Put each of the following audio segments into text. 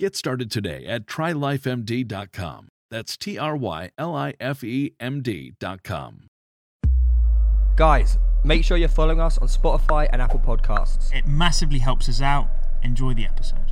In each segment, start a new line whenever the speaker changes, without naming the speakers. Get started today at trylifemd.com. That's T R Y L I F E M D.com.
Guys, make sure you're following us on Spotify and Apple Podcasts.
It massively helps us out. Enjoy the episode.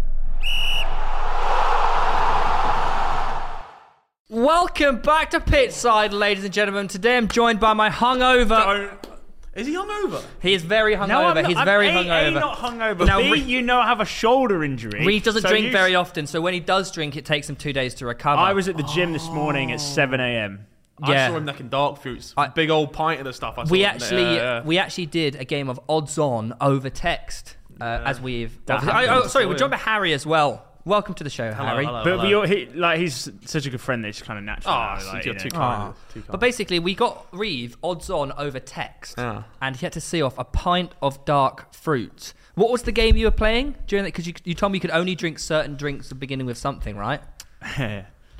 Welcome back to Pitside, ladies and gentlemen. Today I'm joined by my hungover.
Don't. Is he hungover?
He is very hungover.
I'm not-
He's
I'm
very
a,
hungover.
A, not hungover.
Now,
B,
Re-
you know I have a shoulder injury.
Reeve doesn't
So
drink
you-
very often, so when he does drink, it takes him two days to recover.
I was at the gym this morning at 7 a.m.
Yeah.
I saw him necking dark fruits,
I-
big old pint of the stuff. I saw
we
him there.
actually
Yeah, yeah.
we actually did a game of odds on over text uh, as we've.
That
I- oh,
happens.
sorry,
Oh,
we're
yeah.
joined by Harry as well. Welcome to the show,
Hello,
Harry.
hello,
But, but
hello.
you're, he, like, he's such a good friend that it's kind of natural.
Ah,
now, like,
you're
you
too
know.
kind. Too
Oh, Ah. But
kind.
basically, we got Reeve odds on over text,
Ah.
and he had to see off a pint of dark fruit. What was the game you were playing during that? Because you, you told me you could only drink certain drinks beginning with something, right?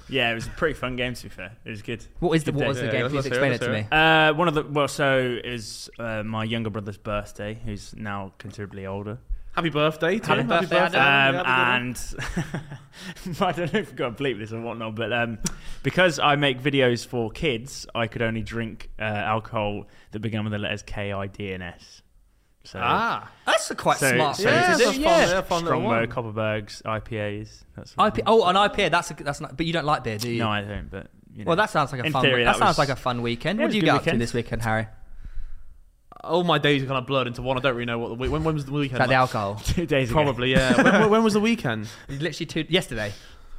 yeah, it was a pretty fun game, to be fair. It was good.
What is the
Good
what
day.
was the
yeah,
game?
let's-
Please
let's hear
explain
it,
it to me.
let's
Uh, one of the well, so it was uh, my younger brother's birthday, who's now considerably older,
happy birthday to
Happy
him.
birthday,
happy birthday.
Adam.
Yeah,
um,
have a good one.
and I don't know if we've got to bleep this or whatnot, but um, because I make videos for kids, I could only drink uh, alcohol that began with the letters K, I, D, and S. So,
uh,
ah,
That's a quite
so,
smart.
so
thing
Yeah,
to
it's
do.
that's a fun- yeah, fun little
Strongbow,
one.
Copperbergs, IPAs. That's what
IP, oh, an IPA. That's a, that's not. But you don't like beer, do you?
no, I don't. But you
oh,
know.
Well, that sounds like a
In
fun.
theory,
week- that,
that
sounds
was-
like a fun weekend.
Yeah,
what
it was
do you
a
get
good
up to
weekend.
this weekend, Harry?
all Oh, my days are kind of blurred into one. I don't really know what the week. When, when was the weekend?
Is that the
Like,
alcohol?
two days ago.
Probably, yeah. when, when- when was the weekend?
Literally two yesterday.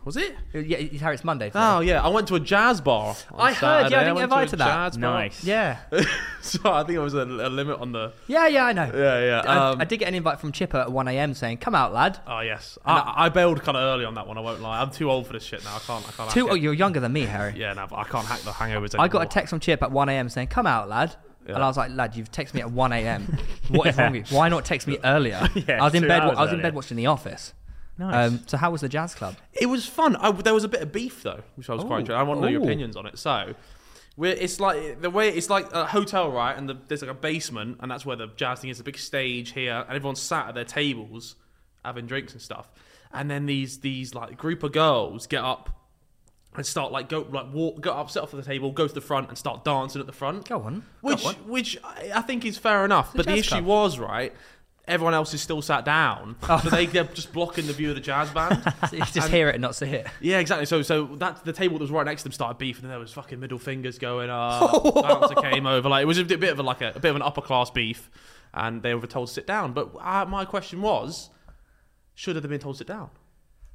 Was it?
Yeah, it- Harry, it's Monday. today.
Oh yeah, I went to a jazz bar. on
I heard, yeah, I
Saturday.
didn't get
went
invited
a
to that.
jazz bar.
Nice.
yeah,
so I think it was a, a limit on the.
yeah, yeah. I know.
Yeah,
Uh,
yeah.
I,
Um,
I did get an invite from Chipper at 1 a.m. saying, "Come out, lad."
Oh yes,
Ah.
I, I bailed kind of early on that one. I won't lie. I'm too old for this shit now. I can't. I can't.
Two,
hack
oh,
it.
you're younger than me, Harry.
Yeah, no, but I can't hack the hangovers.
I got a
anymore.
text from Chip at 1 a.m. saying, "Come out, lad," and I was like, "Lad, you've texted me at 1 a.m. What is wrong with you? Why not text me earlier?"
Yeah,
I was in
two
bed.
hours
I was in bed
earlier.
watching The Office.
Nice.
Um, so how was the jazz club?
It was fun. I, there was a bit of beef though, which I was
Ooh.
quite interested. I want to know your
Ooh.
opinions on it. So, we're, it's like the way it's like a hotel, right? And the, there's like a basement, and that's where the jazz thing is. A big stage here, and everyone's sat at their tables having drinks and stuff. And then these these like group of girls get up and start like go like walk go up, set off at the table, go to the front, and start dancing at the front.
Go on, go
which
on.
which I I think is fair enough. but the
jazz
issue
club.
was right. Everyone else is still sat down, so they, they're just blocking the view of the jazz band.
So you just hear it and not see it.
Yeah, exactly. So, so that the table that was right next to them started beefing, and there was fucking middle fingers going up. bouncer came over, like it was a bit bit of a, like a, a bit of an upper class beef, and they were told to sit down. But uh, my question was, should have they been told to sit down?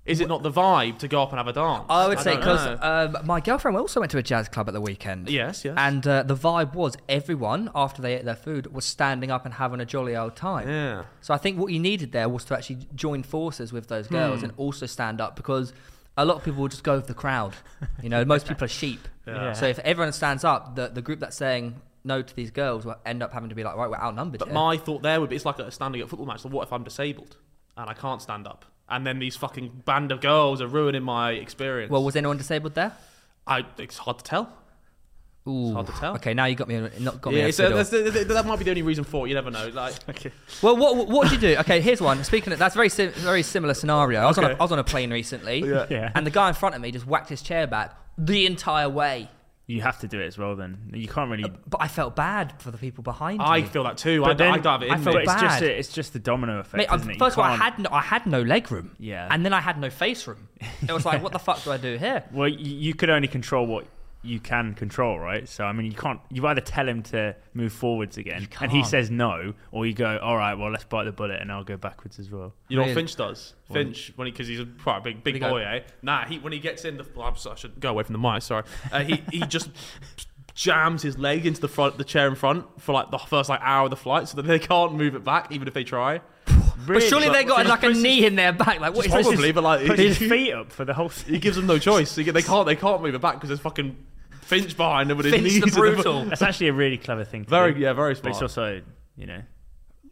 Is it not the vibe to go up and have a dance?
I would say
don't
because
know.
um, my girlfriend also went to a jazz club at the weekend.
Yes, yes.
And uh, the vibe was everyone after they ate their food was standing up and having a jolly old time.
Yeah.
So I think what you needed there was to actually join forces with
Hmm.
those girls and also stand up because a lot of people will just go with the crowd. You know, most people are sheep.
Yeah.
So if everyone stands up, the the group that's saying no to these girls will end up having to be like, right, we're outnumbered.
But
here.
my thought there would be it's like a standing at a football match. So what if I'm disabled and I can't stand up? And then these fucking band of girls are ruining my experience.
well, was anyone disabled there?
I, it's hard to tell.
Ooh.
hard to tell.
Okay, now you got me. Not got me.
Yeah,
in a
so
fiddle.
that's, that, that- that might be the only reason for it. You never know. Like,
Well, what what did you do? Okay, here's one. Speaking of that's a very sim- very similar scenario. I was on a, I was on a plane recently,
Yeah.
and the guy in front of me just whacked his chair back the entire way.
you have to do it as well. Then you can't really.
But I felt bad for the people behind
I
me.
feel that too. I, I don't have it in
I felt
me.
but it's just
bad.
a, it's just the domino effect.
Mate, I-
isn't it? You
um, first of all, I
can't-
had no, I had no leg room.
Yeah.
and then I had no face room. It was like, what the fuck do I do here?
Well, you, you could only control what you can control, right? So I mean, you can't. You either tell him to move forwards again,
You
and he
can't.
says no, or you go, "All right, well, let's bite the bullet, and I'll go backwards as well."
You know what
Really?
Finch does? Finch, when he because he's a quite a big big
Big guy.
boy, eh? Nah, he when he gets in the, well, I'm sorry, I should go away from the mic. Sorry, uh, he he just jams his leg into the front, the chair in front for like the first like hour of the flight, so that they can't move it back, even if they try.
But surely
Really?
they got
Just
like a
press his-
knee in their back. Like what is this?
Probably, but like
Put his
he,
feet up for the whole. Thing.
he gives them no choice. He, they can't they can't move it back because there's fucking Finch behind them with his
Finch
knees.
the
in
brutal.
That's actually a really clever thing. To
Very
do.
yeah, very
but
smart.
it's also you know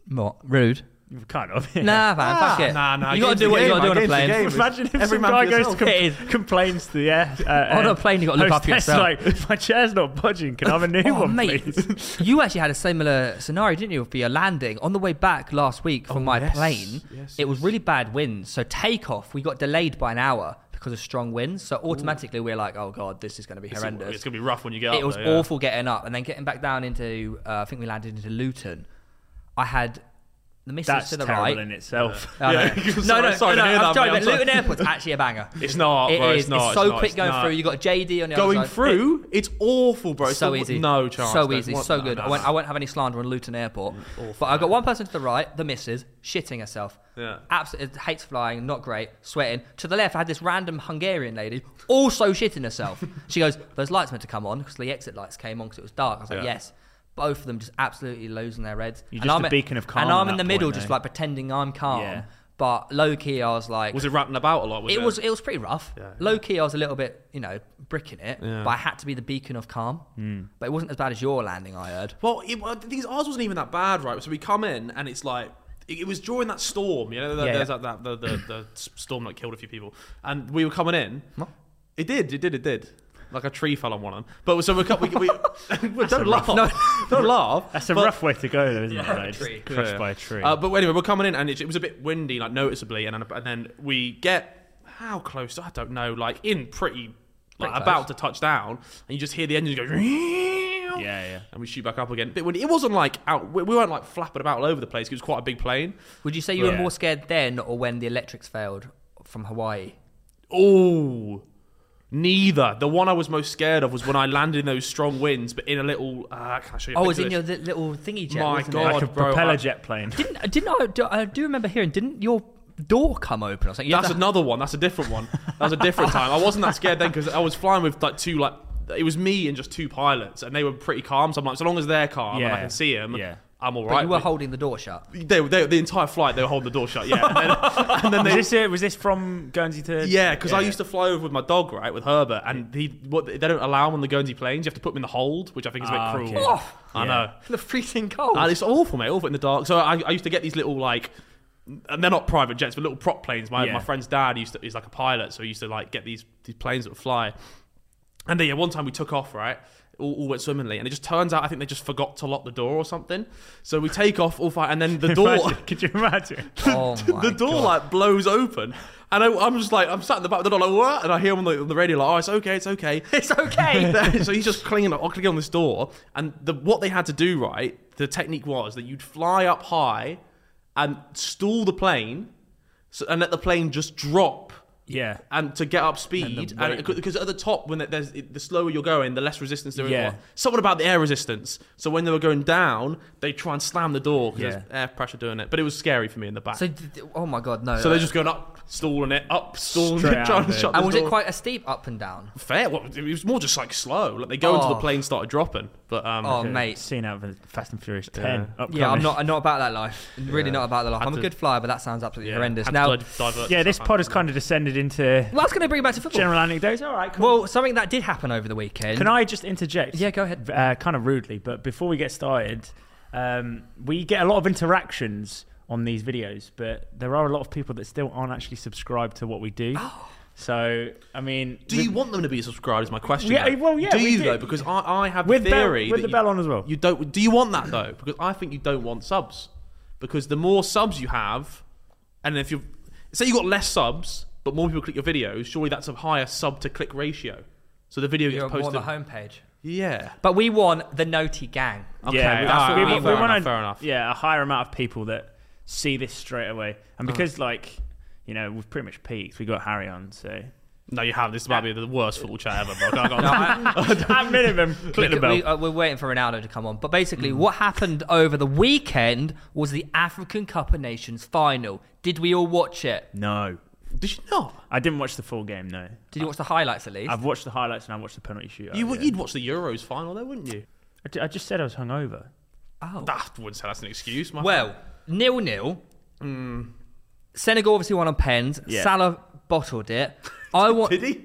What? Rude?
kind of.
Nah, man. fuck it.
Ah. nah, nah,
You gotta
game's the
do what you
game,
gotta do on a
man, game's the
plane.
game.
Imagine if
Every
some
man
guy
for
goes
yourself.
com- complains to the air uh,
On
uh,
a plane, you gotta look after
hostess,
yourself.
Like my chair's not budging. Can I have a new one,
Oh, mate,
please?
you actually had a similar scenario, didn't you, for your landing? On the way back last week from
Oh,
my
yes.
plane,
Yes,
it was
yes.
really bad winds. So takeoff, we got delayed by an hour because of strong winds. So automatically we are like, oh god, this is going to be
It's,
horrendous.
it's gonna be rough when you get up.
it was
though, yeah.
awful getting up and then getting back down into. Uh, I think we landed into Luton. I had the missus
That's
to the
terrible
right.
in itself.
Oh,
Yeah,
no.
sorry-
no, no,
sorry to
no, no,
hear
I'm
that,
joking,
mate, I'm
but
sorry.
Luton Airport's actually a banger.
It's not,
It
bro.
is.
It's not.
so
not,
quick going
not.
through. You got JD on the
going
other side.
through. it's awful, bro. It's
so
the-
easy.
No chance.
So
There's
easy.
one-
so
no,
good.
no,
I, won't,
no. Mm,
I won't have any slander on Luton Airport. but I've got one person to the right, the missus, shitting herself.
Yeah.
Absolutely hates flying, not great, sweating. To the left, I had this random Hungarian lady also shitting herself. she goes, Those lights meant to come on because the exit lights came on because it was dark. I was like,
Yeah.
Yes. Both of them just absolutely losing their heads.
You're
and
just
I'm
a beacon of calm
And I'm
at
in
that
the middle,
point,
just
though.
like pretending I'm calm.
Yeah.
But low key, I was like,
Was it rapping about a lot? Was
it
it,
was it was pretty rough. Low key, I was a little bit, you know, bricking it, but I had to be the beacon of calm.
Hmm.
But it wasn't as bad as your landing, I heard.
Well, it, well, the thing is, ours wasn't even that bad, right? So we come in, and it's like it, it was during that storm. You know, the,
Yeah,
there's
yeah.
That, that the, the, the s- storm that killed a few people, and we were coming in. It did. It did. It did. Like a tree fell on one of them. But so we're co- we, we, we don't laugh. don't laugh.
That's a
But-
rough way to go, though, isn't it? Like, just
tree.
crushed
Yeah.
by a tree.
Uh, but anyway, we're coming in, and it, it was a bit windy, like noticeably, and then, and then we get how close? I don't know. Like in pretty, like
Pretty
about
close.
to touch down, and you just hear the engines go. Yeah,
Yeah, yeah.
And we shoot back up again. But when it wasn't like out, we, we weren't like flapping about all over the place. 'cause It was quite a big plane.
Would you say you
Yeah.
were more scared then or when the electrics failed from Hawaii?
Oh, neither. The one I was most scared of was when I landed in those strong winds, but in a little. Uh, can I show you? a
Oh, it
picture
was
of
in
this?
your li- little thingy jet.
My
wasn't
God.
It?
like a
bro,
propeller
I-
jet plane.
Didn't uh, didn't I do, I do remember hearing? Didn't your door come open or something? You had
That's
to-
another one. That's a different one. That was a different time. I wasn't that scared then because I was flying with like two like it was me and just two pilots and they were pretty calm. So I'm like, so long as they're calm and I
Yeah.
can see them,
Yeah.
I'm all
but
right.
you were holding the door shut.
they, they, the entire flight they were holding the door shut. Yeah, and then, and then
was,
they.
this, uh, was this from Guernsey to?
Yeah, because I used to fly over with my dog, right, with Herbert, and he what they don't allow him on the Guernsey planes. You have to put him in the hold, which I think is a bit
Ah,
cruel.
okay.
Oh,
I
Yeah.
know.
the freezing cold.
And it's awful, mate. Awful in the dark. So I, I used to get these little like, and they're not private jets, but little prop planes. My
Yeah.
my friend's dad used to is like a pilot, so he used to like get these these planes that would fly. And then yeah, one time we took off right. All, all went swimmingly, and it just turns out I think they just forgot to lock the door or something. So we take off, all fine, and then the door,
Imagine- Could you imagine?
oh my
the door
God.
like blows open, and I, I'm just like I'm sat in the back of the door like what? And I hear him on the, on the radio like, oh, it's okay, it's okay,
It's okay.
so he's just clinging, like, clicking on this door, and the, what they had to do, right? The technique was that you'd fly up high and stall the plane, so, and let the plane just drop,
Yeah.
and to get up speed,
the weight-
because at the top, when there's the slower you're going, the less resistance there is.
Yeah.
Something about the air resistance. So when they were going down, they try and slam the door because there's
Yeah.
air pressure doing it. But it was scary for me in the back.
so,
So,
d- d- oh my god, no. Uh,
they're just going up, stalling it, up, stalling
Straight
it,
out,
trying to
dude.
shut.
And
this
was
door.
it quite a steep up and down?
fair? Well, it was more just like slow. Like they go until
Oh.
the plane started dropping. But um,
Oh,
Yeah,
mate.
Scene out of the Fast and Furious Ten. Upcoming.
Yeah, I'm not. I'm not about that life. I'm Really not about the life.
Had
I'm a
to-
good flyer, but that sounds absolutely
Yeah,
horrendous.
had to
Now,
di- divert
Yeah,
to
this pod has kind of descended into
well, that's going to bring you back to football.
general anecdotes. All right. Cool.
well, something that did happen over the weekend.
Can I just interject?
Yeah, go ahead.
Uh, kind of rudely, but before we get started, um, we get a lot of interactions on these videos, but there are a lot of people that still aren't actually subscribed to what we do. So, I mean,
Do you want them to be subscribed? Is my question.
Yeah,
though.
well, yeah,
Do
we
you
do.
though? Because I, I have
With
the
bell-
theory
with
that
the
you-
bell on as well.
You don't. Do you want that though? Because I think you don't want subs. Because the more subs you have, and if you say you got less subs, but more people click your videos, surely that's a higher sub to click ratio. So the video gets
You're more on
posted.
the homepage.
Yeah.
But we want the Noti Gang.
Okay.
yeah,
all
that's
right,
what we,
all right,
we
fair
want
enough, fair enough.
Yeah, a higher amount of people that Hmm. see this straight away, and because like you know we've pretty much peaked, we got Harry on, so
No, you haven't. This might be the worst football chat ever. But I
No,
got
I-
At minimum, click the bell. Mm.
we, uh, we're waiting for Ronaldo to come on. But basically, what happened over the weekend was the African Cup of Nations final. Did we all watch it?
No.
Did you not?
I didn't watch the full game, no.
Did you watch the highlights at least?
I've watched the highlights and I watched the penalty shootout.
You,
yeah.
You'd watch the Euros final, though, wouldn't you?
I ju- I just said I was hungover.
oh.
That wouldn't say that's an excuse. My
Well, nil nil. Senegal obviously won on pens.
Hmm. Yeah.
Salah bottled it. I want.
did he?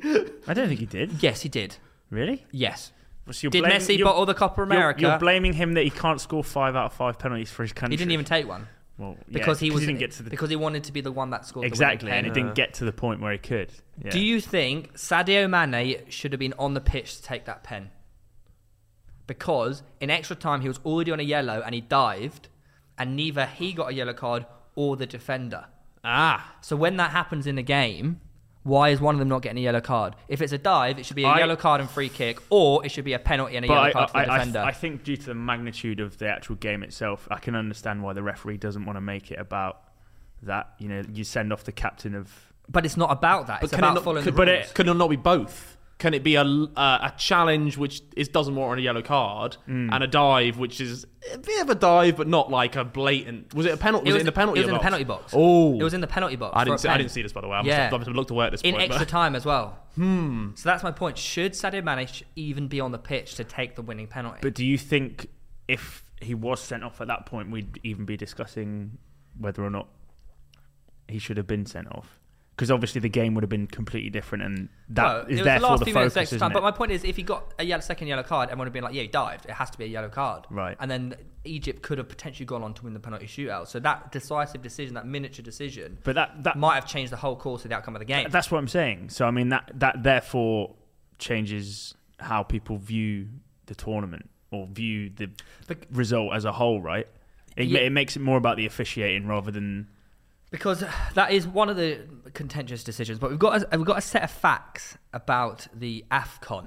I don't think he did.
Yes, he did.
Really?
Yes.
So you're
Did
blaming-
Messi
you're-
bottle the Copa
you're-
America?
You're, blaming him that he can't score five out of five penalties for his country.
He didn't even take one
Well, yeah,
because he was
didn't get to the
because he wanted to be the one that scored
exactly,
The winning
and it
pen.
didn't get to the point where he could. Yeah.
Do you think Sadio Mane should have been on the pitch to take that pen? Because in extra time he was already on a yellow and he dived, and neither he got a yellow card or the defender.
Ah,
So when that happens in a game, why is one of them not getting a yellow card? If it's a dive, it should be a
I-
yellow card and free kick, or it should be a penalty and a
But
yellow
I,
card for
I,
the
I-
defender.
I think due to the magnitude of the actual game itself, I can understand why the referee doesn't want to make it about that. You know, you send off the captain of.
but it's not about that. It's
but can
about
it not,
following
could,
the
but
rules.
it, could it not be both? Can it be a, l- uh, a challenge which is doesn't warrant a yellow card
Hmm.
and a dive which is a bit of a dive but not like a blatant? Was it a penalty? Was it, in the penalty?
It was in the
box?
penalty box.
Oh,
it was in the penalty box.
I
for a
didn't. See, I
pen.
didn't see this by the way. I must
Yeah.
have, I must have looked away at this
in
point. but-
extra time as well. Hmm. So that's my point. Should Sadio Mane sh- even be on the pitch to take the winning penalty?
But do you think if he was sent off at that point, we'd even be discussing whether or not he should have been sent off? Because obviously the game would have been completely different, and
No,
that
it was
is
the
therefore
last
the,
few minutes
focus.
of extra
isn't
time.
it?
But my point is, if he got a yellow, second yellow card, everyone would have been like, "Yeah, he dived. It has to be a yellow card."
Right.
And then Egypt could have potentially gone on to win the penalty shootout. So that decisive decision, that miniature decision,
But that- that-
might have changed the whole course of the outcome of the game.
That's what I'm saying. So I mean that that therefore changes how people view the tournament or view the
Bec-
result as a whole, right? It, ma-
Yeah.
it makes it more about the officiating rather than
because that is one of the contentious decisions. But we've got a, we've got a set of facts about the Afcon.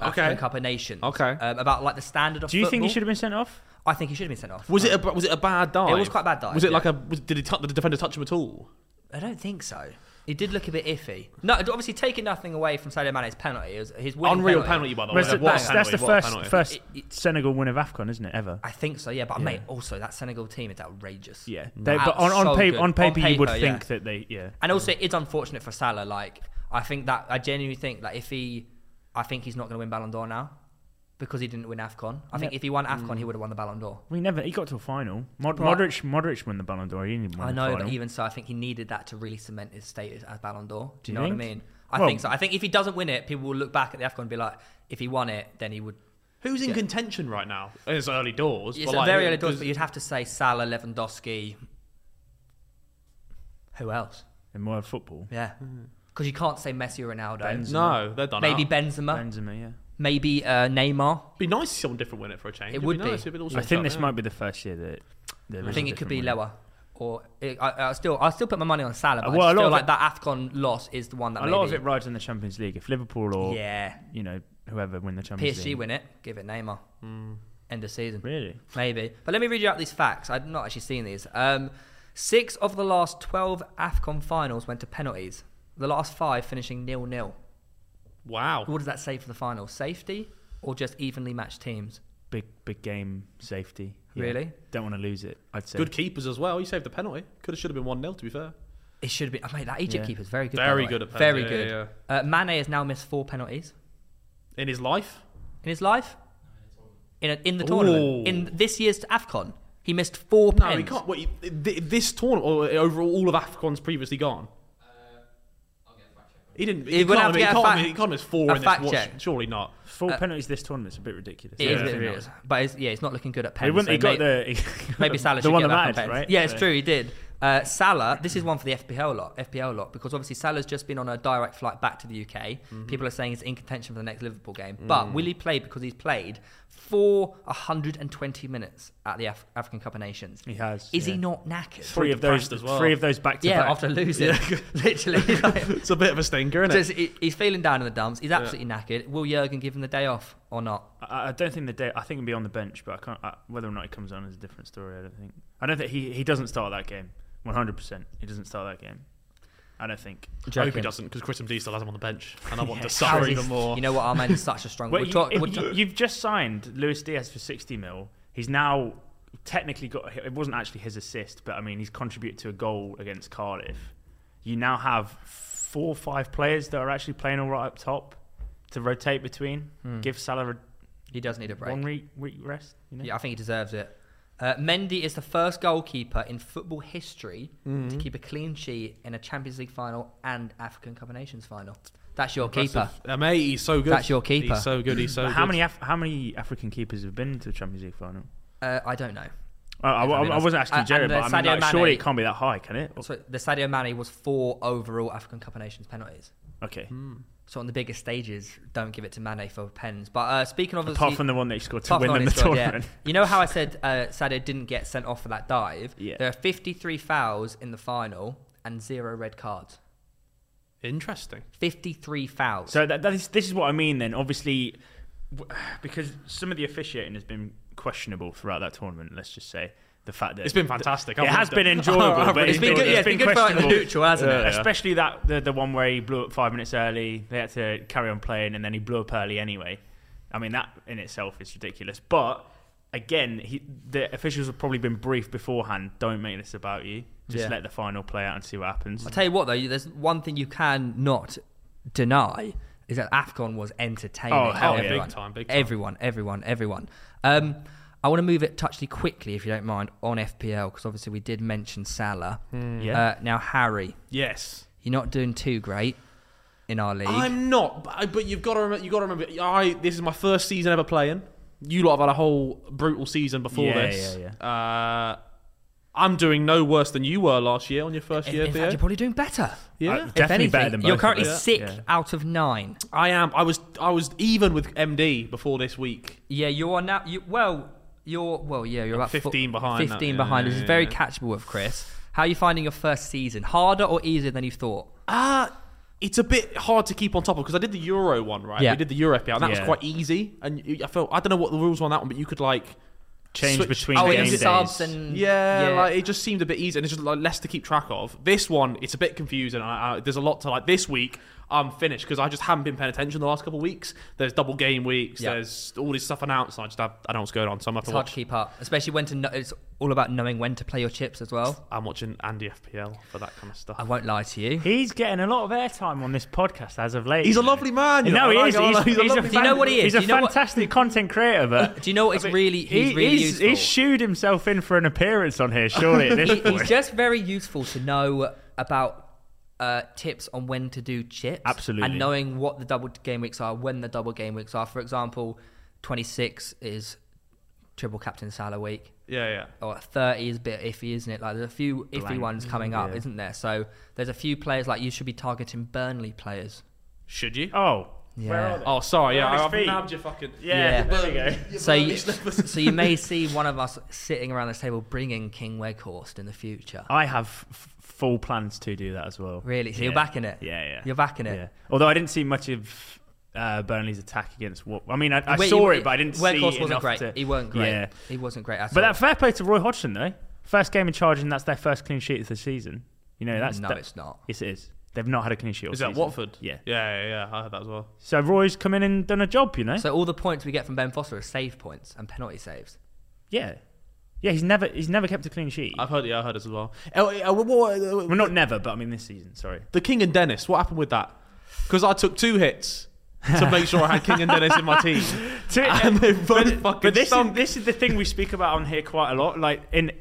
African Cup of Nations.
Okay.
Um, about like the standard of
Do you think he
football.
should have been sent off?
I think he should have been sent off.
Was it a, ba- was it a bad dive?
It was quite a bad dive,
Was it
yeah.
like a was, did, he tou- did the defender touch him at all?
I don't think so. He did look a bit iffy. No, obviously taking nothing away from Sadio Mane's penalty. It was his winning
Unreal penalty, by the way.
That's, the-
Oh, What a
that's- that's the
penalty, what a
first
penalty.
first
It- it-
Senegal win of Afcon, isn't it? Ever?
I think so, yeah. But mate, also that Senegal team is outrageous.
Yeah. They, but on on,
So
pa-
good.
on paper, you would
paper, yeah.
think that they yeah.
And also, it's unfortunate for Salah. Like, I think that I genuinely think that if he, I think he's not going to win Ballon d'Or now because he didn't win Afcon. I think if he won Afcon,
Mm.
he would have won the Ballon d'Or.
We never. He got to a final. Mod-
Right.
Modric Modric won the Ballon d'Or. He didn't win
I
the
know,
final.
but even so, I think he needed that to really cement his status as Ballon d'Or. Do you,
You
know
think?
what I mean? I
Well-
think so. I think if he doesn't win it, people will look back at the Afcon and be like, if he won it, then he would.
Who's in contention right now? It's early doors.
It's
but like,
very
who-
early doors,
because-
but you'd have to say Salah, Lewandowski. Who else?
in world football.
Yeah, because you can't say Messi or Ronaldo.
No, they're done.
Maybe
out.
Benzema.
Benzema, yeah.
Maybe uh, Neymar.
Be nice if someone different win it for a change.
It
It'd
would
be.
be.
Nice if it all
I
sorts
think
out,
this
yeah.
might be the first year that. there
I
is
think
a
it could be
different one.
lower. Or it, I, I still, I still put my money on Salah. But
Well,
I
a
just
lot
feel
of
like
it-
that Afcon loss is the one that
A lot of
maybe-
it rides on the Champions League. If Liverpool or
Yeah,
you know whoever win the Champions
PSG
League,
win it, give it Neymar.
Hmm.
End of season.
Really?
Maybe. But let me read you out these facts. I've not actually seen these. Um, six of the last 12 AFCON finals went to penalties. The last five finishing nil nil.
Wow.
What does that say for the final? Safety or just evenly matched teams?
Big big game safety. Yeah.
Really?
Don't want to lose it. I'd say.
Good keepers as well. You saved the penalty. Could have should have been one 0 To be fair.
It should be. I mean, that Egypt
Yeah.
keeper's very good. by
Very
the way.
good at
Very
penalties,
good.
yeah,
Uh, Mane has now missed four penalties
In his life.
in his life. In, a, in the tournament.
Ooh.
In this year's AFCON, he missed four
No,
pens.
he can't. Wait, th- this tournament or uh, over all of Afcon's previously gone. He didn't. He,
He would
can't,
have
have
to
he,
get a
can't,
fact-
he can't miss four
a
in this
fact
watch.
check.
Surely not.
Four penalties this tournament's a bit ridiculous.
uh, It is a bit
Yeah.
ridiculous. But it's, yeah, he's not looking good at
He,
pens.
wouldn't-
so
he got
may-
the he got
Maybe
the-
Salah
the
should
one
get
that
that
mattered,
compared.
right?
Yeah, it's
So-
true. He did. Uh, Salah. This is one for the FPL lot. FPL lot because obviously Salah's just been on a direct flight back to the UK.
Mm-hmm.
People are saying he's in contention for the next Liverpool game,
Mm.
but will he play because he's played for 120 minutes at the Af- African Cup of Nations?
He has,
Is he
yeah.
not knackered?
Three of those
depressed as well.
Three of those back to
yeah,
back.
after losing, literally. like,
It's a bit of a stinker, isn't
just-
it?
he- he's feeling down in the dumps. He's absolutely knackered. Will Jurgen give him the day off or not?
I, I don't think the day. I think he'll be on the bench, but I can't. I, whether or not he comes on is a different story. I don't think. I don't think he he doesn't start that game. One hundred percent. He doesn't start that game. I don't think.
I hope he
Joking.
doesn't because Chris D still has him on the bench, and I want to
How
suffer
is-
even more.
You know what? Our man is such a strong.
Well,
we're
you,
talk-
if
we're
you,
talk-
you've just signed Luis Diaz for 60 mil. He's now technically got. It wasn't actually his assist, but I mean, he's contributed to a goal against Cardiff. You now have four or five players that are actually playing all right up top to rotate between.
Hmm.
Give Salah
he does need a
a
break.
one week, week rest. You know?
Yeah, I think he deserves it. Uh, Mendy is the first goalkeeper in football history to
Mm-hmm.
keep a clean sheet in a Champions League final and African Cup of Nations final. That's your keeper.
Uh, mate, he's so good.
That's your keeper.
He's so good. He's so.
But how
good.
many Af- how many African keepers have been to the Champions League final?
Uh, I don't know.
Uh,
I
I, I,
mean,
I wasn't asking
and-
Jerry,
and,
but
uh,
I mean,
Sadio
like, surely
Mane-
it can't be that high, can it?
So the Sadio Mane was four overall African Cup of Nations penalties.
Okay.
Hmm. So on the biggest stages, don't give it to Mane for pens. But uh, speaking of
Apart from the one that he scored to
Apart
win
from
them the
that one he scored, yeah.
tournament.
You know how I said uh, Sadio didn't get sent off for that dive?
Yeah.
There are 53 fouls in the final and zero red cards.
Interesting.
53 fouls.
So that, that is, this is what I mean then. Obviously, w- because some of the officiating has been questionable throughout that tournament, let's just say. The fact that
It's been fantastic.
It
I've
has
loved
been
it.
enjoyable,
I've
but
really
it's been,
enjoyed
good,
it.
yeah,
it's been
it's been good for, like, the
questionable.
neutral, hasn't it?
Uh, Especially that the, the one where he blew up five minutes early. They had to carry on playing, and then he blew up early anyway. I mean, that in itself is ridiculous. But again, he, the officials have probably been briefed beforehand. Don't make this about you. Just
Yeah.
let the final play out and see what happens.
I'll tell you what, though, there's one thing you can not deny is that AFCON was entertaining.
Oh, hell yeah.
everyone,
Big time, big time.
Everyone, everyone, everyone. Um, I want to move it touchly quickly, if you don't mind, on FPL, because obviously we did mention Salah.
Hmm.
Yeah.
Uh, now, Harry,
Yes.
you're not doing too great in our league.
I'm not, but, I- but you've got to remember. You got to remember. I this is my first season ever playing. You lot have had a whole brutal season before
Yeah,
this.
yeah,
yeah. Uh, I'm doing no worse than you were last year on your first
In-
year,
in
Theo.
fact, you're probably doing better.
yeah,
Uh, definitely
if anything,
better than both
you're
of
currently
us.
sixth
Yeah.
out of nine.
I am. I was. I was even with MD before this week.
Yeah, you are now. You, well, you're well. Yeah, you're about
15 behind that,
Fifteen
yeah,
behind,
yeah,
which is
yeah,
very
yeah.
catchable with Chris. How are you finding your first season? Harder or easier than you thought?
Uh it's a bit hard to keep on top of because I did the Euro one, right?
Yeah.
We did the Euro FPL, and that was
Yeah.
quite easy. And you- I felt I don't know what the rules were on that one, but you could like
Change
switch-
between
Oh,
the
it
game
is
days.
subs and
Yeah, like it just seemed a bit easier, and it's just like less to keep track of. This one, it's a bit confusing. I, I, there's a lot to like. This week, I'm finished because I just haven't been paying attention the last couple of weeks. There's double game weeks.
Yeah.
There's all this stuff announced. And I just have, I don't know what's going on, so I'm gonna have
it's
to
hard to
watch.
keep up, especially when to. Know, it's all about knowing when to play your chips as well.
I'm watching Andy FPL for that kind of stuff.
I won't lie to you.
He's getting a lot of airtime on this podcast as of late.
He's a
you know.
lovely man, you
No,
know,
he
like,
is.
I
He's,
love- he's a
he's a
lovely
Do you know
fan-
what he is?
He's
Do
a
you know what-
fantastic content creator, but
Do you know what's really? He's
he-
really
he's,
useful.
he's shooed himself in for an appearance on here, surely. At this
He-
point.
he's just very useful to know about uh, tips on when to do chips.
Absolutely.
And knowing what the double game weeks are, when the double game weeks are. For example, 26 is triple captain Salah week.
yeah, yeah.
Or 30 is a bit iffy, isn't it? Like there's a few iffy
Blank. Mm-hmm.
ones coming up,
Yeah.
isn't there? So there's a few players like you should be targeting Burnley players.
Should you?
Oh.
Yeah.
Where are they?
Oh, sorry. Yeah,
On his
I've
feet.
nabbed your fucking.
Yeah,
Yeah.
there we go.
So you, so you may see one of us sitting around this table bringing King Weghorst in the future.
I have f- full plans to do that as well.
Really? So
Yeah.
you're backing it?
Yeah, yeah.
You're backing it?
Yeah. Although I didn't see much of uh, Burnley's attack against what I mean, I, I
Wait,
saw
he-
it, but I didn't
Weghorst
see
wasn't
enough
great.
to-
He wasn't great.
Yeah.
He wasn't great at
But
all.
that fair play to Roy Hodgson though. First game in charge, and that's their first clean sheet of the season. You know that's
No,
that-
it's not.
Yes, it is. They've not had a clean sheet. all
Is that
season.
Watford?
Yeah.
Yeah, yeah, yeah. I heard that as well.
So Roy's come in and done a job. You know.
So all the points we get from Ben Foster are save points and penalty saves.
yeah. Yeah. He's never. He's never kept a clean sheet.
I've heard. Yeah, I heard it as well. Oh,
uh,
yeah, what- what-
well, not never, but I mean this season. Sorry.
The King and Dennis, what happened with that? Because I took two hits to make sure I had King and Dennis in my team. And they both fucking
but this is,
stunk.
this is the thing we speak about on here quite a lot. Like in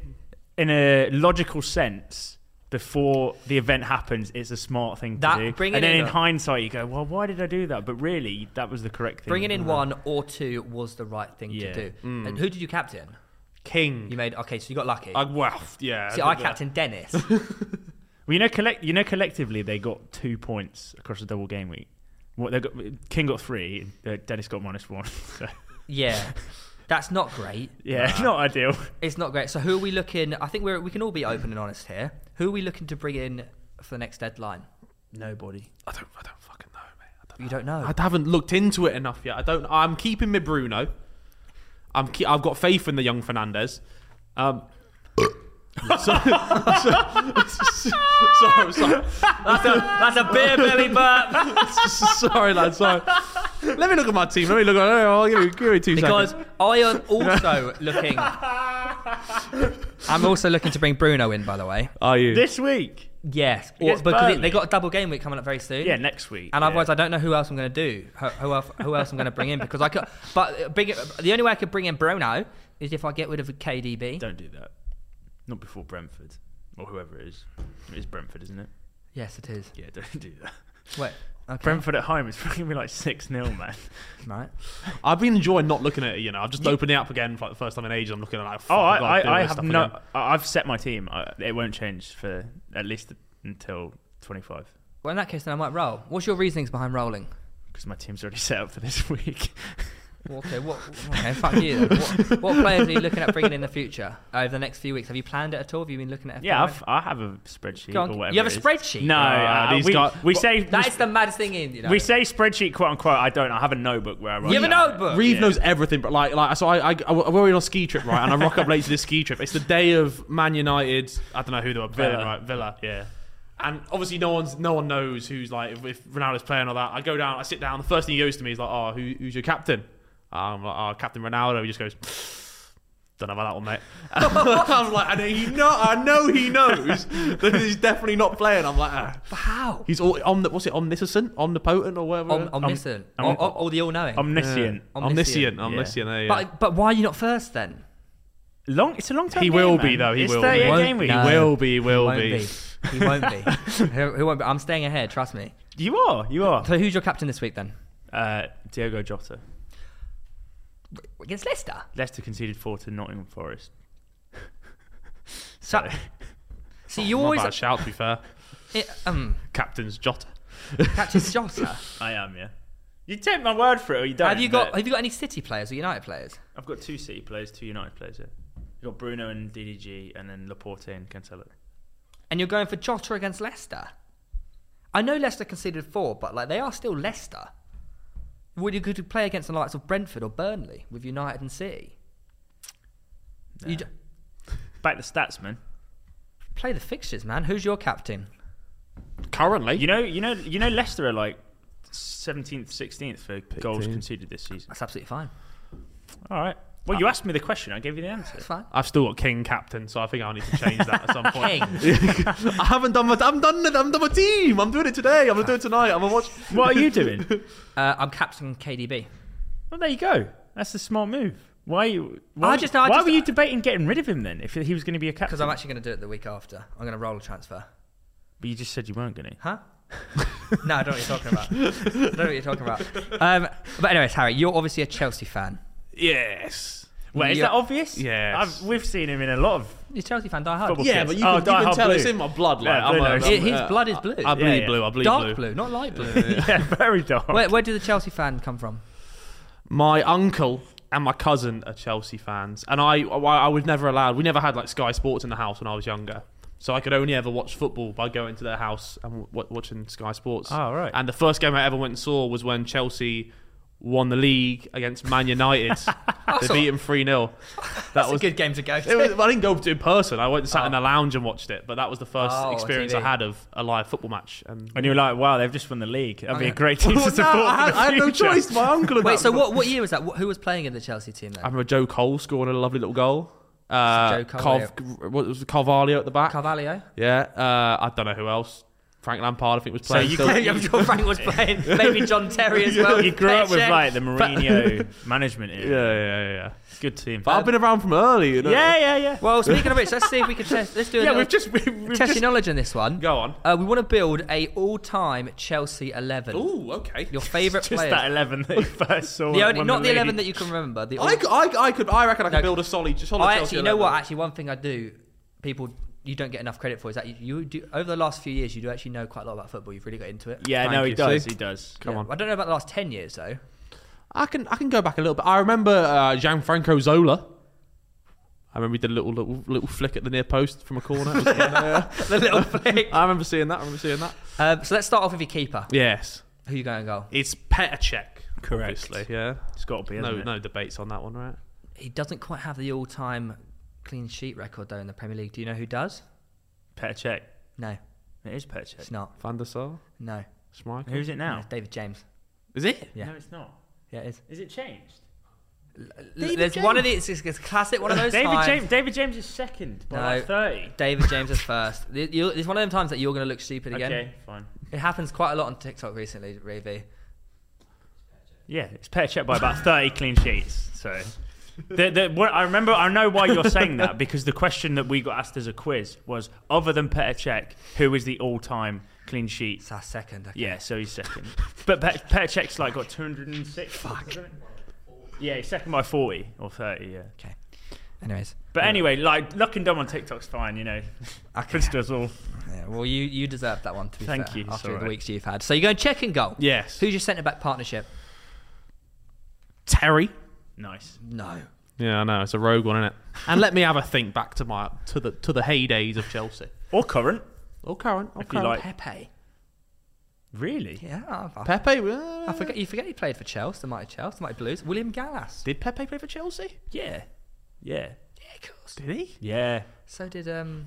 in a logical sense, before the event happens, it's a smart thing to
That-
do.
bringing
And then
in
in
a-
hindsight, you go, "Well, why did I do that?" But really, that was the correct thing.
Bringing in one or two was the right thing
mm. Yeah. Mm.
to do. And who did you captain?
King.
You made okay, so you got lucky.
I, well, yeah.
See, I captained Dennis.
Well, you know, collect, you know, collectively they got two points across the double game week. What they got, King got three, uh, Dennis got minus one. So,
yeah, that's not great.
yeah, not ideal.
It's not great. So who are we looking? I think we're we can all be open and honest here. Who are we looking to bring in for the next deadline?
Nobody.
I don't, I don't fucking know, mate.
You don't know.
I, don't- I haven't looked into it enough yet. I don't. I'm keeping my Bruno. I'm. Keep, I've got faith in the young Fernandez. Um, sorry, sorry,
That's a, that's a beer belly burp.
sorry, lad, sorry. Let me look at my team. Let me look at. I'll give you, give me two
Because
seconds.
I am also looking. I'm also looking to bring Bruno in, by the way.
Are you?
This week?
Yes, or-
Against
because
Burnley.
they got a double game week coming up very soon.
Yeah, next week.
And
yeah.
otherwise, I don't know who else I'm going to do. Who, who else? Who else I'm going to bring in? Because I could. But uh, bring, the only way I could bring in Bruno is if I get rid of KDB.
Don't do that. Not before Brentford or whoever it is. It is Brentford, isn't it?
Yes, it is.
Yeah, don't do that.
Wait. Okay.
Brentford at home is fucking be like six 0 man.
Right.
I've been enjoying not looking at it. You know, I've just opened it up again for like the first time in ages. I'm looking at it like.
Oh,
fuck,
I,
I've gotta do
I, I have
this stuff
no.
again.
I- I've set my team. I, it won't change for at least until twenty five
Well, in that case, then I might roll. What's your reasonings behind rolling?
because my team's already set up for this week.
Well, Okay, what? Okay, fuck you. Then. What, what players are you looking at bringing in the future over the next few weeks? Have you planned it at all? Have you been looking at?
yeah,
FPL?
I've, I have a spreadsheet
Go on,
or whatever.
you have a
it is.
spreadsheet?
No,
Ah,
uh,
these
we,
guys-
we
Well,
say
That is the maddest thing in you know.
we say spreadsheet quote unquote. I don't. I have a notebook where I write.
you have a
it down.
notebook.
Reeve
Yeah.
knows everything, but like, like, so I, I, I, we're already on a ski trip, right? And I rock up late to this ski trip. It's the day of Man United. I don't know who they were playing,
Villa.
right? Villa. Yeah. And obviously, no one's, no one knows who's like if, if Ronaldo's playing or that. I go down, I sit down. The first thing he goes to me is like, "Oh, who, who's your captain?" I'm like, "Oh, Captain Ronaldo." He just goes, "Don't know about that one, mate." I was like, and he know, I know he knows that he's definitely not playing. I'm like, ah.
How?
he's all on the what's it omniscient, omnipotent, or whatever.
Om- omniscient.
om-
Or- or, or the all-knowing.
Omniscient.
omniscient,
Omniscient.
omniscient. there you go.
But but why are you not first then?
Long. It's a long time.
He
game,
will be,
man.
though, he
it's
will be.
38
Won't-
game week.
He will be, will
won't
be.
He won't be. he, he won't be. I'm staying ahead. Trust me.
You are. You are.
So who's your captain this week then?
Uh, Diogo Jota.
Against Leicester.
Leicester conceded four to Nottingham Forest.
So, see, you
Not
always
bad shout, to be fair.
it, um,
Captain's Jota.
captain Jota.
I am. Yeah. You take my word for it, or you don't.
Have you got
but
Have you got any City players or United players?
I've got two City players, two United players. Yeah. You got Bruno and DDG, and then Laporte and Cancelo.
And you're going for Jota against Leicester. I know Leicester conceded four, but like they are still Leicester. Would you could you play against the likes of Brentford or Burnley with United and City? You d-
Back the stats, man.
play the fixtures, man. Who's your captain?
Currently.
You know, you know, you know. Leicester are like seventeenth, sixteenth for goals conceded this season.
That's absolutely fine.
All right. Well, you asked me the question. I gave you the answer.
That's fine.
I've still got King captain, so I think I'll need to change that at some point.
King.
I haven't done my. I'm done. it. I'm done my team. I'm doing it today. I'm gonna do it tonight. I'm gonna watch.
What are you doing?
Uh, I'm captain KDB.
well, there you go. That's a smart move. Why? you- Why,
I just- I
why
just-
were you debating getting rid of him then? If he was going to be a captain,
Because I'm actually going to do it the week after. I'm going to roll a transfer.
but you just said you weren't going to.
Huh? no, I don't know what you're talking about. I don't know what you're talking about. Um, but anyways, Harry, you're obviously a Chelsea fan.
Yes.
Wait, is
Yeah.
that obvious?
Yes.
I've, we've seen him in a lot of.
You're a Chelsea fan, die hard.
Football.
Yeah,
Yes.
but you
Oh,
can, you
Die
can
Hard
tell
blue.
it's in my blood. Like,
Yeah,
I'm
blue
a-
nose.
I'm a-
His- his blood is blue.
um, uh, I, I
uh,
bleed
Yeah, yeah.
blue. I bleed
Dark
blue.
blue. not light blue.
Yeah, very dark.
where, where did the Chelsea fan come from?
My uncle and my cousin are Chelsea fans, and I, I I was never allowed. We never had like Sky Sports in the house when I was younger, so I could only ever watch football by going to their house and w- watching Sky Sports.
Oh, right.
And the first game I ever went and saw was when Chelsea won the league against Man United. they
That's
beat them three 0 That
It's a
was.
good game to go
It
to.
was, I didn't go to in person. I went and sat in the lounge and watched it, but that was the first
Oh, on
experience I
TV.
had of a live football match. And
And you were like, wow, they've just won the league. That'd be a
yeah.
great team to support.
I, had,
for the
no
future.
choice. My uncle.
Wait, so what, what year was that? What, who was playing in the Chelsea team
I
then?
remember Joe Cole scoring a lovely little goal. Uh,
Joe Carvalho.
Cov- what was it, Carvalho at the back?
Carvalho?
yeah, uh, I don't know who else. Frank Lampard, I think, was
So
playing.
you
still.
can't-
I'm sure Frank was playing. Maybe John Terry as well.
You grew up with
Petr.
like the Mourinho management era.
yeah, yeah, yeah.
Good team.
But I've been around from early. You know?
yeah, yeah, yeah.
Well, speaking of which, let's see if we can test. Let's do a
yeah.
little
We've just we, we've
test
just
your knowledge on this one.
go on.
Uh, we want to build a all-time Chelsea eleven.
Ooh, okay.
Your favourite
just
players.
that 11 that you first saw.
the
that
only,
won
not the
league.
eleven that you can remember. The all-
I, c- I, I could I reckon I could
No.
build a solid solid.
I
Chelsea
actually, you know what?
11.
Actually, one thing I do, people, you don't get enough credit for is that you, you do over the last few years, you do actually know quite a lot about football. You've really got into it.
Yeah,
Thank
no, he
you.
does.
See?
He does.
Come
Yeah.
on.
I don't know about the last ten years though.
I can I can go back a little bit. I remember uh, Gianfranco Zola. I remember he did a little little little flick at the near post from a corner. It was good.
the little flick.
I remember seeing that. I remember seeing that.
Um, so let's start off with your keeper.
Yes,
Who you going to go?
it's Petacek.
Correct.
Obviously, yeah.
It's got to be.
No,
hasn't it?
no debates on that one, right?
He doesn't quite have the all-time clean sheet record though in the Premier League. Do you know who does?
Petr check.
No,
It is Petr
it's
Cech.
not.
Van der Sar,
No.
Schmeichel.
Who's it
No,
now?
it's David James.
Is it?
Yeah.
No, it's not.
Yeah, it is.
Is it changed?
L- There's one of these. It's, it's classic. One of those
David
times.
James. David James is second by
No.
like thirty.
David James is first. You- you- It's one of them times that you're going to look stupid again.
Okay, fine.
It happens quite a lot on TikTok recently, Ravi.
Yeah, it's Petr Cech by about thirty clean sheets. So, the, the, what, I remember. I know why you're saying that because the question that we got asked as a quiz was, other than Petr Cech, who is the all-time clean sheet
It's our second. Okay.
Yeah, so he's second. but Pe- Petr Cech's like got 206. Fuck. Yeah, he's second by 40 or 30, yeah.
Okay. Anyways.
But anyway, like, looking dumb on TikTok's fine, you know.
Okay.
Just us all.
Yeah, well, you you deserve that one. To be
Thank
fair,
you, it's
After the
alright.
weeks you've had, so you go check and goal.
Yes.
Who's your centre back partnership?
Terry.
Nice.
No.
Yeah, I know. It's a rogue one, isn't it? And let me have a think back to my to the to the heydays of Chelsea.
Or current.
Or current. Or
If you
current.
like.
Pepe.
Really?
Yeah. I- I,
Pepe. uh,
I forget. You forget he played for Chelsea, the mighty Chelsea, the mighty Blues. William Gallas.
Did Pepe play for Chelsea?
Yeah. Yeah.
yeah, of course.
Did he?
Yeah.
So did um.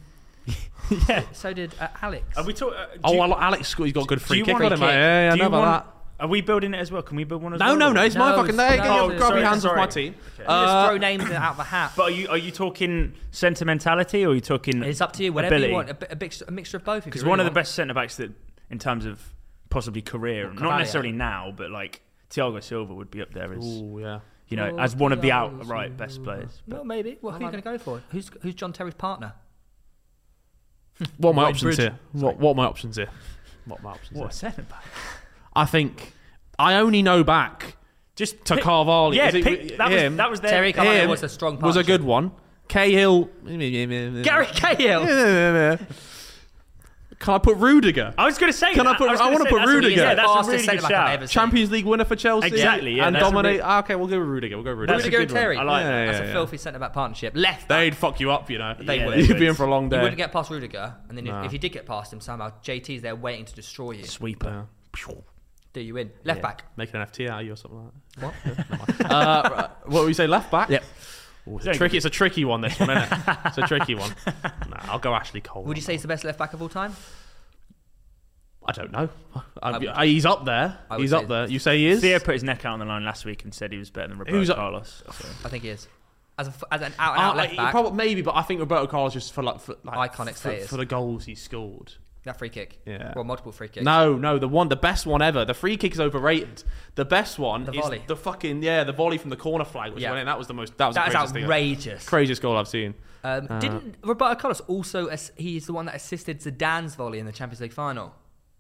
Yeah.
So did uh, Alex.
Are we talking. Uh, do
Oh,
you-
I like Alex Scott. He's got a good
do
free
you
kick.
want
on
a
him,
kick?
mate. Yeah, yeah, I
Do
know
you
about
want-
that.
Are we building it as well? Can we build one as
No,
well?
no, no. It's my
No,
fucking.
it's-
There you
no,
go.
it's-
Grab
sorry,
your hands off my
sorry.
team.
You
Uh,
just throw names out of a hat.
But are you, are you talking sentimentality or are you talking.
It's up to you. Whatever
ability?
you want. A, bi- a, mix, a mixture of both.
Because one of the best centre backs that, in terms of possibly career, not
Cavani.
necessarily now, but like Thiago Silva would be up there as
Ooh, yeah.
you know as one of the outright best players.
Well, maybe. Well, who are you going to go for? Who's who's John Terry's partner?
What are my
White
options
Bridge.
here? What what are my options here? What are my options?
What
Here?
a centre back!
I think I only know back
Just
to
pick-
Carvalho.
Yeah,
Is it-
pick, that was
him?
that was their
Terry Carvalho
him
was a strong
was a
partnership.
good one. Cahill.
Gary Cahill.
Can I put Rudiger?
I was going to say.
Can I
that.
put-
was
I
gonna
wanna
say
put
that's a-
Rudiger.
Yeah, that's a
Fastest
really good
centre-back I've
shout.
ever seen.
Champions League winner for Chelsea.
Exactly, yeah,
and
that's a
dominate.
bit-
Ah, okay, we'll go with Rudiger. We'll go with
That's
Rudiger.
a
Rudiger
good
and Terry.
one. I like
Yeah,
that.
yeah,
That's a
yeah.
filthy centre back partnership. Left. back.
They'd fuck you up, you know.
They would.
You'd be in for a long
You
day.
wouldn't get past Rudiger, and then if-
Nah.
if you did get past him somehow, JT's there waiting to destroy you.
sweeper.
Do you in? Left back.
Make an FT out of you or something like
What?
that. uh, right, what would you say? Left back.
Yep.
Ooh, it's, a tricky, it's a tricky one. This one, isn't it? It's a tricky one. Nah, I'll go Ashley Cole.
Would you say he's the best left back of all time?
I don't know. I'd
I
be-
would-
I- he's up there.
I would
He's
say-
up there. You say he is.
Theo put his neck out on the line last week and said he was better than Roberto
Who's up-
Carlos. so.
I think he is. As, a f as an out and
Ah,
out
like,
left back,
probably, maybe, but I think Roberto Carlos just for like, for, like
Iconic
for,
status.
for the goals he scored.
that free kick.
Yeah.
Well, multiple free kicks.
No, no, the one, the best one ever. The free kick is overrated. The best one
The
is
volley.
the fucking yeah, the volley from the corner flag, which
Yeah.
went in. That was the most. That was
That
the
is
craziest thing. Uh-huh.
outrageous.
Craziest goal I've seen.
Um, didn't Roberto Carlos also? Ass- he's the one that assisted Zidane's volley in the Champions League final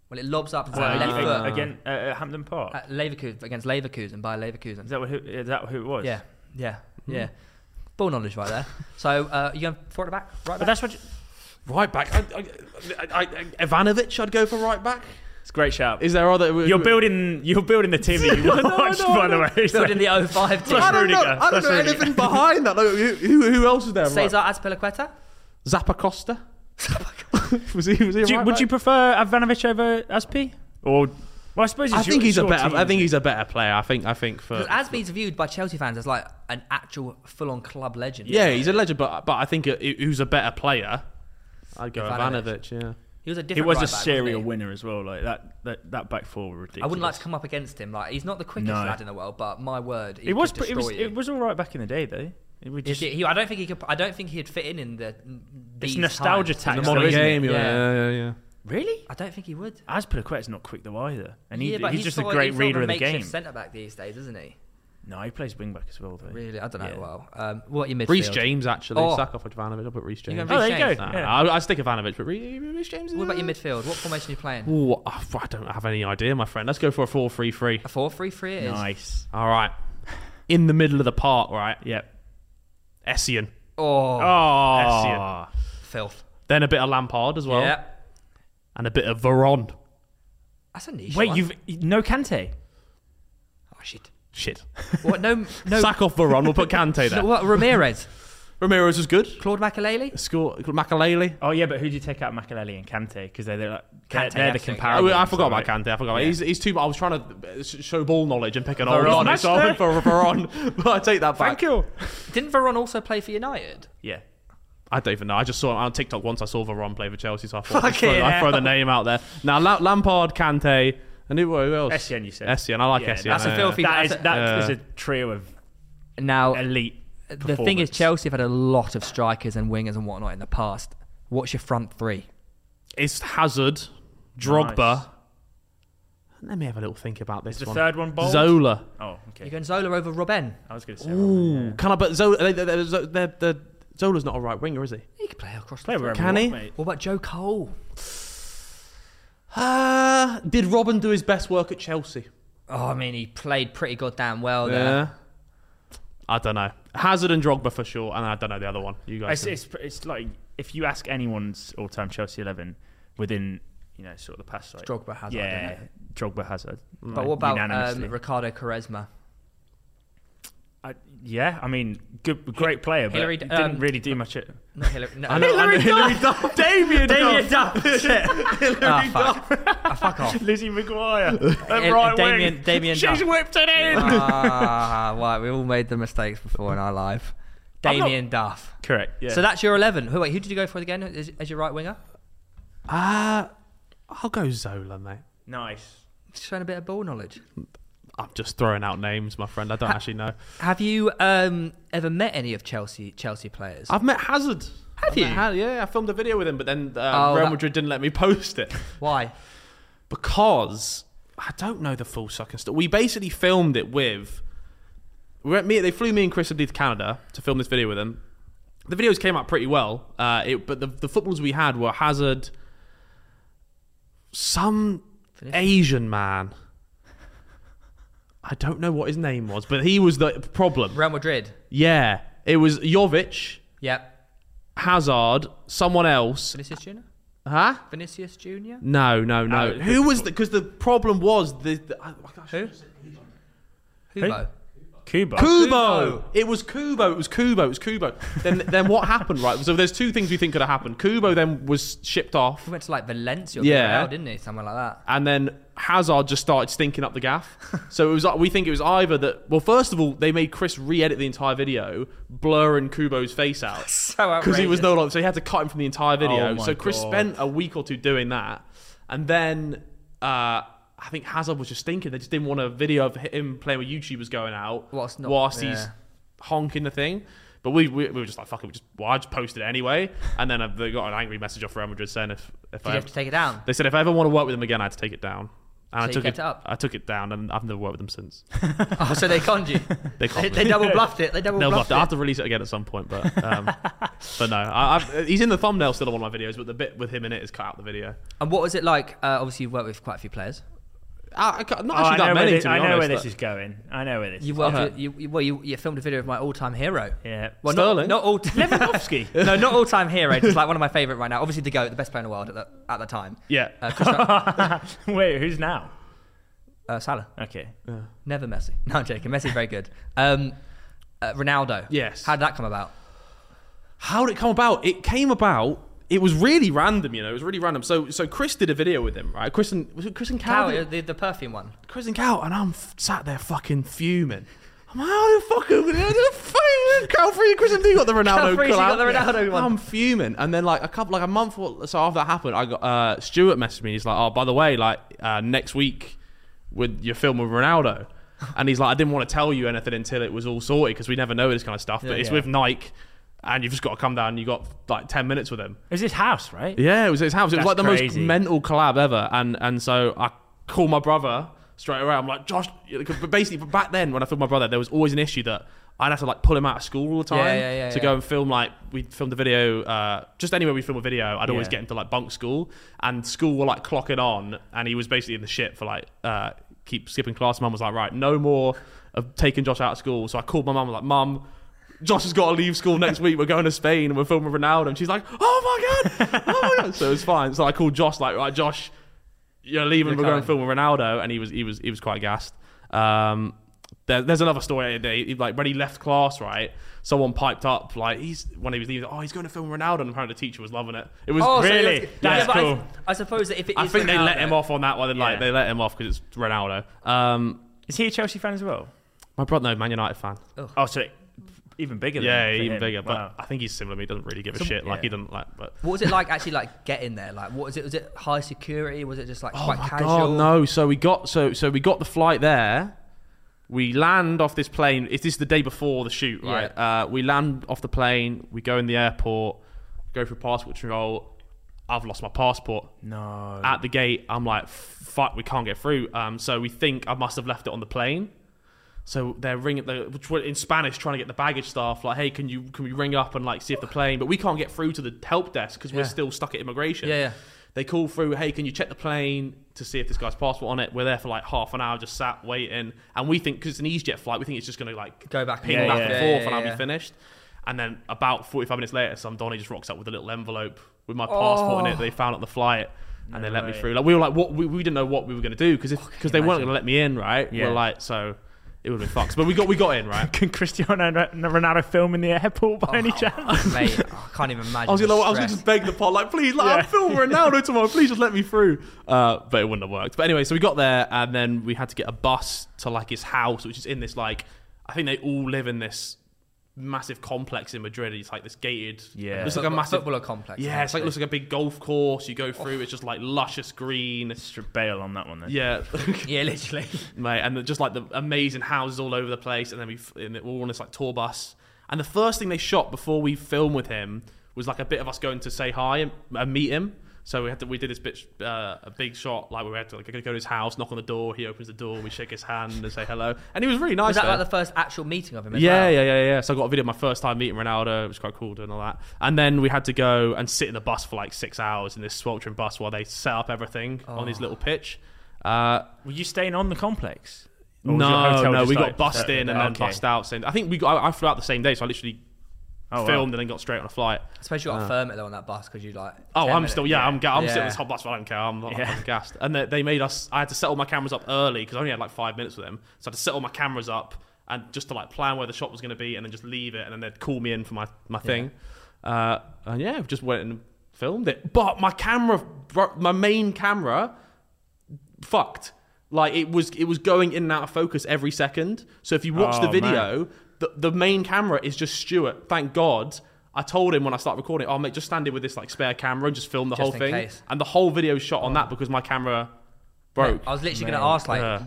when it lobs
Uh,
up to
Well,
left
you-
foot
again uh, at Hampden Park.
at Leverkusen against Leverkusen by Leverkusen.
is that who? Is that who it was?
Yeah, yeah,
Hmm.
yeah. Ball knowledge right there. so uh, you going forward or back, right
But
back?
that's what. You,
Right back, I, I, I, I, Ivanovic. I'd go for right back.
it's a great shout.
Is there other?
You're building. You're building the team that you watched, by the way. so-
Building the 05 team.
Oh,
That's
I don't know.
Rudiger.
I don't
That's
know
Rudiger.
anything behind that. Like, who, who, who else is there? Right?
Cesar Azpilicueta.
Zappa Costa. was he? Was he? a
Do you,
right
would
back?
you prefer Ivanovic over Aspi? Or well, I suppose it's
I
your-
think
it's
he's a
your
better.
team,
I think
isn't
he's a better player. I think. I think for.
Because Asby's viewed by Chelsea fans as like an actual full-on club legend.
Yeah, he's a legend, but but I think uh, who's a better player? I'd go
Ivanovic.
Ivanovic. Yeah.
he was a
it?
different.
he was
right
a
back, wasn't
serial
he?
winner as well. Like that, that, that back four were ridiculous.
I wouldn't like to come up against him. Like he's not the quickest
No.
lad in the world, but my word, he
It was,
Could
pre- it was,
destroy you.
it was all right back in the day though. It was
Is
just,
it- he- I don't think he could. I don't think he'd fit in in the.
it's
these
nostalgia
times.
tax.
The
though,
modern
isn't
game.
It?
Yeah, yeah, yeah. yeah.
Really?
I don't think he would.
Aspilicueta's not quick though either, and he,
yeah, but
he's, just a great reader of the game.
Centre back these days, isn't he?
No, he plays wing back as well though.
Really, I don't know.
Yeah.
Well, um, what you midfield?
Reece James actually.
Oh.
Sack off Ivanovic. I'll put Reece
You
James.
going
Oh,
Reece
there you
James?
go.
Nah,
yeah.
I, I stick Ivanovic, but Re- Reece James. Is
What about your midfield? What formation are you playing?
Ooh, I I don't have any idea, my friend. Let's go for a 4 3 3.
A four-three-three it is.
Nice.
All right. In the middle of the park, right?
Yep.
Essien.
Oh,
Oh.
filth.
Then a bit of Lampard as well.
yeah,
And a bit of Veron.
that's a niche.
Wait,
one.
you've no Kante.
oh shit.
Shit.
What? No, no.
Sack off Veron. We'll put Kante there.
no what? Ramirez,
Ramirez was good.
Claude Makaleli.
Score Makaleli.
Oh yeah, but who do you take out, Makaleli and Kante? Because they're, they're, like,
Kante,
they're the
absolutely.
I,
comparable.
I
ones,
forgot
right?
about Kante. I forgot. About
Yeah.
he's, he's too. I was trying to uh, sh- show ball knowledge and pick an old
Veron.
one, so I went for Veron. but I take that back.
Thank you.
Didn't Veron also play for United?
Yeah.
I don't even know. I just saw him on TikTok once. I saw Varane play for Chelsea, so I thought I
Fucking
throw, I throw
hell.
the name out there. Now La- Lampard, Kante, and who, who else?
Essien, you said.
Essien. I like
Yeah,
Essien.
that's a
yeah,
filthy-
That is
That's a-
that is
Yeah.
a trio of
Now, uh,
elite.
the thing is,
performance.
Chelsea have had a lot of strikers and wingers and whatnot in the past. What's your front three?
yeah. It's Hazard, Drogba.
Nice.
Let me have a little think about this
Is the
one.
third one bold?
Zola.
Oh,
You're
okay.
going Zola over Robben.
I was going to say. Ooh,
Can I? But Zola, they, they, they, they, they, Zola's not a right winger, is he?
He could play across
play
the
wherever
front.
Can
you
he?
want, mate.
What about Joe Cole?
Uh, did Robin do his best work at Chelsea?
Oh, I mean, he played pretty goddamn well there.
I don't know. Hazard and Drogba for sure, and I don't know the other one. You guys.
It's,
can-
it's, it's like if you ask anyone's all-time Chelsea eleven within you know sort of the past like
Drogba, Hazard,
yeah,
don't
Drogba Hazard.
But what about
Unanimously.
um, Ricardo Quaresma?
I, yeah, I mean, good, great player, but
Hillary-
didn't
um,
really do much. At,
Not Hillary. No,
Hilary Duff, Damien, Damien Duff,
Ah, fuck. Ah, fuck off.
Lizzie McGuire, at
And
right
Damien-
wing.
Damien
She's
Duff.
whipped it in.
ah, right. We all made the mistakes before in our life. Damien Duff.
Correct. Yeah.
So that's your 11. Who, wait, who did you go for again as, as your right winger?
Uh, I'll go Zola, mate.
nice.
Showing a bit of ball knowledge.
I'm just throwing out names, my friend. I don't actually know.
Have you um, ever met any of Chelsea Chelsea players?
I've met Hazard. Have
you?
yeah, I filmed a video with him, but then uh,
Oh,
Real
that-
Madrid didn't let me post it
Why?
because I don't know the full sucking stuff. We basically filmed it with. We went, me, they flew me and Chris Abdi to Canada to film this video with them. The videos came out pretty well, uh, it, but the, the footballs we had were Hazard, some
Finish.
Asian man. I don't know what his name was, but he was the problem.
Real Madrid.
Yeah, it was Jovic,
Yep.
Hazard, someone else.
Vinicius Junior.
Huh?
Vinicius Junior.
No, no, no.
Oh,
Who was the? Because the problem was the. the oh my gosh.
Who? Hubo.
Kubo.
Kubo. It was Kubo. It was Kubo. It was Kubo. Then, then what happened? Right. So there's two things we think could have happened. Kubo then was shipped off,
He went to like Valencia, or
Yeah.
Villarreal, didn't he? Somewhere like that.
and then Hazard just started stinking up the gaff. So it was. We think it was either that. Well, first of all, they made Chris re-edit the entire video, blurring Kubo's face out.
So
because he was
outrageous.
no longer. So he had to cut him from the entire video.
Oh my
so Chris
God.
spent a week or two doing that, and then uh, I think Hazard was just thinking they just didn't want a video of him playing with YouTubers going out
Whilst not-
whilst he's
yeah.
honking the thing. But we, we, we were just like fuck it, we just well, I just posted it anyway, and then uh, they got an angry message off Real Madrid saying if if
Did
I
you have to take it down?
they said if I ever want to work with them again, I had to take it down. And
So
I
you
took
kept
it
it up?
I took it down, and I've never worked with them since.
Oh, so they conned you.
They
they,
can't.
they double bluffed it. They double
They'll
bluffed
have to, I have
it.
to release it again at some point, but um, but no, I, I've, he's in the thumbnail still on one of my videos, but the bit with him in it is cut out the video.
And what was it like? Uh, obviously, you've worked with quite a few players.
Ah, I, I ca- not
Oh, I
actually
know, where
that many.
this,
to be
I know
honest,
where this
but-
is going. I know where this.
You
is.
Uh-huh.
worked. with- You, you, well, you, you filmed a video of my all-time hero.
Yeah.
Well,
Sterling?
not, not all. t-
Lewandowski.
no, not all-time hero. Just like one of my favorite right now. Obviously, the goat, the best player in the world at the, at the time.
Yeah,
Uh, Cristiano-
Wait, who's now?
uh, Salah.
Okay.
Never Messi. No, I'm joking. Messi very good. Um, uh, Ronaldo.
Yes.
How did that come about?
how did it come about? It came about. It was really random, you know. It was really random. So, so Chris did a video with him, right? Chris and was it Chris and Cal?
Cow,
did it?
the, the perfume one.
Chris and Cal, and I'm f- sat there fucking fuming. I'm like, how the fuck are we how the fuck- Cal Free and Chris and D got the Ronaldo
Free, she got
collab.
the Ronaldo one.
I'm fuming. And then like a couple like a month or so after that happened, I got uh Stuart messaged me, he's like, Oh, by the way, like uh, next week with your film with Ronaldo. And he's like, I didn't want to tell you anything until it was all sorted because we never know this kind of stuff. But it's
yeah.
with Nike and you've just got to come down and you got like ten minutes with him.
Is this house right?
Yeah, it was at his house. It was
That's
like the
crazy.
most mental collab ever. And and so I call my brother straight away. I'm like, Josh, but basically back then when I filmed my brother, there was always an issue that I'd have to like pull him out of school all the time
Yeah, yeah, yeah,
to
yeah.
go and film. Like we filmed a video, uh, just anywhere we film a video, I'd always
Yeah.
get him to like bunk school, and school were like clocking on, and he was basically in the shit for like uh, keep skipping class. Mum was like, right, no more of taking Josh out of school. So I called my mum, I was like, mum. Josh has got to leave school next week. We're going to Spain and we're filming Ronaldo. And she's like, "Oh my god, oh my god!" So it's fine. So I called Josh, like, "Right, Josh, you're leaving.
You're
we're going to
coming.
film with Ronaldo." And he was, he was, he was quite gassed. Um, there, there's another story. They, he- like when he left class, right? Someone piped up, like, "He's when he was leaving. Oh, he's going to film Ronaldo." And apparently, the teacher was loving it. It was
Oh, so
really.
Really?
that's-
That's
but I-
cool.
I, suppose that if it is
I think they let
Ronaldo-
him off on that one. They, Like
Yeah.
they let him off because it's Ronaldo. Um,
Is he a Chelsea fan as well?
my brother, no, Man United fan.
Oh, so it, even bigger.
Yeah,
than for
even
him.
bigger.
Wow.
But I think he's similar. to me. He doesn't really give a
So-
shit. Like he
yeah.
doesn't like. But
What was it like actually like getting there? Like what was it? Was it high security? Was it just like quite casual?
Oh God, no! So we got so so we got the flight there. We land off this plane. Is this the day before the shoot? Right. Uh, we land off the plane. We go in the airport. Go through passport control. I've lost my passport.
no.
At the gate, I'm like, fuck, we can't get through. Um, so we think I must have left it on the plane. So they're ringing the which were in Spanish, trying to get the baggage staff like, hey, can you can we ring up and like see if the plane? But we can't get through to the help desk because we're
Yeah.
still stuck at immigration.
Yeah, yeah.
They call through, hey, can you check the plane to see if this guy's passport on it? We're there for like half an hour, just sat waiting, and we think because it's an EasyJet flight, we think it's just gonna like
Go back and
ping
forth.
back
Yeah,
and
yeah,
forth,
yeah,
and I'll
yeah.
be finished. And then about forty-five minutes later, some Donny just rocks up with a little envelope with my passport in it. that They found on the flight. And they let me
way.
through. Like we were like, what? We, we didn't know what we were going to do because because they weren't
imagine?
going to let me in, right?
Yeah.
We're like, so it would have been fucked. But we got we got in, right?
Can Cristiano Ronaldo film in the airport by
Oh.
any chance?
mate, I can't even imagine.
I was
the
gonna, I was gonna
stress.
just beg the pot, like, please, like, I'm
Yeah.
filming Ronaldo tomorrow. Please just let me through. Uh, but it wouldn't have worked. But anyway, so we got there, and then we had to get a bus to like his house, which is in this like, I think they all live in this massive complex in Madrid. It's like this gated,
Yeah.
it's like a
Football-
massive
footballer complex,
Yeah, it's
essentially.
like it looks like a big golf course. You go through, it's just like luscious green.
Strip bail on that one then.
Yeah,
yeah, literally.
mate, and the- just like the amazing houses all over the place, and then we f- and it- we were on this like tour bus. And the first thing they shot before we filmed with him was like a bit of us going to say hi and, and meet him. So we had to, we did this bit uh, a big shot like we had to like go to his house, knock on the door, he opens the door, we shake his hand and say hello, and he was really nice.
Was that
though.
like the first actual meeting of him? As
Yeah,
well?
yeah, yeah, yeah. So I got a video of my first time meeting Ronaldo. It was quite cool doing all that. And then we had to go and sit in the bus for like six hours in this sweltering bus while they set up everything
Oh.
on his little pitch. Uh,
Were you staying on the complex? Or was your
no,
hotel
no,
just
we
like-
got bussed in and then
Okay.
bussed out. Same. I think we got. I, I flew out the same day, so I literally
Oh, wow.
filmed and then got straight on a flight.
I suppose you got a firm though on that bus because you like.
Uh. Oh,
10
I'm
minutes-
still yeah, I'm ga- I'm still
Yeah.
on this hot bus. I don't care. I'm not
Yeah.
I'm gassed. And they, they made us. I had to set all my cameras up early because I only had like five minutes with them. So I had to set all my cameras up and just to like plan where the shot was going to be, and then just leave it, and then they'd call me in for my my thing. Uh, and yeah, just went and filmed it. But my camera, bro- my main camera, fucked. Like it was it was going in and out of focus every second. So if you watch the
Oh,
video, the, the main camera is just Stuart. Thank God. I told him when I started recording, oh mate, just stand in with this like spare camera and just film the
Just
whole
in
thing.
case. Oh.
And the whole video was shot on that because my camera broke.
I was literally going to ask like,
Yeah.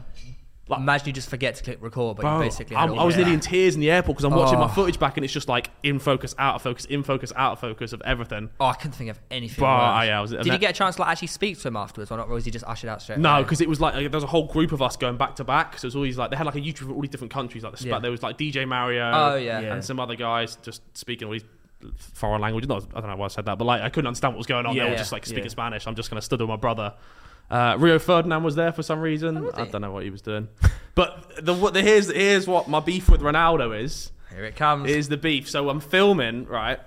imagine you just forget to click record, but
Bro,
you basically.
I'm-
had
i
all
was
of
nearly in
that.
tears in the airport because I'm watching
Oh.
my footage back and it's just like in focus, out of focus, in focus, out of focus of everything.
Oh, I couldn't think of anything.
Bro,
worse.
I- yeah, I was-
Did
and
you
that-
get a chance to like actually speak to him afterwards, or not? Or was he just ushered out straight?
No,
away?
because it was like, like there was a whole group of us going back to back. So it was always like they had like a YouTube from all these different countries. Like the,
Yeah.
yeah. there was like DJ Mario,
Oh, yeah.
Yeah.
and some other guys just speaking all these foreign languages. Not, I don't know why I said that, but like I couldn't understand what was going on. they
Yeah.
were just like speaking
Yeah.
Spanish. I'm just gonna stood with my brother. Uh, Rio Ferdinand was there for some reason. I don't know what he was doing. But the, what the here's here's what my beef with Ronaldo is
here it comes.
is the beef. So I'm filming, right?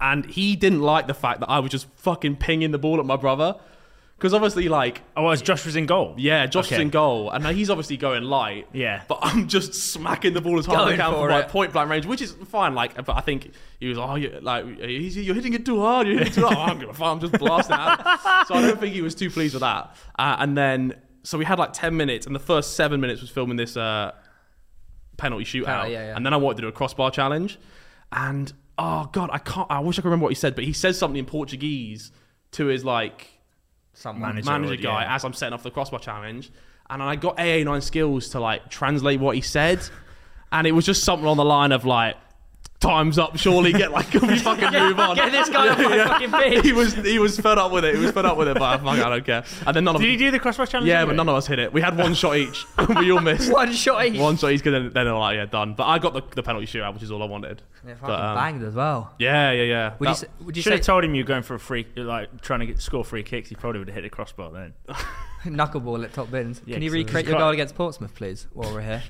And he didn't like the fact that I was just fucking pinging the ball at my brother. Because obviously, like,
Oh, well, as Josh was in goal.
yeah, Josh is
Okay.
in goal, and now he's obviously going light.
Yeah.
but I'm just smacking the ball as hard as I
Going
can
for
from like
it.
point blank range, which is fine. Like, but I think he was oh, you like he's, you're hitting it too hard. You're hitting it too hard. "Oh, I'm gonna, fuck, I'm just blasting it out. So I don't think he was too pleased with that. Uh, and then so we had like ten minutes, and the first seven minutes was filming this uh, penalty shootout,
Penalty, yeah, yeah.
and then I wanted to do a crossbar challenge, and oh god, I can't. I wish I could remember what he said, but he says something in Portuguese to his like
someone.
Manager.
manager
Gerard,
guy
yeah.
as I'm setting off the crossbar challenge, and I got AA9 skills to like translate what he said, and it was just something on the line of like, "Time's up, surely get like, can we fucking move on?"
Get this guy off my fucking bitch.
he was he was fed up with it. He was fed up with it, but I, fuck, I don't care. And then none of
Did he do the crossbar challenge?
yeah,
anyway?
but none of us hit it. We had one shot each. we all missed.
One shot each.
One shot each. 'cause Then, then they're like, yeah, done. But I got the, the penalty shootout, which is all I wanted.
Yeah, fucking
But, um,
banged as well.
yeah, yeah, yeah.
Would you,
That-
say, would you
Should
say
have told him you were going for a free, like trying to get, score free kicks. He probably would have hit the crossbar then.
knuckleball at top bins?
Yeah,
Can you
so there's
recreate your
quite-
goal against Portsmouth, please, while we're here?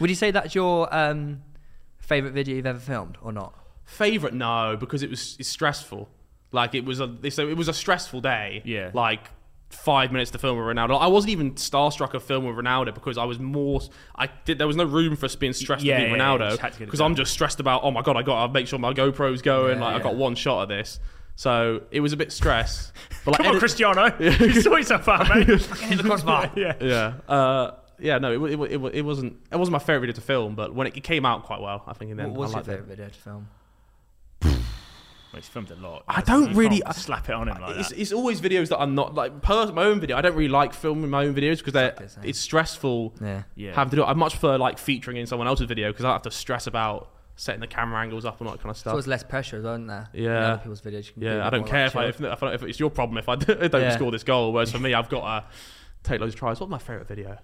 would you say that's your um, favourite video you've ever filmed, or not?
favorite no because it was it's stressful like it was a so it was a stressful day
Yeah.
like five minutes to film with ronaldo i wasn't even starstruck of film with ronaldo because i was more i did there was no room for us being stressed
Yeah,
to be
yeah, yeah,
ronaldo
just had to get it
because
done.
i'm just stressed about oh my god i gotta make sure my gopro's going
Yeah,
like i
yeah.
got one shot of this so it was a bit stress but like
Come on,
edit-
Cristiano. you saw yourself out, mate.
Hit the crossbar.
yeah.
yeah. Uh, yeah, no, it, wa- it, wa- it, wa- it wasn't it wasn't my favorite video to film, but when it, it came out quite well, I think. And then
What was
I
your
liked it.
favorite video to film?
Well, he's filmed a lot.
I don't
You
really- uh,
can't slap it on him like
it's,
that.
it's always videos that I'm not like per my own video. I don't really like filming my own videos because they're
Exactly the same.
it's stressful.
Yeah.
Yeah.
having to do. it. I much prefer like featuring in someone else's video because I don't have to stress about setting the camera angles up and all that kind of
So
stuff.
it was less pressure, wasn't there? In
Yeah.
Other people's videos. You can be a
yeah, I
bit
don't
more,
care
like,
if, I,
chill.
if, if, if it's your problem if I don't
Yeah.
score this goal. Whereas for me, I've got to take those tries. What's my favorite video?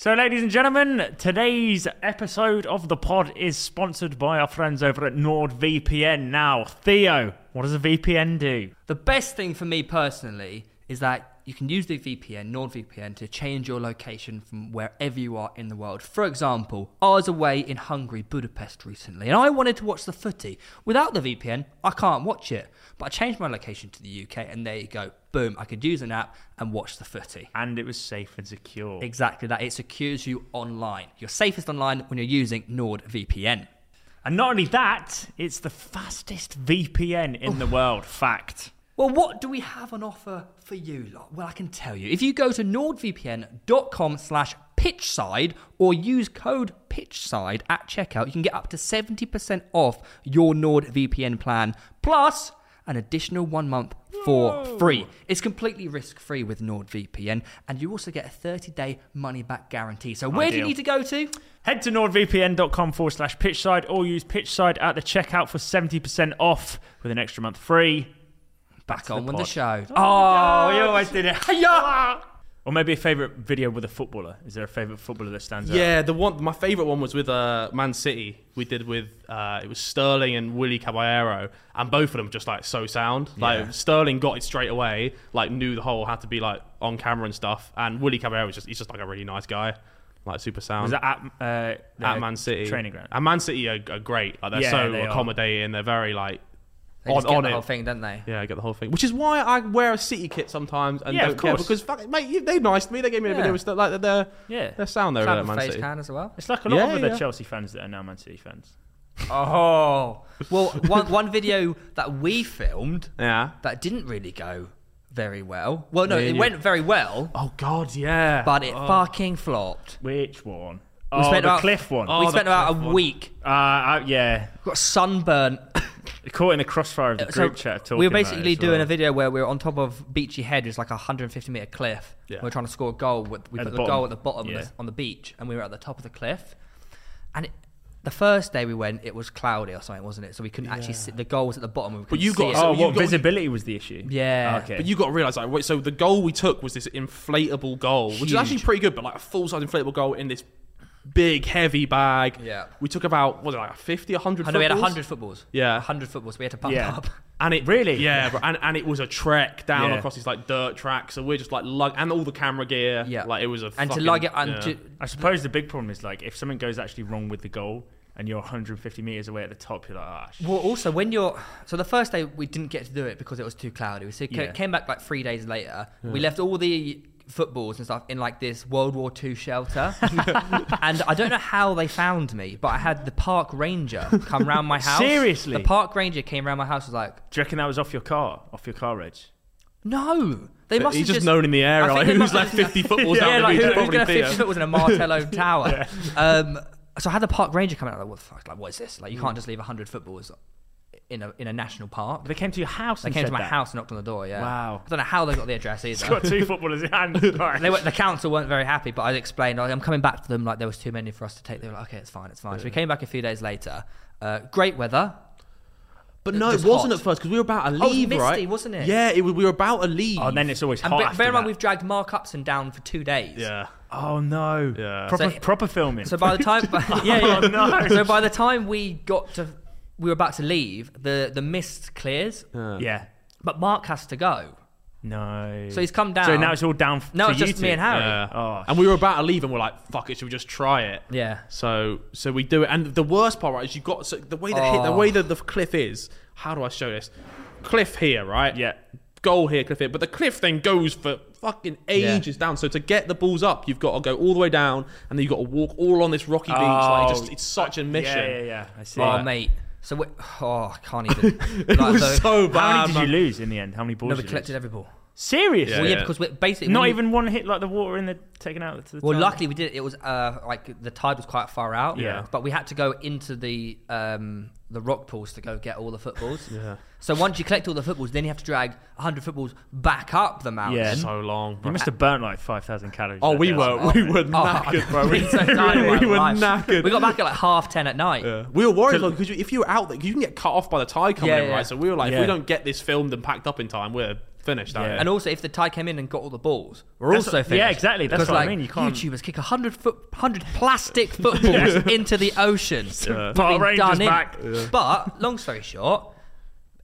So, ladies and gentlemen, today's episode of the pod is sponsored by our friends over at NordVPN. Now, Theo, what does a VPN do?
The best thing for me personally is that you can use the VPN, NordVPN, to change your location from wherever you are in the world. For example, I was away in Hungary, Budapest recently, and I wanted to watch the footy. Without the VPN, I can't watch it. But I changed my location to the UK, and there you go. Boom, I could use an app and watch the footy.
And it was safe and secure.
Exactly that. It secures you online. You're safest online when you're using NordVPN.
And not only that, it's the fastest VPN
Oh.
in the world. Fact.
Well, what do we have on offer for you lot? Well, I can tell you. If you go to nordvpn.com slash pitchside or use code pitchside at checkout, you can get up to 70% off your NordVPN plan, plus an additional one month for free. It's completely risk-free with NordVPN, and you also get a 30-day money-back guarantee. So where do you
Ideal.
need to go to?
Head to nordvpn.com forward slash pitchside or use pitchside at the checkout for 70% off with an extra month free.
Back
to
on
the
with the
pod.
show. Oh,
Oh,
you
you
always
always did it. Or maybe a favourite video with a footballer. Is there a favourite footballer that stands out?
Yeah, the one my favorite one was with uh, Man City. We did with uh, it was Sterling and Willie Caballero, and both of them just like so sound. Like
Yeah.
Sterling got it straight away, like knew the whole had to be like on camera and stuff. And Willie Caballero was just he's just like a really nice guy, like super
Was
sound.
that at, uh,
at
the
Man City
Training ground.
And Man City are, are great. Like they're
Yeah,
so
they are.
accommodating. They're very like
They
on,
just get
on
the
it.
whole thing, don't they?
Yeah, I get the whole thing. Which is why I wear a City kit sometimes and
Yeah,
don't
of
care
course.
because fuck, mate, you, they nice to me. They gave me a
Yeah.
video with stuff like they're
Yeah.
they're sound there
Clap
at
and
Man
face
City.
can as well.
It's like a lot
Yeah,
of other
yeah.
Chelsea fans that are now Man City fans.
Oh well, one one video that we filmed
Yeah.
that didn't really go very well. Well, no,
Me and
it
you.
went very well,
Oh God, yeah.
but it fucking flopped.
Which one?
We
oh, the
spent about-
Cliff one.
Oh,
we
the
spent about a
Cliff one.
week.
Uh, uh, yeah,
Got sunburn.
caught in the crossfire of the group chat. Talking
we were
about it
basically
as
doing
well.
a video where we were on top of Beachy Head, which is like a 150 meter cliff.
Yeah.
We were trying to score a goal. With, we put
At the
the,
bottom.
goal at the bottom of
Yeah.
the, on the beach, and we were at the top of the cliff. And it, the first day we went, it was cloudy or something, wasn't it? So we couldn't actually see. The goal was at the bottom. And we couldn't
you
see
got-
it.
so
oh,
you
what
got-
visibility was the issue?
Yeah.
okay.
But you got to realize, like, wait, so the goal we took was this inflatable goal, which is actually
Huge.
pretty good, but like a full size inflatable goal in this big heavy bag.
Yeah.
We took about what was it like 50, 100
I know we had
footballs?
100 footballs.
Yeah.
100 footballs. We had to pump
Yeah.
up.
And it
Really?
yeah, bro, and and it was a trek down
Yeah.
across these like dirt tracks. So we're just like lug and all the camera gear.
Yeah.
like it was a
And
fucking,
to lug it and
yeah.
to,
I suppose the big problem is like if something goes actually wrong with the goal and you're 150 meters away at the top, you're like, ah, shit.
Well, also when you're so the first day we didn't get to do it because it was too cloudy. So we ca-
Yeah.
came back like three days later. We left all the footballs and stuff in like this World War II shelter, and I don't know how they found me, but I had the park ranger come round my house.
Seriously?
the park ranger came round my house. Was like,
Do you reckon that was off your car, off your car, Reg?
no, they must
He's
have
just, known in the
I
area
think
like,
they
who's
must-
left fifty footballs
yeah,
down the
like
beach.
who,
It's
who's
probably
gonna
Theo.
fix footballs in a Martello tower? Um, so I had the park ranger come out. Like, what the fuck? Like, what is this? Like, you
Hmm.
can't just leave hundred footballs in a in a national park.
They came to your house.
They
and
came
said
to my
that.
house and knocked on the door. Yeah.
Wow.
I don't know how they got the address either.
Got two footballers in hand. Right.
they were, the council weren't very happy, but I explained like, I'm coming back to them. Like there was too many for us to take. They were like, okay, it's fine, it's fine. So we came back a few days later. Uh, great weather.
But no, it
Just
wasn't
hot. Oh,
at first because we were about to
it was
leave,
misty,
right?
wasn't it?
Yeah, it was, we were about to leave.
oh, then it's always
And
hot.
be-
after
bear in mind,
that.
we've dragged markups and down for two days.
yeah.
Oh no!
Yeah.
Proper
So-
proper filming.
So by the time, yeah, yeah.
Oh, no.
So by the time we got to, we were about to leave. The the mist clears,
yeah.
but Mark has to go.
No.
So he's come down.
So now it's all down. f-
No,
to
it's
you
just
two.
me and Harry.
Yeah.
Oh,
and we were about to leave, and we're like, "Fuck it, should we just try it?"
Yeah.
So, so we do it. And the worst part, right, is you got so the way the hit, the
Oh.
way that the cliff is. How do I show this? Cliff here, right?
Yeah.
Goal here, cliff here. But the cliff then goes for fucking ages down. So to get the balls up, you've got to go all the way down, and then you've got to walk all on this rocky beach. Like, it just, it's such a mission.
Oh, Yeah, yeah, yeah. I see.
Oh, mate. So we, oh, I can't even. it
It was so bad.
How many did
man.
you lose in the end? How many balls?
No, we
did you
collected
lose?
every ball.
Serious?
Yeah,
Well, yeah,
yeah.
because we're basically
Not
when you-
even one hit, like the water in the taken out to the.
Well,
town.
luckily we did it. It was uh, like the tide was quite far out.
Yeah.
But we had to go into the um, the rock pools to go get all the footballs.
Yeah.
So once you collect all the footballs, then you have to drag 100 footballs back up the mountain.
Yeah.
So long.
you
Bro.
must have burnt like five thousand calories.
Oh,
that
we
day or
were
something.
we were
Oh,
knackered, bro.
I've
We,
been so tired of my
we were
life.
knackered.
We got back at like half 10 at night.
Yeah. We were worried because if you were out there, you can get cut off by the tide coming
Yeah,
in,
yeah.
right? So we were like, if
Yeah.
we don't get this filmed and packed up in time, we're finished. aren't
Yeah.
we?
And also, if the tide came in and got all the balls, we're
That's
also
what-
finished.
yeah, exactly. That's
Because,
what I
like,
mean, you can't-
YouTubers kick 100, foot, 100 plastic footballs into the ocean. We've
Bar
been
Rangers
done in.
back.
But, long story short,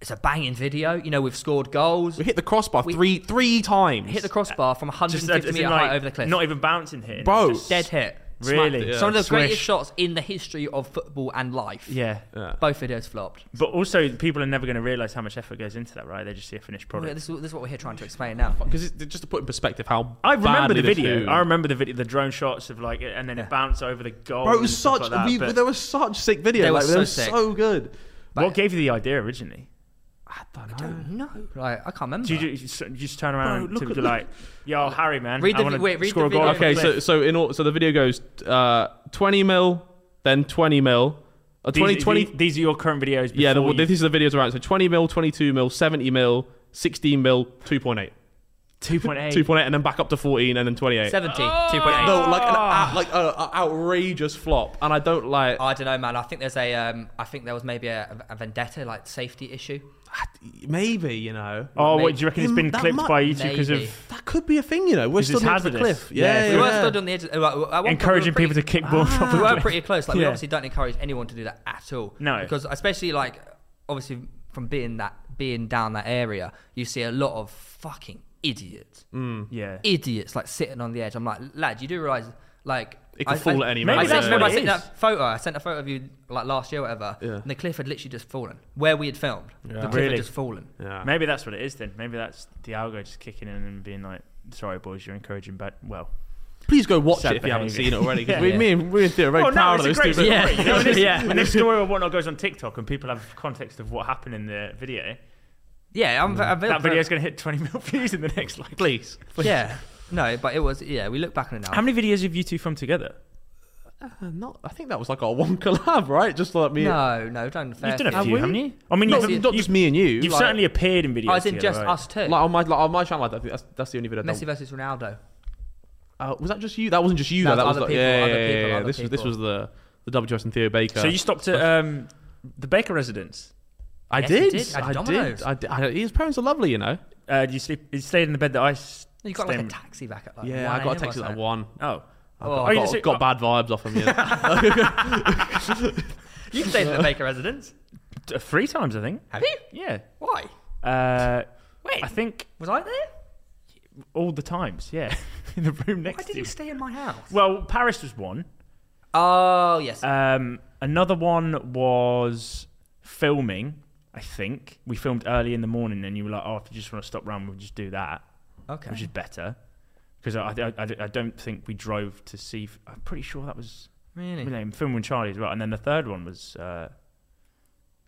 it's a banging video. You know, we've scored goals.
we hit the crossbar
We-
three three times.
hit the crossbar from
Uh, Just
150
as in,
metre
like,
height over the cliff.
Not even bouncing here.
Bro.
Just-
dead hit.
Really?
Smacked it.
Yeah.
Some of the greatest
Swish.
shots in the history of football and life.
yeah.
Both videos flopped.
But also, people are never going to realise how much effort goes into that, right? They just see a finished product.
This, is, this is what we're here trying to explain now.
because just to put in perspective how
I remember
badly
the
this
video.
flew.
I remember the video, the drone shots of like, and then it bounced over the goal.
Bro, it
and
was
stuff
such.
Like that,
we,
but
there was such sick video.
They were
like,
so
they were
sick.
so good.
what gave you the idea originally?
No, like, I can't remember.
Do you, ju- you just, you just turn around
Bro, look
to
at-
be like, "Yo, Harry, man,
Read
I
the
want to
vi- wait, read
score
the
a goal."
video.
off the
Okay,
cliff."
so so in all, so the video goes uh, twenty mil, then twenty mil, uh,
these,
20, 20
these- these are your current videos.
yeah, the,
before you-
these are the videos around. So twenty mil, twenty two mil, seventy mil, sixteen mil, 2.8.
2.8.
2.8 and then back up to fourteen and then twenty eight.
70, 2.8.
No, like an
Ah.
out- like a, a outrageous flop, and I don't like.
I don't know, man. I think there's a, um, I think there was maybe a, a vendetta, like safety issue.
maybe you know
Oh,
Maybe-
what do you reckon? It's been
That
clipped
might-
by YouTube because
Maybe.
of
that could be a thing. You know, we're
Is
still
this
near to the
hazardous?
cliff.
Yeah,
Yeah,
if
We were
yeah.
still on the edge. Of, uh, well, at one point we were
encouraging
pretty- Ah.
people to kick balls off
we
the
were
cliff.
pretty close. Like we
Yeah.
obviously don't encourage anyone to do that at all.
No.
because especially like obviously from being that being down that area, you see a lot of fucking idiots,
Mm.
Yeah.
idiots like sitting on the edge. I'm like, lad, you do realize like.
It could fall at any
I
Maybe moment. that's
remember
what
I
it
sent
is.
that photo. I sent a photo of you like last year or whatever.
Yeah.
And the cliff had literally just fallen. Where we had filmed. The cliff
Really?
had just fallen.
Yeah.
Maybe that's what it is then. Maybe that's the algo just kicking in and being like, "Sorry, boys, you're encouraging bad." Well,
Please go watch
Sad
it if you haven't
behaviour.
seen it already. Because
Yeah.
we, me and we and Theo are very
Oh,
proud
no,
of
it's
this.
a great
stupid-
Yeah.
story. You know, when this-
Yeah.
When this story or whatnot goes on TikTok and people have context of what happened in the video,
Yeah, I'm,
Mm.
I'm
that video's going to hit 20 mil views in the next like.
Please, please.
Yeah. No, but it was, yeah, we look back on it now.
How many videos have you two filmed together?
Uh, not, I think that was like our one collab, right? Just like me.
No, no, don't fair.
You've done a
Have
few,
we?
haven't you? I mean,
No,
you've,
not
you've,
just me and you.
you've
like-
certainly appeared in videos.
I was Oh, in
together,
just
right?
us two.
Like on my like, on my channel, I think that's that's the only video. I've done.
Messi versus Ronaldo.
Uh, was that just you? That wasn't just you.
No,
though. that
it's
was
other
like,
people,
yeah,
other
yeah,
people,
yeah, yeah.
other
This was this
people.
was the the WJS and Theo Baker.
So you stopped
uh,
at um, the Baker residence.
I
Yes, you
did.
did, at
I did.
Domino's.
I did. I- His parents are lovely, you know.
Uh, you sleep? You stayed in the bed that I. s-
You got like a
stayed in-
taxi back at like
Yeah, I
1
got a
a.m. or
text at like
something.
one.
Oh.
Oh,
Oh,
I
you
got,
said-
got bad vibes off him. Yeah.
You stayed at the Baker residence.
uh, three times, I think.
Have you?
Yeah.
Why?
Uh,
Wait,
I think
was I there?
all the times. Yeah, in the room
Why
next
did
to you.
you stay in my house?
well, Paris was one.
Oh yes.
Um, another one was filming. I think we filmed early in the morning, and you were like, "Oh, if you just want to stop round, we'll just do that,"
okay.
which is better because I, I, I, I don't think we drove to see. I'm pretty sure that was
really?
you know, filming with Charlie as well. And then the third one was, uh,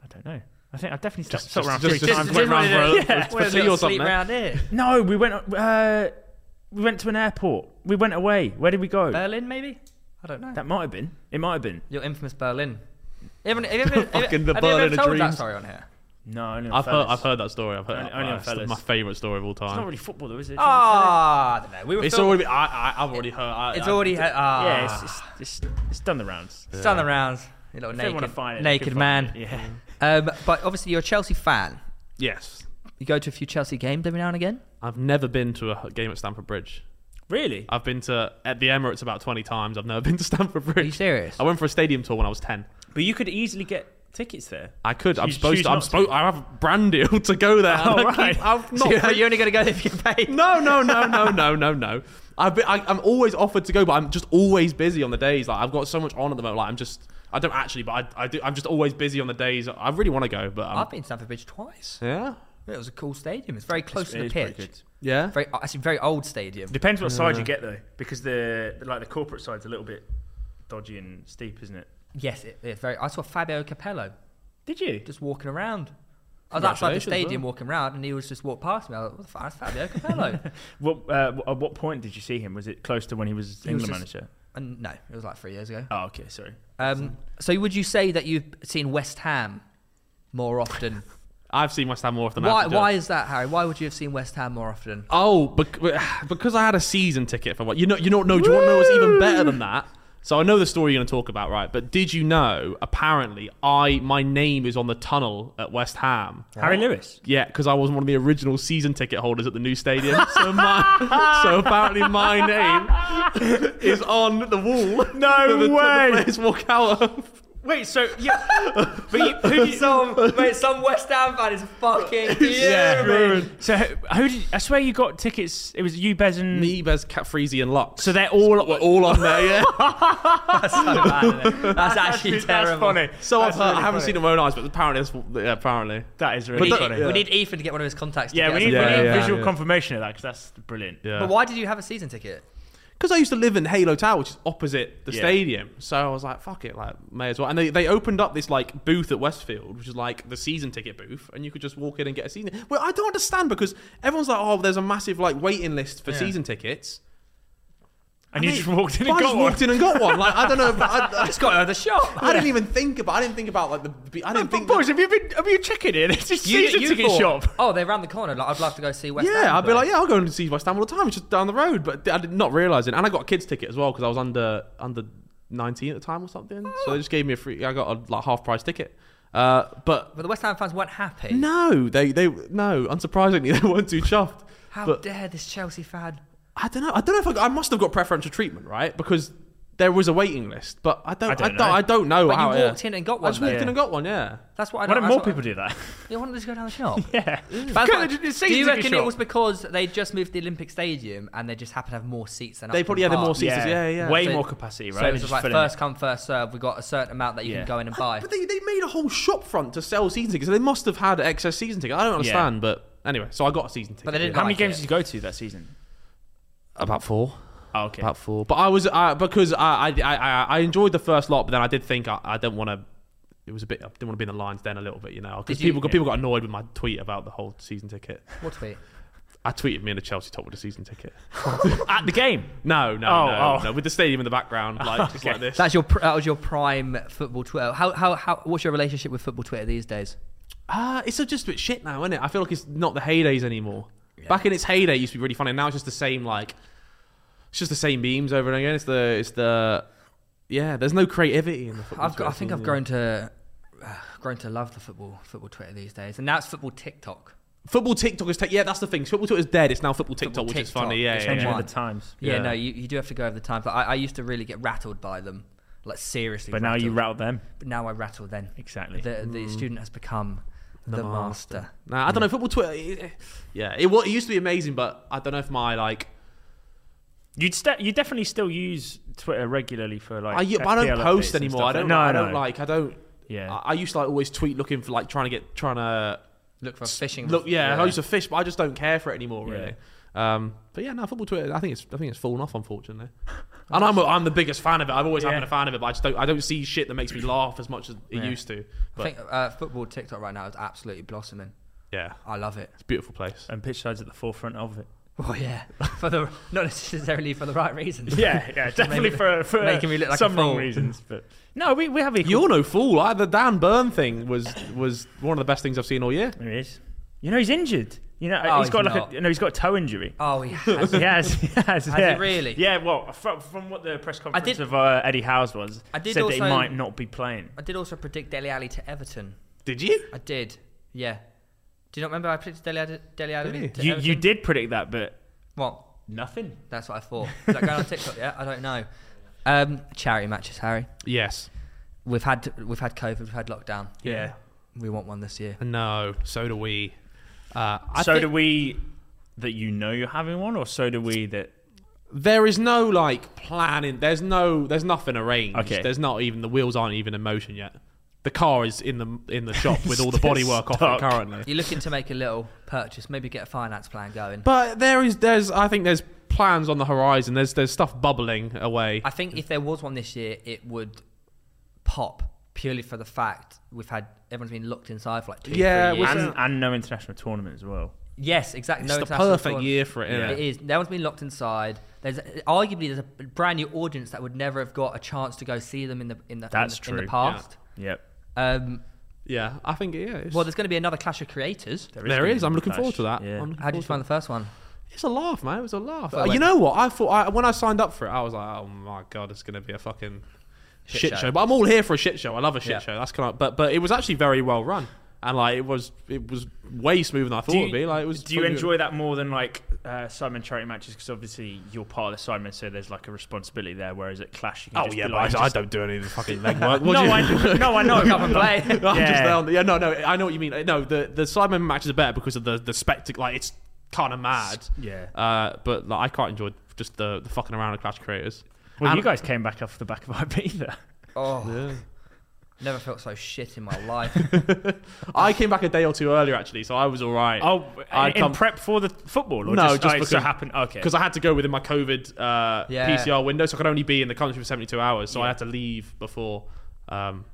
I don't know. I think I definitely stopped,
Just-
stopped around
just-
three
just-
times.
just-
went
just-
round for a-
just-
yeah.
for tea or something.
around here.
No, we went. Uh, we went to an airport. We went away. Where did we go?
Berlin, maybe? I don't know.
that might have been. It might have been.
Your infamous Berlin. Have you ever, have you ever, have you-
Fucking the
have you ever
Berlin of
told that
dreams.
story on here?
No, only on
I've heard.
fellas.
I've heard that story. I've heard.
Only-
that.
only on
It's the-
fellas.
my favorite story of all
It's
time.
not really football, though, is it?
Ah, I don't know. We were
it's
filming-
already. I, I. I've already heard. I,
It's
I-
already. Ha- ah,
yeah, it's, it's, it's, it's done the rounds.
it's done the rounds. You little
If they
naked,
want to find it, they
naked
can
man.
find it, Yeah.
Um, but obviously, you're a Chelsea fan.
Yes.
You go to a few Chelsea games every now and again.
I've never been to a game at Stamford Bridge.
Really?
I've been to at the Emirates about twenty times. I've never been to Stamford
Are you
Bridge.
serious?
I went for a stadium tour when I was ten.
But you could easily get tickets there.
I could. I'm
You
supposed.
choose
To, I'm
not
supposed.
to.
I have a brand deal to go there.
Oh,
I keep-
right.
I've
So
not.
you're, you're only going to go if you pay.
no, no, no, no, no, no, no. I've been, I, I'm always offered to go, but I'm just always busy on the days. Like I've got so much on at the moment. Like I'm just. I don't actually, but I, I do. I'm just always busy on the days. I really want to go, but um, i
I've been to Stamford Bridge twice.
yeah,
It was a cool stadium. It's very close
It
to the
is pretty
pitch.
good.
yeah.
Very uh, actually very old stadium.
Depends what side you
Uh.
get though, because the like the corporate side's a little bit dodgy and steep, isn't it?
Yes, it, it's very. I saw Fabio Capello
Did you?
just walking around. I was outside the
Congratulations, well.
stadium walking around, and he was just walked past me. I was like, what the fuck, that's Fabio Capello.
What, uh, w- at what point did you see him? Was it close to when he was
was
England
just-
manager?
and no, it was like three years ago.
Oh, okay, sorry.
Um, so would you say that you've seen West Ham more often?
I've seen West Ham more often. than I
why?
have to
Why
judge.
is that, Harry? Why would you have seen West Ham more often?
Oh, bec- because I had a season ticket for what you know. You don't know. Do you want to know what's even better than that? So I know the story you're going to talk about, right? But did you know? Apparently, I my name is on the tunnel at West Ham.
Harry Lewis.
Yeah, because I was one of the original season ticket holders at the new stadium. So my, so apparently my name is on the wall.
No
that the, that
way.
The players walk out of.
Wait, so yeah, but you, who did,
Some mate, some West Ham fan is fucking
Yeah.
so who who did? I swear you got tickets. It was you, Bez, and
Me, Bez, Catfreezy, and Locke.
So they're all.
we're all on there, yeah.
That's actually terrible.
That's funny.
So I've
That's
heard,
really
I haven't
funny.
seen it with my own eyes, but apparently, it's, yeah, apparently.
That is
We
really
need,
funny.
we need Ethan to get one of his contacts. To
Yeah,
get
we
us
need,
a
we
Yeah,
need
West Ham.
visual
yeah.
confirmation of that because that's brilliant.
Yeah.
But why did you have a season ticket?
because I used to live in Halo Tower, which is opposite the
Yeah.
stadium. So I was like, fuck it, like may as well. And they, they opened up this like booth at Westfield, which is like the season ticket booth, and you could just walk in and get a season. Well, I don't understand because everyone's like, oh, there's a massive like waiting list for
Yeah.
season tickets.
And you
Mate,
just walked in and
I
got
just
one.
walked in and got one. Like I don't know. But I, I,
It's got out of the shop.
I didn't even think about. I didn't think about like the. the- I didn't
But
think.
boys, have you been? Have you checking in? It's just season ticket
thought,
shop.
Oh, they're around the corner. Like, I'd love to go see West Ham.
yeah, I'd be
play.
like, yeah, I'll go and see West Ham all the time. It's just down the road, but I did not realize it. And I got a kids ticket as well because I was under under nineteen at the time or something. So they just gave me a free. I got a like half price ticket. Uh, but
But the West Ham fans weren't happy.
no, they they no. Unsurprisingly, they weren't too chuffed.
How
but
dare this Chelsea fan?
I don't know. I don't know if I, I must have got preferential treatment, right? Because there was a waiting list, but I don't. I
I
don't.
don't
I don't know,
know.
But
how
you
it-
walked in and got
I
one.
just walked
though.
in and got one. Yeah.
That's what I
Why
don't.
don't more people do that?
You want to just go down the shop?
Yeah.
That's
Go
like-
to the
do
season
you
ticket
reckon it
shop.
was because they just moved the Olympic Stadium and they just happened to have more seats than
They
Upton
probably had more
Park?
seats. Yeah, yeah.
Way
So-
more capacity, right?
So it
They're
was
just
just like
filling it.
first come, first serve. We got a certain amount that you
Yeah.
can go in and buy.
But they, they made a whole shop front to sell season tickets. So they must have had excess season ticket. I don't understand, but anyway, so I got a season ticket.
But they didn't
How many
like it.
games did you go to that season?
about four.
Oh, okay.
About four. But I was uh, because I I, I I- I enjoyed the first lot, but then I did think I, I don't want to. It was a bit. I didn't want to be in the lines then a little bit, you know, because
Did you-
people got, people got annoyed with my tweet about the whole season ticket.
What tweet?
I tweeted me in a Chelsea top with a season ticket.
At the game.
No, no,
Oh,
no,
oh.
no, with the stadium in the background, like just like this.
That's your pr- that was your prime football Twitter. How, how how what's your relationship with football Twitter these days?
Uh, it's just a bit shit now, isn't it? I feel like it's not the heydays anymore. Back in its heyday, it used to be really funny. Now it's just the same like, it's just the same memes over and again. It's the it's the yeah. There's no creativity in the football.
I've got, I
Twitter
think
scene,
I've
yeah.
grown to uh, grown to love the football football Twitter these days, and now it's football TikTok.
football TikTok is ta- yeah. That's the thing. Football Twitter is dead. It's now football TikTok,
Football
which is
TikTok.
funny. Yeah,
It's
yeah,
changing
yeah.
One.
the times.
Yeah,
Yeah.
no, you, you do have to go over the time. But I, I used to really get rattled by them, like seriously.
But now you
rattled.
rattled them.
But now I rattle then.
Exactly.
The the student has become Hmm. the, master.
Nah, I don't know. Football Twitter. it- it- yeah, it, wa- it used to be amazing, but I don't know if my like.
You'd st- you definitely still use Twitter regularly for like.
I, yeah, but I
FPL
don't post
updates and
anymore.
stuff.
I don't.
No,
I
no.
don't like. I don't.
Yeah.
I, I used to like always tweet looking for like trying to get trying to
Look for a fishing.
Look, yeah, I used to fish, but I just don't care for it anymore,
Yeah.
really. Um, but yeah, no, football Twitter. I think it's I think it's fallen off, unfortunately. and I'm a, I'm the biggest fan of it. I've always
Yeah.
been a fan of it, but I just don't I don't see shit that makes me laugh as much as it used to.
I
But
think uh, football TikTok right now is absolutely blossoming.
yeah,
I love it.
it's a beautiful place.
And pitch sides at the forefront of it.
Oh yeah, for the not necessarily for the right reasons.
Yeah, yeah, definitely for, for
making me look like a
some wrong
fool.
reasons. But no, we, we have equal.
You're no fool. I, the Dan Byrne thing was was one of the best things I've seen all year.
There he is. You know he's injured. You know
Oh,
he's got
he's
like
not.
a no, he's got a toe injury.
Oh yeah.
He has, he has,
he
yeah.
really?
Yeah, well, from, from what the press conference
did-
of uh, Eddie Howe's was,
I did
said that
also-
he might not be playing.
I did also predict Deli Ali to Everton.
Did you?
I did. Yeah. Do you not remember I predicted Deli Ali, Deli Ali
Really?
to
You,
Everton?
you did predict that, but
What?
nothing.
That's what I thought. Is that going on TikTok? Yeah, I don't know. Um, charity matches, Harry.
Yes.
We've had we've had COVID. We've had lockdown.
Yeah.
We want one this year.
No. So do we. Uh, I
so
think-
do we that you know you're having one, or so do we that
there is no like planning. There's no. There's nothing arranged.
Okay.
There's not even the wheels aren't even in motion yet. The car is in the in the shop with all the bodywork off it
Stuck.
currently.
You're looking to make a little purchase. Maybe get a finance plan going.
But there is there's I think there's plans on the horizon. There's there's stuff bubbling away.
I think if there was one this year, it would pop purely for the fact we've had everyone's been locked inside for like two,
Yeah,
three
was
years.
that-
and, and no international tournament as well.
Yes, exactly.
It's
no
the
international
perfect
tour-
year for it, isn't
It
it?
is. No one's been locked inside. There's arguably there's a brand new audience that would never have got a chance to go see them in the in the in
That's
the- in, the,
true, yeah.
past.
Yep.
Um,
Yeah, I think it is.
well, there's going to be another clash of creators.
There
there
gonna
is.
be
I'm
a
looking forward to
clash,
that.
Yeah.
I'm looking
How did you
forward
find the first one?
to- It's a laugh, man. It was a laugh.
But
Uh, you
when-
know what? I thought I, when I signed up for it, I was like, oh my god, it's gonna be a fucking shit,
Shit
show.
show.
But I'm all here for a shit show. I love a shit
Yeah.
show. That's kind of. But but it was actually very well run, and like it was it was way smoother than I thought
Do
it'd be. Like it was.
do you
pretty good.
enjoy that more than like uh, Simon charity matches? Because obviously you're part of the Simon, so there's like a responsibility there. Whereas at Clash, you can
Oh
just
yeah,
be
but
like,
I, I
just-
don't do any of the fucking legwork. What
No,
do you-
I no, I know.
Come and play.
I'm just
Yeah.
there on the, yeah, no, no, I know what you mean. No, the the Sidemen matches are better because of the the spectacle. Like it's kind of mad.
Yeah.
Uh, but like, I quite enjoyed just the, the fucking around of Clash Creators.
Well,
And-
you guys came back off the back of IP either.
Oh, never felt so shit in my life.
I came back a day or two earlier actually, so I was all right.
Oh,
I'd
in
come-
prep for the football? Or
no,
just,
just
oh, it
because
so happened. Okay,
because I had to go within my COVID uh,
Yeah.
PCR window, so I could only be in the country for seventy two hours. So I had to leave before. Um,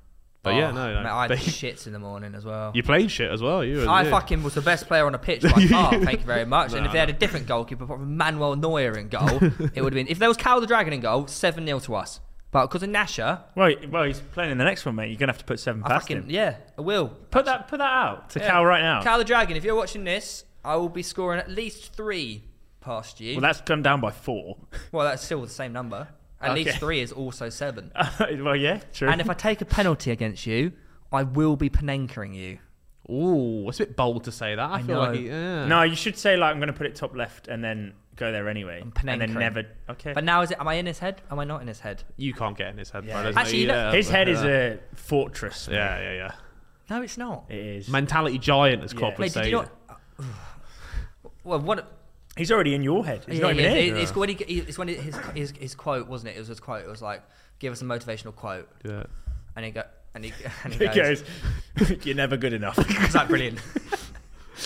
but yeah,
Oh,
no, no.
man, I had
But
shits in the morning as well.
you played shit as well. You,
I
you.
fucking was the best player on the pitch by far, thank you very much. and if they had a different goalkeeper, apart from Manuel Neuer in goal, it would have been. If there was Cal the Dragon in goal, 7 0 to us. But because of Nasher,
well, well, he's playing in the next one, mate. You're gonna have to put seven
I
past
fucking.
him.
Yeah, I will.
Put that, put that out to
Yeah.
Cal right now.
Cal the Dragon, if you're watching this, I will be scoring at least three past you.
well, that's gone down by four.
Well, that's still the same number. At
Okay.
least three is also seven.
well, yeah, true.
and if I take a penalty against you, I will be penenkering you.
Ooh, it's a bit bold to say that. I, feel
know.
like he- yeah.
no, you should say like I'm gonna put it top left and then go there anyway, and then
Panenka.
never. Okay.
But now is it? Am I in his head? Am I not in his head?
you can't get in his head. bro,
Yeah.
doesn't
Actually,
he?
you know-
Yeah,
His
but-
head is
yeah.
a fortress. mate.
Yeah, yeah, yeah.
No, it's not.
It is.
Mentality giant, as Klopp
Yeah.
would
Mate, did
say.
you not? Well, what?
He's already in your head. He's
yeah,
not even
yeah,
in.
it- It's when, he, it's when his, his his quote wasn't it? It was his quote. It was like, "Give us a motivational quote,"
Yeah.
and he go and he, and he
It
goes,
goes. You're never good enough.
"Is that brilliant?"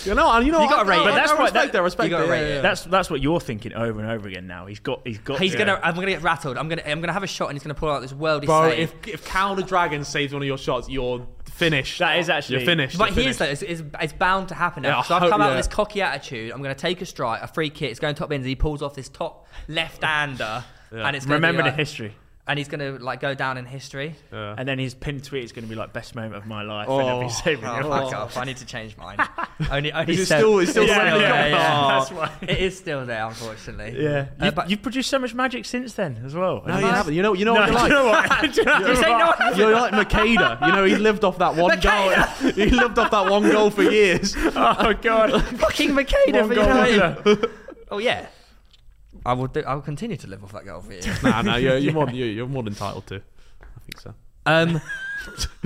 You know, and you know,
You gotta rate
I- I-
it.
I
But that's
respect
what-
that,
that-
I respect
you gotta
it,
rate
yeah,
it.
yeah.
That's that's what you're thinking over and over again now. He's got he's got.
He's
to-
gonna. I'm gonna get rattled. I'm gonna. I'm gonna have a shot, and he's gonna pull out this worldy
Bro,
save.
if if Cal the Dragon saves one of your shots, you're finished.
That is actually-
you're finished.
But
you're
here's
finished.
though, it's, it's, it's bound to happen now.
Yeah, I
so I've
hope-
come out
yeah.
with this cocky attitude. I'm going to take a strike, a free kick. It's going top bins. He pulls off this top left hander, and it's going to
remember the
like,
history.
And he's going to like go down in history.
And then his pinned tweet is going to be like best moment of my life,
Oh.
and he'll be saving
Oh,
your
fuck
life.
off! I need to change mine. only, only
Is it
seven-
still- it's still
the
there.
window?
Yeah, yeah.
Oh. That's why.
It is still there, unfortunately.
Yeah,
Uh,
you,
but-
you've produced so much magic since then as well.
No, you haven't. You know, you know what you're
you
like.
know what? Do you know
You say
what?
no.
You're like Makeda. You know, he lived off that one goal. he lived off that one goal for years.
Oh god,
Fucking Makeda
One
for
goal
United. Oh yeah. I will. Do, I will continue to live off that goal for you.
nah, nah, you're, you're, more, you're, you're more than entitled to. I think so.
Um.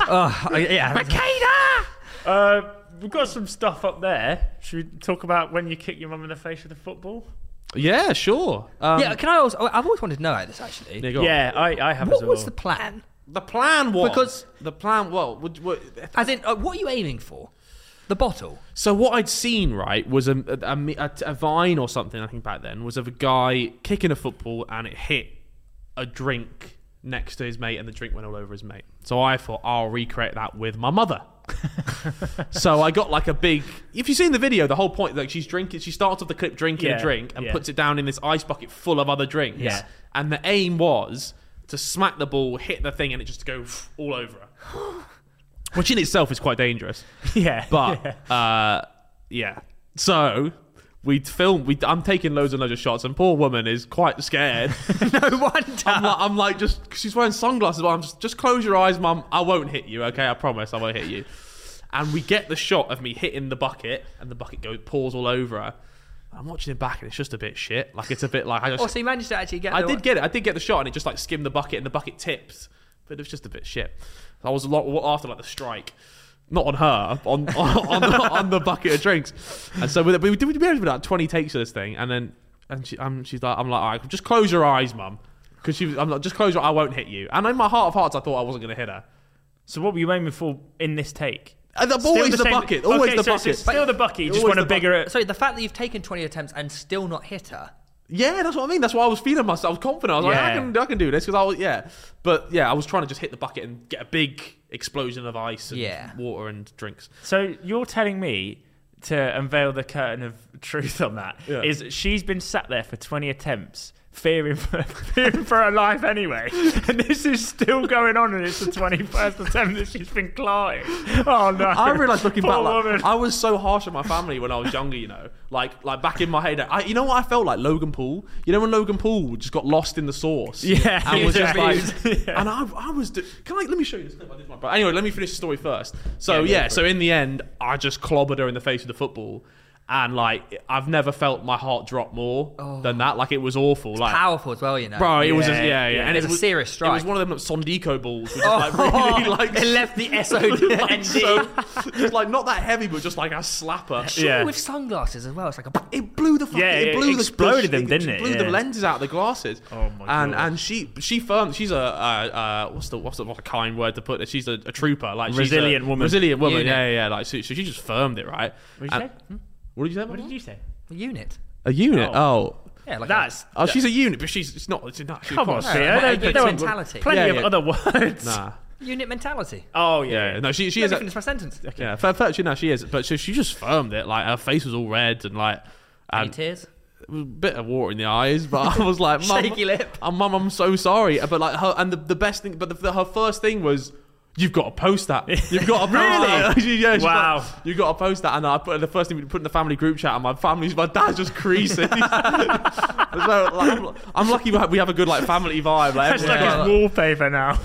uh,
oh yeah. Makeda.
Uh, we've got some stuff up there. Should we talk about when you kick your mum in the face with a football?
Yeah, sure. Um,
yeah. Can I also? I've always wanted to know about this actually.
yeah, go on.
Yeah, I, I have as
What
well.
was the plan?
The plan was
Because-
the plan. Well, would, would,
As in, uh, what are you aiming for? The bottle.
So what I'd seen right was a a, a a vine or something I think back then was of a guy kicking a football and it hit a drink next to his mate and the drink went all over his mate. So I thought I'll recreate that with my mother. so I got like a big. If you've seen the video, the whole point like she's drinking. She starts off the clip drinking a
Yeah,
drink and
yeah.
puts it down in this ice bucket full of other drinks.
Yeah.
And the aim was to smack the ball, hit the thing, and it just go all over her. Which in itself is quite dangerous.
Yeah,
But uh, yeah, so we film. We I'm taking loads and loads of shots, and poor woman is quite scared.
No wonder.
I'm, like, I'm like, just 'cause she's wearing sunglasses. But I'm just, just close your eyes, mum. I won't hit you. Okay, I promise, I won't hit you. And we get the shot of me hitting the bucket, and the bucket goes pours all over her. I'm watching it back, and it's just a bit shit. Like it's a bit like I just
Oh, so you managed to actually get.
I
the-
did get it. I did get the shot, and it just like skimmed the bucket, and the bucket tipped. But it was just a bit shit. I was a lot after like the strike, not on her, on on, on, the, on the bucket of drinks. And so with it, we did we did about twenty takes of this thing, and then and she, um, she's like, I'm like, all right, just close your eyes, mum, because she was, I'm like, just close your, I won't hit you. And in my heart of hearts, I thought I wasn't gonna hit her.
so what were you aiming for in this take?
And the-
Still
always the,
same-
bucket, always
okay,
the
so- so
bucket.
it's still the bucket. You just
Always
want a
the bucket.
bigger.
Sorry, the fact that you've taken 20 attempts and still not hit her.
Yeah, that's what I mean. That's why I was feeling myself. I was confident. I was like, I
Yeah.
can, I can do this because I was, yeah. But yeah, I was trying to just hit the bucket and get a big explosion of ice and
Yeah.
water and drinks.
So you're telling me to unveil the curtain of truth on that
Yeah.
is she's been sat there for 20 attempts fearing for, fearing for her life anyway and this is still going on and it's the 21st attempt that she's been clawing oh no
I realized looking
Poor
back,
woman.
like, I was so harsh on my family when I was younger. You know, like like back in my heyday, I, you know what I felt like Logan Paul. You know when Logan Paul just got lost in the sauce,
Yeah,
and was just like,
yeah.
and I, I was. Do- Can I let me show you this clip? I did my, but anyway, let me finish the story first. So yeah, so in the end, I just clobbered her in the face with the football. And like I've never felt my heart drop more
Oh.
than that. Like it was awful. like
Powerful as well, you know.
Bro, it was
Yeah,
just, yeah, yeah,
yeah.
and
It's
it
a
was
serious
It was
strike. Oh.
one of them like, Sondiko balls, which is like really like
it left the SOD
like, so, just like not that heavy, but just like a slapper.
Yeah.
with sunglasses as well. It's like a
It blew the fucking,
Yeah,
it
it
blew the
exploded them,
it
didn't it?
Blew
Yeah.
the lenses out of the glasses.
Oh my
And
God.
and she she firm. She's a uh, uh, what's the what's the what a kind word to put it. She's a, a trooper, like she's a
Resilient woman.
resilient woman.
Unit.
Yeah, yeah. yeah, Like so, so she just firmed it, right?
what did you say
And- What
what
did you say?
did you say
unit.
A unit. Oh.
Yeah, like
that's
Oh, she's a unit, but she's it's not. It's not. She's
come on
quite-
Sia,
yeah,
there-
yeah,
there were
mentality.
plenty
Yeah,
of
yeah.
other words
Nah.
a unit mentality.
oh
Yeah.
yeah,
No, she she
Let
is.
me
a-
finish my sentence. Any
Yeah, fair, fair, she, no, she is. But she, she just firmed it. Like her face was all red and like and
tears?
it was a bit of water in the eyes. But I was like, Mum,
Shaky lip.
"Oh, Mum, I'm so sorry." But like her and the, the best thing, but the, her first thing was. You've got to post that. You've got to really, yeah, she's
Wow.
like, you've got to post that, and I put the first thing we put in the family group chat, and my family's, my dad's just creasing. so, like, I'm, I'm lucky we have- we have a good like family vibe. Like,
that's
everyone's
like
got-
his wallpaper now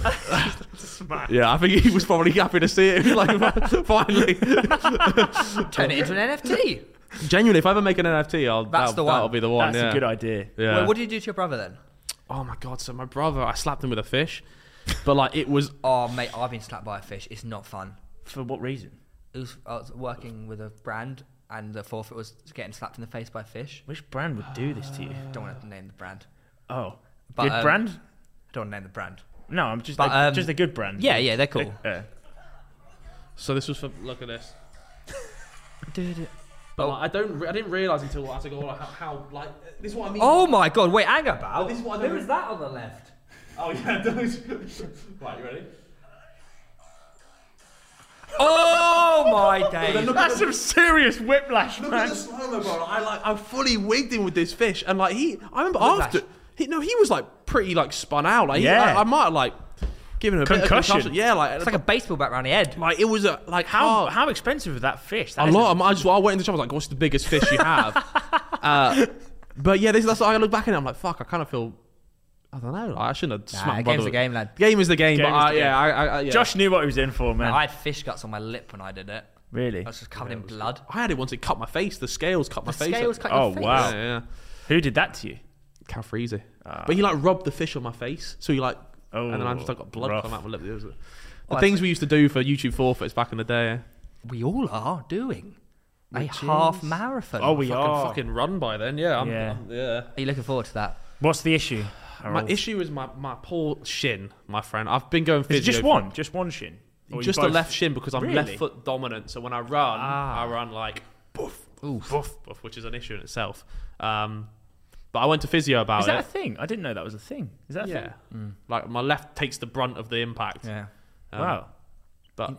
yeah, I think he was probably happy to see it. He was like, finally,
Turn it into an NFT.
Genuinely, if I ever make an NFT, I'll,
That's
that'll,
the one.
that'll be the one.
that's
yeah.
a good idea
Yeah.
Well, what did you do to your brother then?
oh my god! So my brother, I slapped him with a fish, but like it was.
Oh, mate, I've been slapped by a fish. It's not fun.
for what reason
It was, I was working with a brand, and the forfeit was getting slapped in the face by a fish.
which brand would do this to you
Don't want to name the brand.
oh
But,
good
um,
brand
I don't want to name the brand.
no i'm just
but,
a,
um,
just a good brand Uh,
Yeah, yeah, they're cool.
yeah
So this was for. Look at this. But
Oh.
like, I don't. Re- I didn't realize until I took all how, how like this is what I mean.
Oh my god, wait, hang
But
about.
this is what I
Who
don't-
is that on the left?
Oh yeah. Those. right, you ready?
Oh my
But
days.
look
That's
at
some
the,
serious whiplash,
look at
man.
the slow-mo, bro. I like. I fully wigged him with this fish, and like he. I remember
Whiplash.
after. He, no, he was like pretty like spun out. Like
Yeah.
he, I, I might have like given him a Bit of
Concussion.
concussion. Yeah, like
It's like a baseball bat around the head.
like it was a like
How
hard-
how expensive was that fish? That
a
is
lot. I'm- I just I went into the shop. I was like, "What's the biggest fish you have?" uh, but yeah, this, that's what I look back and I'm like, "Fuck!" I kind of feel. I don't know. Like, I shouldn't have smacked. my
game's
brother
the
with-
game, lad.
Game is the game.
Game
but
is
I,
the game.
yeah, I, I, I, yeah.
Josh knew what he was in for, man.
I had fish guts on my lip when I did it.
really?
I was just covered in blood.
I had it once. It cut my face. The scales cut my face.
Scales cut your
Oh
face.
Yeah,
wow!
yeah.
Who did that to you?
Cal Freezy. but he like rubbed the fish on my face, so he like, and then I just like, got blood
rough.
come out my lip. It was- The
Well,
things we used to do for YouTube forfeits back in the day.
We all are doing a half marathon.
Oh, we
Fucking
are.
fucking run by then. Yeah, I'm,
Yeah.
I'm- yeah.
Are you looking forward to that?
What's the issue?
My
Harold?
issue is my, my poor shin, my friend. I've been going
Is
physio.
it just
for-
one, just one shin, Or you
just the
both-
left shin because I'm
Really? Ah.
left foot dominant. So when I run, I run like boof, boof, boof, which is an issue in itself. Um, but I went to physio about
Is that a
it.
thing? I didn't know that was a thing. Is that a
yeah,
thing?
like my left takes the brunt of the impact.
Yeah.
Um,
wow.
But
You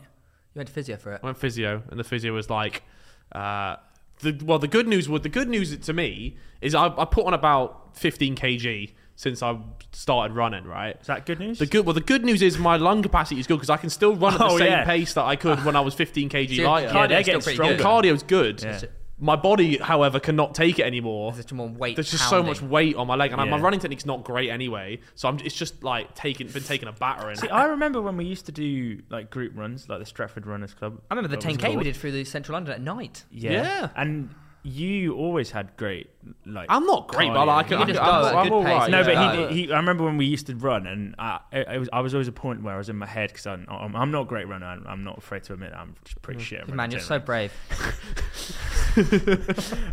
went to physio for it.
I went physio, and the physio was like, uh, the, well, the good news was the good news to me is I, I put on about 15 kg since I started running. Right.
Is that good news?
The good well, the good news is my lung capacity is good because I can still run at the
Oh,
same
yeah.
pace that I could when I was 15 kg lighter.
cardio's
yeah, they're
still
getting
pretty
stronger.
good.
Cardio's good.
Yeah.
My body, however, cannot take it anymore.
There's just more weight.
There's just
pounding.
so much weight on my leg, and I- my
Yeah.
running technique's not great anyway. So I'm, it's just like taking been taking a battering.
See, I remember when we used to do like group runs, like the Stratford Runners Club.
I remember the
that was
10k we
called.
did through the central London at night.
Yeah.
Yeah.
And you always had great like.
I'm not great, but I can.
You
I can
just
I'm,
go at a
I'm
good
all
pace.
right.
No,
Yeah.
but he, he, I remember when we used to run, and I, it, it was, I was always a point where I was in my head because I'm, I'm, I'm not a great runner. I'm, I'm not afraid to admit I'm just pretty shit. at running
Mm. Man, you're so
generally.
brave.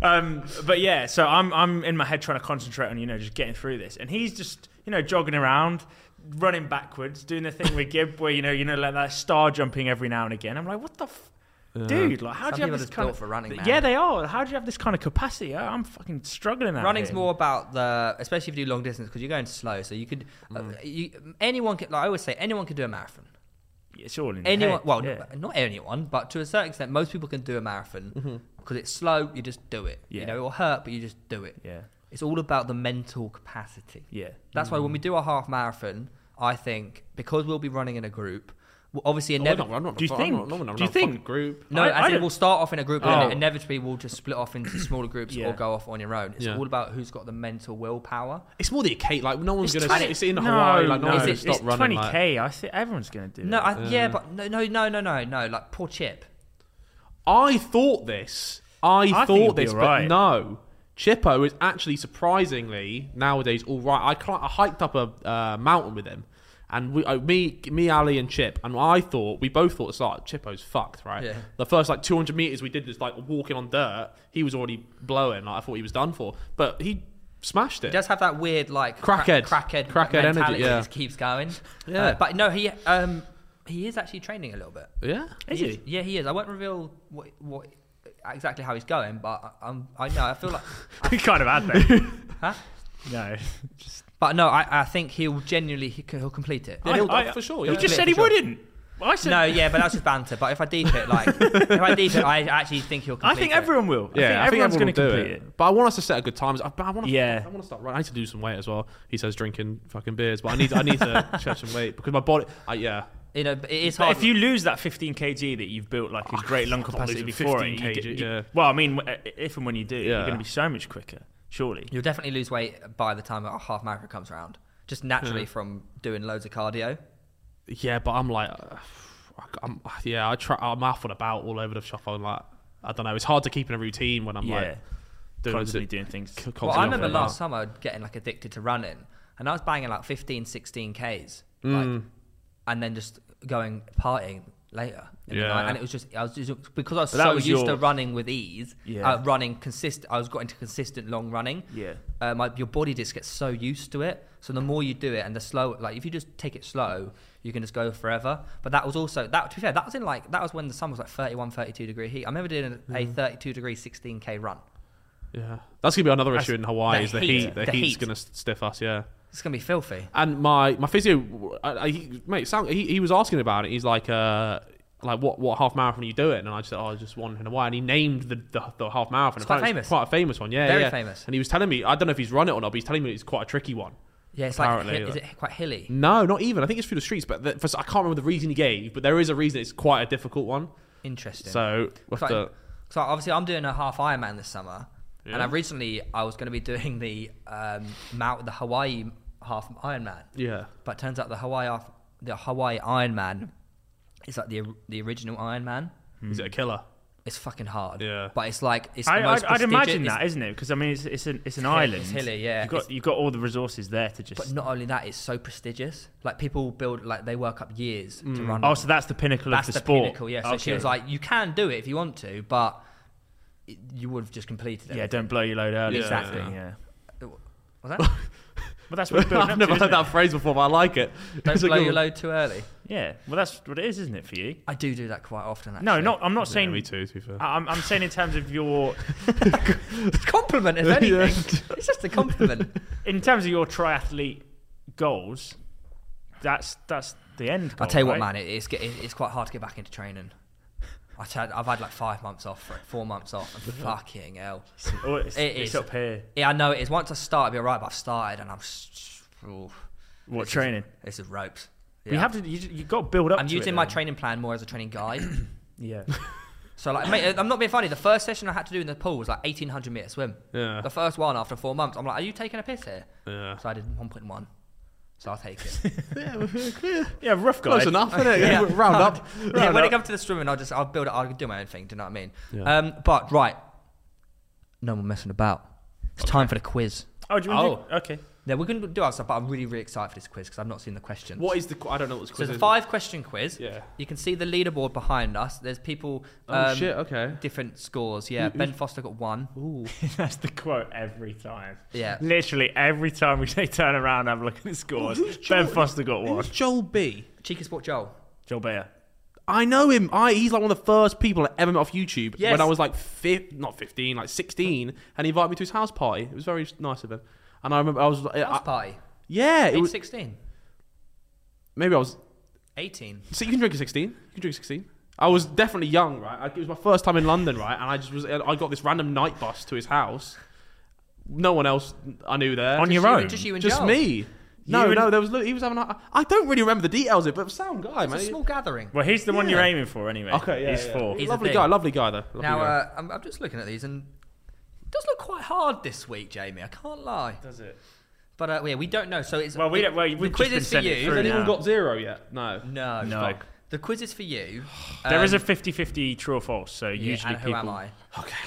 Um, but yeah, so I'm, I'm in my head trying to concentrate on you know just getting through this, and he's just you know jogging around, running backwards, doing the thing with Gib where you know you know like that star jumping every now and again. I'm like, what the. F- dude, like how
Some people
do you have
are
this
just
kind
built
of
for running, man.
Yeah, they are. How do you have this kind of capacity? I- I'm fucking struggling. Out
Running's
here.
more about the, especially if you do long distance, because you're going slow. So you could,
Mm.
uh, you, anyone can. Like I always say, anyone can do a marathon.
It's all in your
Anyone,
head,
well,
yeah.
n- not anyone, but to a certain extent, most people can do a marathon because it's slow. You just do it.
Mm-hmm. Yeah.
You know, it will hurt, but you just do it.
Yeah.
It's all about the mental capacity.
Yeah. Mm.
That's why when we do a half marathon, I think because we'll be running in a group, well,
Oh,
obviously,
Well, we're
inevitably.
not- I'm not-
Do you
I'm
think-
not- I'm not- I'm
do you
not a fucking
think-
Group.
No,
I- I
I, think
don't-
we'll start off in a group, and
Oh.
then inevitably we'll just split off into smaller groups
Yeah.
or go off on your own. It's
Yeah.
all about who's got the mental willpower.
It's more the Kate. Like no one's
It's
gonna.
20
It's in Hawaii. Like no,
no,
one's gonna
it's,
stop running.
twenty
like-
k. I think everyone's gonna do
No,
it.
I, yeah, but no, no, no, no, no, no. Like poor Chip.
I thought this. I,
think he'll
thought
be
this,
alright.
but no. Chippo is actually surprisingly nowadays all right. I, cli- I hiked up a uh, mountain with him, and we, uh, me, me, Ali, and Chip, and I thought we both thought, "Start Chippo's fucked, right?"
Yeah.
The first like 200 meters we did this like walking on dirt. He was already blowing. Like, I thought he was done for, but he smashed it.
He does have that weird like
Crackhead.
cra- crackhead,
Crackhead
mentality
energy, yeah.
that just keeps going.
Yeah.
Uh, but no, he um he is actually training a little bit.
yeah,
Is he?
Yeah, he is. I won't reveal what what exactly how he's going, but I, I'm I know I feel like,
we kind of had that.
huh?
no, just
But no, I, I think he'll genuinely he, can- he'll complete it.
Yeah, he'll- for sure,
You
yeah.
just
Yeah,
said
for
he
sure.
wouldn't. I said
No, yeah, but that's just banter. But if I deep it, like if I deep it, I actually think he'll.
I
Complete
think
it.
everyone will. I think everyone's going
everyone
to
will do
complete it.
But I want us to set a good times. I, but I want to.
Yeah.
I want to start. Running. I need to lose some weight as well. He says drinking fucking beers, but I need. I need to shed some weight because my body. I, yeah.
You know, but it is
But
hard.
if you lose that 15 kg that you've built like a great lung capacity
losing
before, it,
15
you
kg,
get- you-
yeah.
well, I mean, w- if and when you do, you're
Yeah.
going to be so much quicker, surely.
You'll definitely lose weight by the time a half marathon comes around, just naturally from doing loads of cardio.
Yeah, but I'm like, uh, I'm yeah. I try. I'm off and about all over the shop. I'm like, I don't know. It's hard to keep in a routine when I'm
yeah,
like doing
constantly
it-
doing things.
c- constantly
Well,
off
I
and
remember
about.
last summer getting like addicted to running, and I was banging like 15, 16 k's,
Mm.
like, and then just going partying later. in the
Yeah.
night. and it was just I was just because I was
But that
so
was
used to
your-
running with ease,
Yeah.
uh, running consist. I was got into consistent long running.
Yeah.
uh, my, your body just gets so used to it. So the more you do it, and the slow, like if you just take it slow, you can just go forever. But that was also that. To be fair, that was in like that was when the sun was like 31, 32 degree heat. I remember doing a,
Mm.
a 32 degree 16 k run.
Yeah, that's gonna be another issue in Hawaii.
the
is the
heat,
heat? The,
the
heat's
heat.
gonna s- stiff us. Yeah.
It's gonna be filthy.
And my my physio, I, I, he, mate, Sam, he, he was asking about it. He's like, uh, like what what half marathon are you doing? And I just said, oh, just one in a while. And he named the the, the half marathon.
It's quite
Apparently
famous.
quite a famous one. Yeah,
Very
yeah.
famous.
And he was telling me, I don't know if he's run it or not, but he's telling me it's quite a tricky one.
Yeah, it's
Apparently,
like hi- is
like- Mm.
it quite hilly?
No, not even. I think it's through the streets, but the, for, I can't remember the reason he gave. But there is a reason. It's quite a difficult one.
Interesting.
So we'll have
so,
to-
so obviously I'm doing a half Ironman this summer, and
Yeah.
I recently I was going to be doing the um, Mount the Hawaii half Ironman,
yeah.
but turns out the Hawaii half, the Hawaii Ironman is like the or- the original Ironman.
Is it a killer?
It's fucking hard.
Hmm. Yeah.
But it's like it's
I,
Hmm. the most
I'd, I'd imagine
prestigious-
that, isn't it? Because I mean, it's, it's an it's an
hill-
island.
it's hilly, yeah.
You've got
It's-
you've got all the resources there to just.
But not only that, it's so prestigious. Like people build like they work up years to
Mm.
run.
oh,
it.
so that's the pinnacle
that's
of
the,
the, sport.
pinnacle. Yeah. So she
Okay.
was like, you can do it if you want to, but it- you would have just completed it.
yeah, don't blow your load early. sort of
Exactly.
thing, Yeah.
Was that?
Well, that's what it's building
I've
up
never
to,
heard
isn't it?
that phrase before, but I like it.
Don't
It's a
blow
good
your
one.
load too early.
Yeah. Well, that's what it is, isn't it for you?
I do do that quite often. Actually.
No, not. I'm not
Yeah,
saying.
me too. To be fair.
I- I'm, I'm saying in terms of your
It's a compliment, if anything. It's just a compliment.
in terms of your triathlete goals, that's that's the end.
I'll
goal,
tell you
right?
what, man, it, it's, get, it's quite hard to get back into training. I've had, I've had like five months off, for it, four months off, and fucking hell.
Oh, it's,
It
it's
is.
up here.
Yeah, I know it is. Once I start, I'll be all right, but I've started and I'm. s- oof.
What
This is-
training?
This is ropes.
You
Yeah.
have to. You, you got to build up.
I'm
to
using
it,
my
though.
training plan more as a training guide.
Yeah.
so, like, mate, I'm not being funny. The first session I had to do in the pool was like 1800 meter swim.
Yeah.
The first one after four months, I'm like, are you taking a piss here?
Yeah.
So I did 1.1. So I'll take it.
yeah, rough guy.
Close enough, isn't it? Round up.
yeah,
Round
when
up.
it comes to the swimming, I'll just I'll build it. I'll do my own thing. Do you know what I mean?
Yeah.
Um, but right, no more messing about. It's time for the quiz.
Oh, do you want to? okay.
Yeah, we're gonna do our stuff, but I'm really really excited for this quiz because I've not seen the questions.
What is the? qu- I don't know what's
so
called.
it's a five question quiz.
Yeah.
You can see the leaderboard behind us. There's people.
Oh,
um,
shit, okay.
Different scores. Yeah. ben Foster got one.
That's the quote every time.
Yeah.
Literally every time we say turn around and have a look at the scores, Ben Foster got one.
Joel B?
Cheeky Sport Joel.
Joel Bayer.
I know him. I he's like one of the first people I ever met off YouTube
Yes.
when I was like fif- not fifteen, like sixteen, and he invited me to his house party. It was very nice of him. And I remember I was uh, I-
House
I-
party.
yeah, it
Age
was,
16.
maybe I was.
18.
So you can drink at sixteen. You can drink at sixteen. I was definitely young, right? I, it was my first time in London, right? And I just was. I got this random night bus to his house. No one else I knew there.
On
just,
your
you-
own.
just you and
just
Joel.
me. No,
You and-
no, there was Lou- he was having. A, I don't really remember the details of it, but sound guy, man.
It's a small gathering.
Well, he's the one you're
Yeah.
aiming for anyway.
Okay, yeah,
he's
yeah.
four.
He's- a
lovely
thing.
guy, lovely guy though. Lovely
Now,
guy.
uh, I'm, I'm just looking at these, and it does look quite hard this week, Jamie. I can't lie.
Does it?
But uh, yeah, we don't know. So it's
Well, we don't- well,
the
we've just
quiz
been
is for
sent it
you.
through
Has anyone
now.
got zero yet? No.
No,
No.
Fuck. The quiz is for you.
There is
Um,
a 50-50 true or false, so
yeah,
usually
and who am
people
I?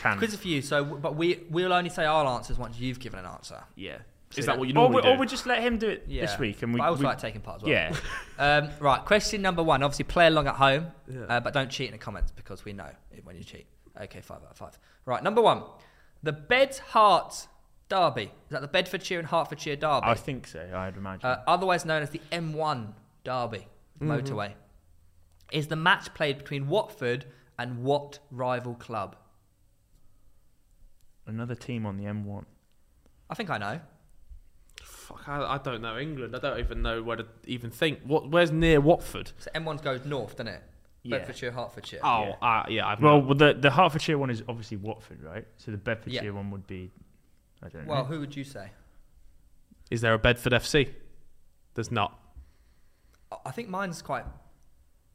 can.
Quiz is um, for you. So, but we we'll only say our answers once you've given an answer.
yeah.
Is that what you
Or
normally
we,
do?
or we just let him do it
Yeah.
this week, and we.
But I also
we-
like taking part as well.
yeah.
Um, right. Question number one. Obviously, play along at home, uh, but don't cheat in the comments because we know it when you cheat. Okay, five out of five. Right. Number one. The Beds Hearts Derby. Is that the Bedfordshire and Hertfordshire Derby?
I think so. I'd imagine.
uh, otherwise known as the M1 Derby motorway, is the match played between Watford and what rival club?
Another team on the M1.
I think I know.
Fuck, I, I don't know England. I don't even know where to even think. What? Where's near Watford?
So M1 goes north, doesn't it?
Yeah.
Bedfordshire, Hertfordshire.
Oh, yeah. Uh, yeah I've
Well,
no-
well, the the Hertfordshire one is obviously Watford, right? So the Bedfordshire
Yeah.
one would be, I don't know.
Well, who would you say?
is there a Bedford FC? There's not.
I- I think mine's quite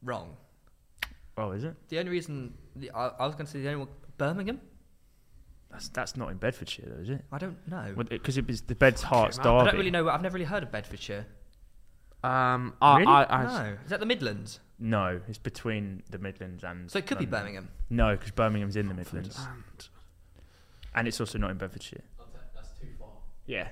wrong.
oh, is it?
The only reason the, I, I was going to say the only one, Birmingham.
That's that's not in Bedfordshire, though, is it?
I don't know.
Because it was the Beds Hearts
hell.
Derby.
I don't really know. I've never really heard of Bedfordshire.
Um, I,
Really?
I, I,
no, is that the Midlands?
No, it's between the Midlands and.
So it could be
London.
Birmingham.
No, because Birmingham's in the Midlands, and it's also not in Bedfordshire. Yeah.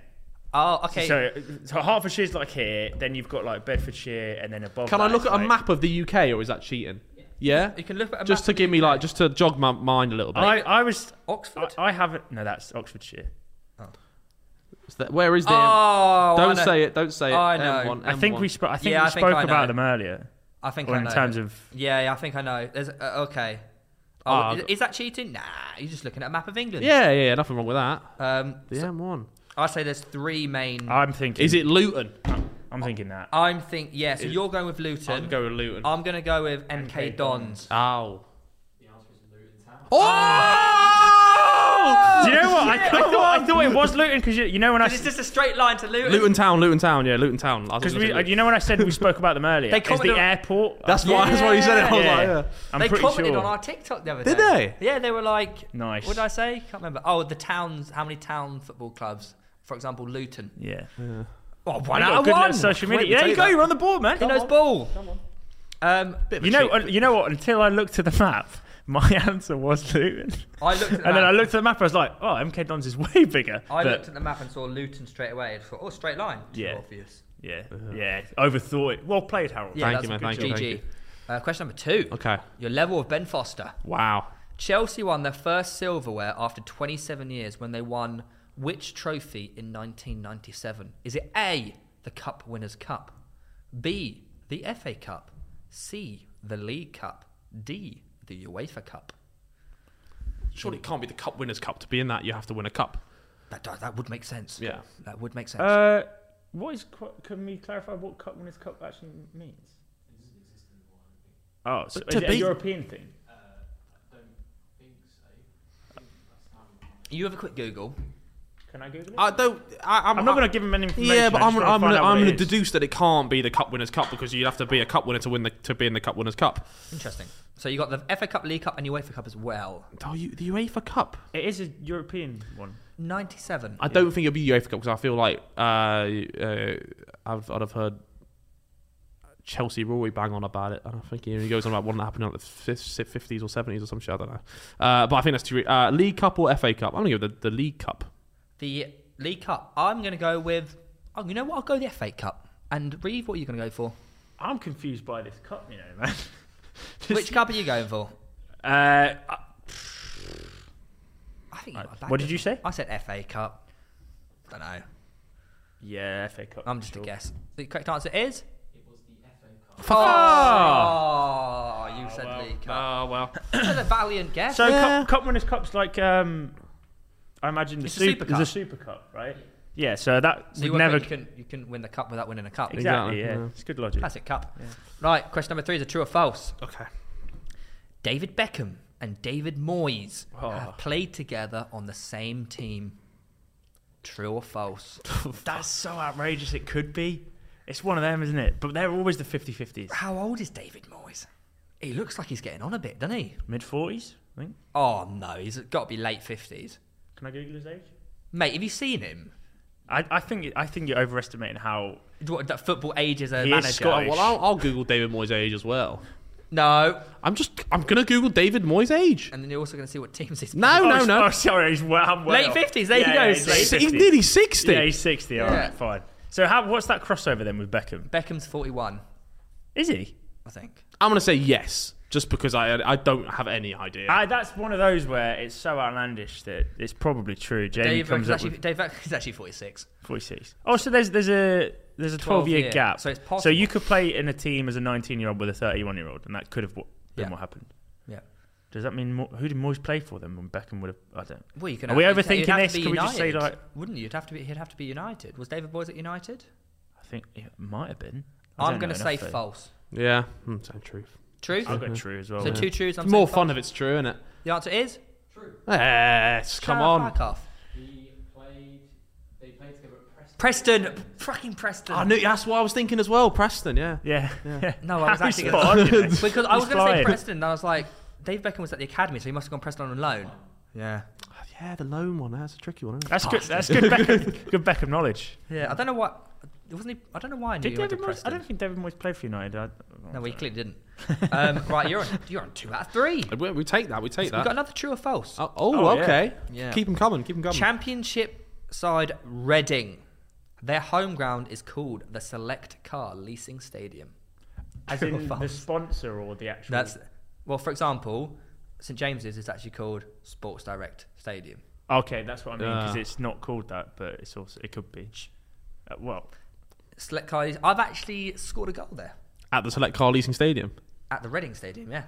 Oh, okay.
So, so Hertfordshire's like here, then you've got like Bedfordshire, and then above.
Can I
that
look
it's
at a
like-
map of the UK, or is that cheating? Yeah.
you can look at a
just
map
to
of
give
the
me
UK.
like, just to jog my mind a little bit.
I, I was.
Oxford.
I, I haven't. No, that's Oxfordshire.
Is that- where is the?
oh, I
don't
know.
say it. Don't say it.
I know.
M1,
I think
M1.
we spoke. I think
Yeah,
we
I think
spoke
I know
about
it.
them earlier.
I think
Or
I
in
know.
terms of
Yeah, yeah, I think I know. There's uh, okay. Oh,
Ah,
is,
I've-
is that cheating? Nah, you're just looking at a map of England.
Yeah, yeah, yeah, nothing wrong with that.
Um,
The M1.
I say there's three main. I,
I'm thinking.
Is it Luton?
I'm thinking that.
am think yeah. So you're going with Luton.
I'll go with Luton.
I'm gonna go with MK,
MK
Dons.
Ow.
Oh!
Oh!
Do you know what? I, I, thought, I thought it was Luton because you, you know when I
It's just a straight line to Luton.
Luton Town, Luton Town, yeah, Luton Town. I was
because
looking
we uh,
at Luton.
you know when I said we spoke about them earlier.
They
Is
commented
the
on-
airport?
That's why. That's why you said it. I was
Yeah.
like, yeah.
I'm
they
pretty
commented
sure.
on our TikTok the other
Did
day. they? Yeah, they were like,
Nice.
What did I say? Can't remember. Oh, the towns. How many town football clubs? For example, Luton.
yeah.
Oh, one
You got
out of
good
one.
little social
Wait,
media.
we
yeah,
take
you go.
that.
You're on the board, man.
He knows ball. Um,
You know. uh, You know what? Until I looked at the map, my answer was Luton.
I looked at the
and then
map.
I looked at the map. I was like, oh, MK Dons is way bigger.
I
But-
looked at the map and saw Luton straight away and thought, oh, straight line. Too
Yeah.
obvious.
Yeah. Yeah. Overthought it. Well played, Harold.
Yeah,
Thank
that's
you,
a
man,
good
thank you,
GG.
thank
Uh, question number two.
Okay.
Your level of Ben Foster.
Wow.
Chelsea won their first silverware after 27 years when they won which trophy in 1997? Is it A, the Cup Winners' Cup, B, the FA Cup, C, the League Cup, D, the UEFA Cup?
Surely it can't be the Cup Winners' Cup. To be in that, you have to win a cup.
That, does- that would make sense.
Yeah.
That would make sense.
Uh, what is? qu- Can we clarify what cup winners' cup actually means? Oh, so
But
is it
to
a
be-
European thing?
you have a quick Google.
Can I Google it?
I don't. I, I'm,
I'm not going to give him any information.
Yeah, but
I'm,
I'm,
just trying
I'm, gonna,
to find out
I'm
what
gonna
it is.
deduce that it can't be the Cup Winners' Cup because you'd have to be a Cup winner to win the to be in the Cup Winners' Cup.
Interesting. So you got the FA Cup, League Cup, and UEFA Cup as well.
Oh, you, the UEFA Cup.
It is a European one.
97.
I don't think it'll be UEFA Cup because I feel like uh, uh, I've I'd have heard Chelsea Rory bang on about it, and I think he goes on about one that happened in like the fifties or seventies or some shit. I don't know, uh, but I think that's too. Uh, League Cup or FA Cup? I'm gonna give the, the League Cup.
The League Cup. I'm going to go with. Oh, you know what? I'll go the FA Cup. And Reeve, what are you going to go for?
I'm confused by this cup, you know, man.
Which cup are you going for?
Uh,
I think you got a bad
what did you
guess.
say?
I said FA Cup. don't know.
yeah, FA Cup.
I'm just a guess. The correct answer is.
Oh,
Oh, you said
well.
Lee Cup.
Oh, well.
That's a valiant guess.
So cup, cup winners cups like um, I imagine the
It's a
sup-
Super Cup.
the super cup, right? Yeah. So that
So you
would
won't
never
think you can you can win the cup without winning a cup.
exactly.
Exactly,
Yeah,
yeah.
it's good logic.
Classic cup. Right. Question number three is a true or false.
Okay.
David Beckham and David Moyes
Oh.
have played together on the same team. True or false?
That's so outrageous. It could be. It's one of them, isn't it? But they're always the 50-50s.
How old is David Moyes? He looks like he's getting on a bit, doesn't he?
Mid forties, I think.
Oh no, he's got to be late fifties.
Can I Google his age?
Mate, have you seen him?
I, I think I think you're overestimating how
What, that football age as a
He is
manager.
Scottish.
Well, I'll, I'll Google David Moyes' age as well.
No,
I'm just. I'm gonna Google David Moyes' age.
and then you're also going to see what teams he's.
No,
Oh,
no,
s-
no.
Oh, sorry, he's well, I'm well
Late
off.
50s, there you
Yeah,
go,
yeah,
see?
late 50s.
He's nearly sixty.
Yeah, he's sixty. All right,
Yeah.
fine. So, how, what's that crossover then with Beckham?
Beckham's forty-one,
Is he?
I think.
I'm gonna say yes, just because I I don't have any idea.
I, that's one of those where it's so outlandish that it's probably true. Jamie
Dave
comes
Beckham's
up
actually,
with
Dave Beckham's actually forty-six.
forty-six. Oh, so there's there's a there's a
12
twelve-year
year.
gap.
So it's
So
possible.
you could play in a team as a nineteen-year-old with a thirty-one-year-old, and that could have w- been
Yeah.
what happened.
Yeah.
Does that mean Mo- who did Moyes play for then? When Beckham would have, I don't.
Well, you can.
Are we
you'd ha- you'd
overthinking
have to
this?
be
Can we just say
United,
like?
Wouldn't you? You'd have to be. He'd have to be United. Was David Boys at United?
I think it might have been. I
I'm
don't
going
know
to say
enough, though.
false.
yeah, I'm saying truth.
Truth.
I've got true as well.
So two truths. I'm
It's more
saying
fun
false.
if it's true, isn't it?
The answer is.
Yes, come
Shut
on.
Fuck off. Preston, fucking Preston.
I knew that's what I was thinking as well. Preston, yeah.
Yeah.
No, I was
How
actually
spot on, you know.
because I was going
He's
to say
flying.
Preston, and I was like, Dave Beckham was at the academy, so he must have gone Preston on loan. Yeah,
Yeah, the lone one. That's a tricky one. Isn't it?
That's good. That's good. Beckham, good Beckham knowledge.
yeah. I don't know what. It wasn't. He, I don't know why I knew
Did
he went to
David Moyes? I
Preston.
don't think David Moyes played for United. I,
no, well, he clearly didn't. um, right, you're on. You're on two out of three.
We, we take that. We take
We've
that.
got another true or false.
oh, oh,
Oh, yeah.
okay.
Yeah.
Keep them coming. Keep them coming.
Championship side Reading. Their home ground is called the Select Car Leasing Stadium.
as
True or
in the
false?
sponsor or the actual.
That's well, for example, St James's is actually called Sports Direct Stadium.
okay. That's what I mean because
Yeah.
it's not called that, but it's also it could be. Uh, well,
Select Car. Leasing- I've actually scored a goal there
At the Select Car Leasing Stadium.
at the Reading Stadium. Yeah.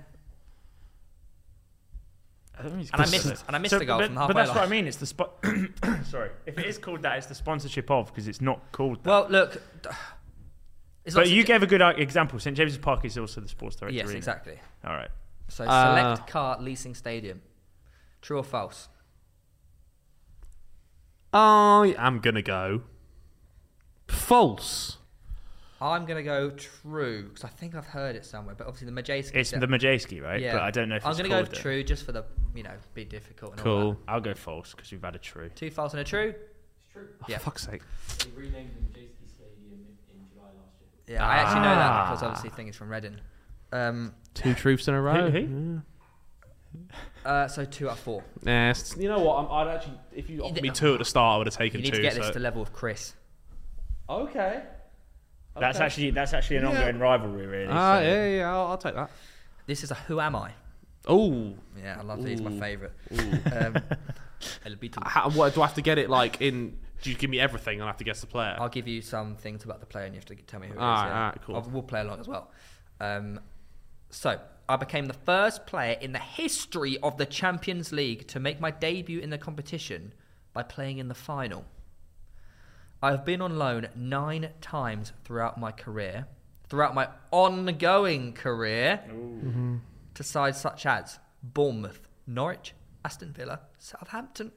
I don't think it's
And I
called
missed-
that.
and I missed the goal
but,
from
But
halfway
that's what I
line.
mean. It's the spot. Sorry, if it is called that, it's the sponsorship of because it's not called that.
Well, look. d- It's
but
not-
you gave a good uh, example. St James's Park is also the sports director.
Yes, exactly.
All right.
So
Uh,
select car leasing stadium. True or false?
I am gonna go false.
I'm gonna go true because I think I've heard it somewhere. But obviously the Majeski.
It's the Majeski, right? But I don't know if
I'm
it's
gonna go
called
with
that.
true just for the you know be difficult. And All
Cool.
that.
I'll go false because we've had a true.
Two false and a true.
Oh,
Yeah.
For fuck's sake.
Yeah, I actually know that
Ah.
because obviously things from Reading. Um,
Two truths in a row.
Who-
uh, so two out of four.
Nah, it's- you know what? I'm, I'd actually, if you offered me two at the start, I would have taken
You need
two.
to get this
so-
to level of Chris.
okay.
That's
Okay.
actually that's actually an ongoing rivalry, really.
Ah,
so-
yeah, yeah, yeah, I'll, I'll take that.
This is a Who Am I?
Oh,
Yeah, I love these. My
Ooh.
favourite. Um, El Beatle.
how, what do I have to get it like in? Do you give me everything? and I have to guess the player.
I'll give you some things about the player, and you have to tell me who it is.
Alright,
yeah.
alright, cool.
I'll- we'll play along as well. Um, so I became the first player in the history of the Champions League to make my debut in the competition by playing in the final. I have been on loan nine times throughout my career, throughout my ongoing career, to sides such as Bournemouth, Norwich, Aston Villa, Southampton,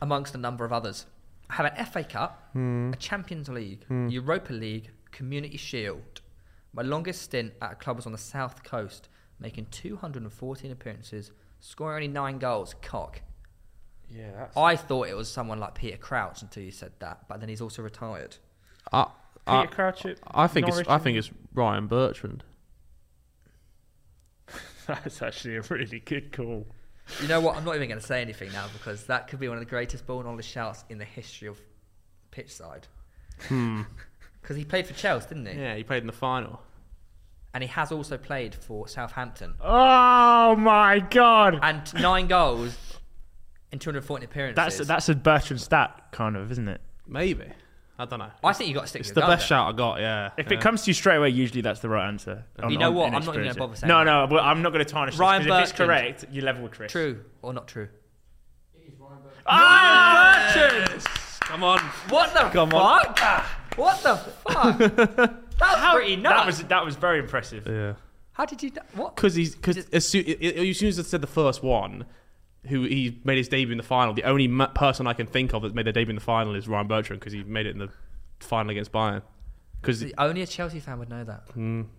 amongst a number of others. I have an FA Cup, a Champions League, Europa League, Community Shield. My longest stint at a club was on the South Coast, making 214 appearances, scoring only nine goals. Cock.
yeah, that's.
I thought it was someone like Peter Crouch until you said that, but then he's also retired.
I, I,
Peter Crouch at
Uh, I think
Norwich
it's. I
and-
think it's Ryan Bertrand.
that's actually a really good call.
You know what? I'm not even going to say anything now because that could be one of the greatest ball knowledge shouts in the history of pitch side. Because he played for Chelsea, didn't he?
Yeah, he played in the final.
And he has also played for Southampton.
Oh my god,
and nine goals in 240 appearances.
that's that's a Bertrand stat kind of, isn't it?
Maybe. I don't know.
I think you got to stick
It's
to
the
gut
best
there.
shout I got. Yeah.
If
yeah.
it comes to you straight away, usually that's the right answer. on-
You know
on
what? I'm not even gonna bother
inexperience.
saying
No, no, well, I'm not going to tarnish this,
Ryan
'cause If it's
Bertrand.
correct, you level with Chris.
True or not true?
Ah,
Yes! Come on.
What the
Come on.
fuck? What the fuck? That's pretty nuts.
That was that was very impressive.
Yeah.
How did you? do- What?
Because he's because as soon i- i- as soon as I said the first one, who he made his debut in the final. The only ma- person I can think of that's made their debut in the final is Ryan Bertrand because he made it in the final against Bayern. Because
Only a Chelsea fan would know that.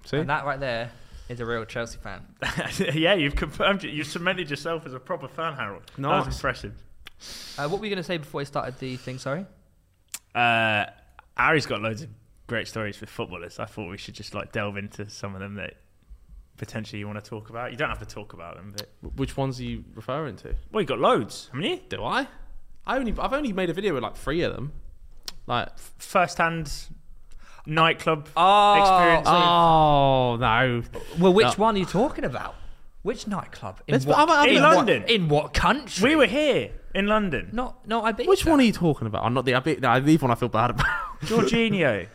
see,
And that right there is a real Chelsea fan.
yeah, you've confirmed it. You've Um, cemented yourself as a proper fan, Harold. That was
Nice.
impressive.
Uh, what were you going to say before I started the thing? Sorry.
Uh, Ari's got loads of great stories with footballers. I thought we should just like delve into some of them that potentially you want to talk about. You don't have to talk about them, but
which ones are you referring to?
well, you got loads. haven't you?
Do I? I only I've only made a video with like three of them. Like
first-hand nightclub
Oh,
experience.
oh no,
Well, which
No.
one are you talking about? Which nightclub? In
Let's-
what,
I'm- I'm-
In
in
London,
in what country?
we were here in London.
not no Ibiza.
which one are you talking about? I'm not the I be, no, the one I feel bad about.
Jorginho.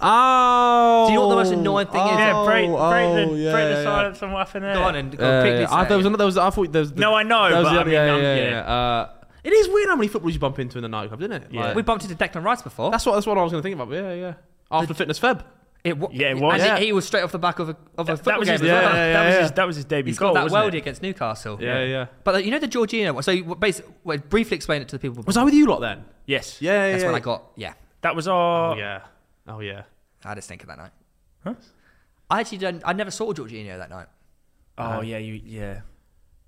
oh,
Do you know what the most annoying thing is?
yeah, break, break the,
oh,
break the
yeah,
silence on what happened there.
Go on and go
yeah,
pick
yeah.
this.
Uh, I,
out.
there was another. There was, I thought there was. The,
No, I know,
there was
but
the
I
other-
mean,
yeah,
I'm-
yeah,
yeah.
yeah. Uh, it is weird how many footballers you bump into in the nightclub, isn't it?
Yeah.
Like,
we bumped into Declan Rice before.
that's what that's what I was going to think about. but Yeah, yeah. After Fitness Feb.
it, wa-
Yeah, it was.
And
Yeah.
He, he was straight off the back of a of a
That-
football
that was
game.
his,
as
yeah,
well.
yeah,
that was
yeah.
his that was his debut
He's
goal,
got that
wasn't
worldie
it?
against Newcastle.
Yeah, yeah.
But uh, you know the Georgino one. So you basically, wait, briefly explain it to the people.
Was I with you lot then?
Yes,
Yeah, yeah.
That's
yeah.
when I got. Yeah,
that was our.
Oh yeah. Oh yeah.
I just think of that night.
Huh?
I actually didn't. I never saw Jorginho that night.
Uh,
Oh yeah, you yeah.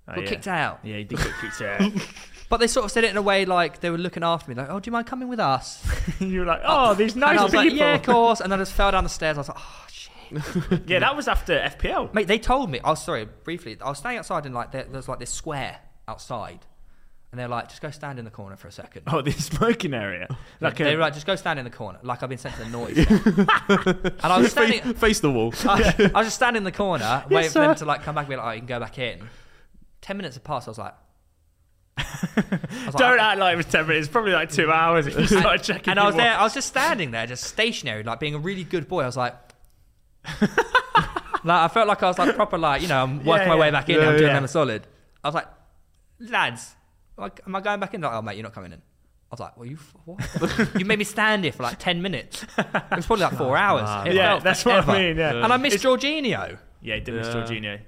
Oh,
Got
yeah.
kicked out.
Yeah, he did get kicked out.
But they sort of said it in a way like they were looking after me, like, "Oh, do you mind coming with us?"
you were like, oh, these nice
and I was
people.
like, "Yeah, of course." And I just fell down the stairs. I was like, "Oh shit,
Yeah, that was after FPL.
mate!" They told me. I was sorry. Briefly, I was standing outside, and like there, there's like this square outside, and they're like, "Just go stand in the corner for a second.
Oh, the smoking area. Like
they
a,
were like, "Just go stand in the corner," like I've been sent to the noise. and I was standing.
Face, face the wall.
I, I was just standing in the corner, waiting for them
sir.
to like come back and be like, oh, you can go back in. Ten minutes had passed, I was like, I was like,
don't
I-
act like it was ten minutes. It's probably like two hours. If you started checking.
And I
your
was there,
watch.
I was just standing there, just stationary, like being a really good boy. I was like, like I felt like I was like proper, like you know, I'm working
Yeah,
my
yeah.
way back in.
Yeah,
I'm doing
yeah.
them a solid. I was like, lads, like, am I going back in? They're Like, oh mate, you're not coming in. I was like, well, you f- what? you made me stand here for like ten minutes. It was probably like four hours. It
Oh, Yeah,
felt
that's what I
forever.
mean, yeah.
And I missed Jorginho.
Yeah, he did miss
Yeah.
Jorginho.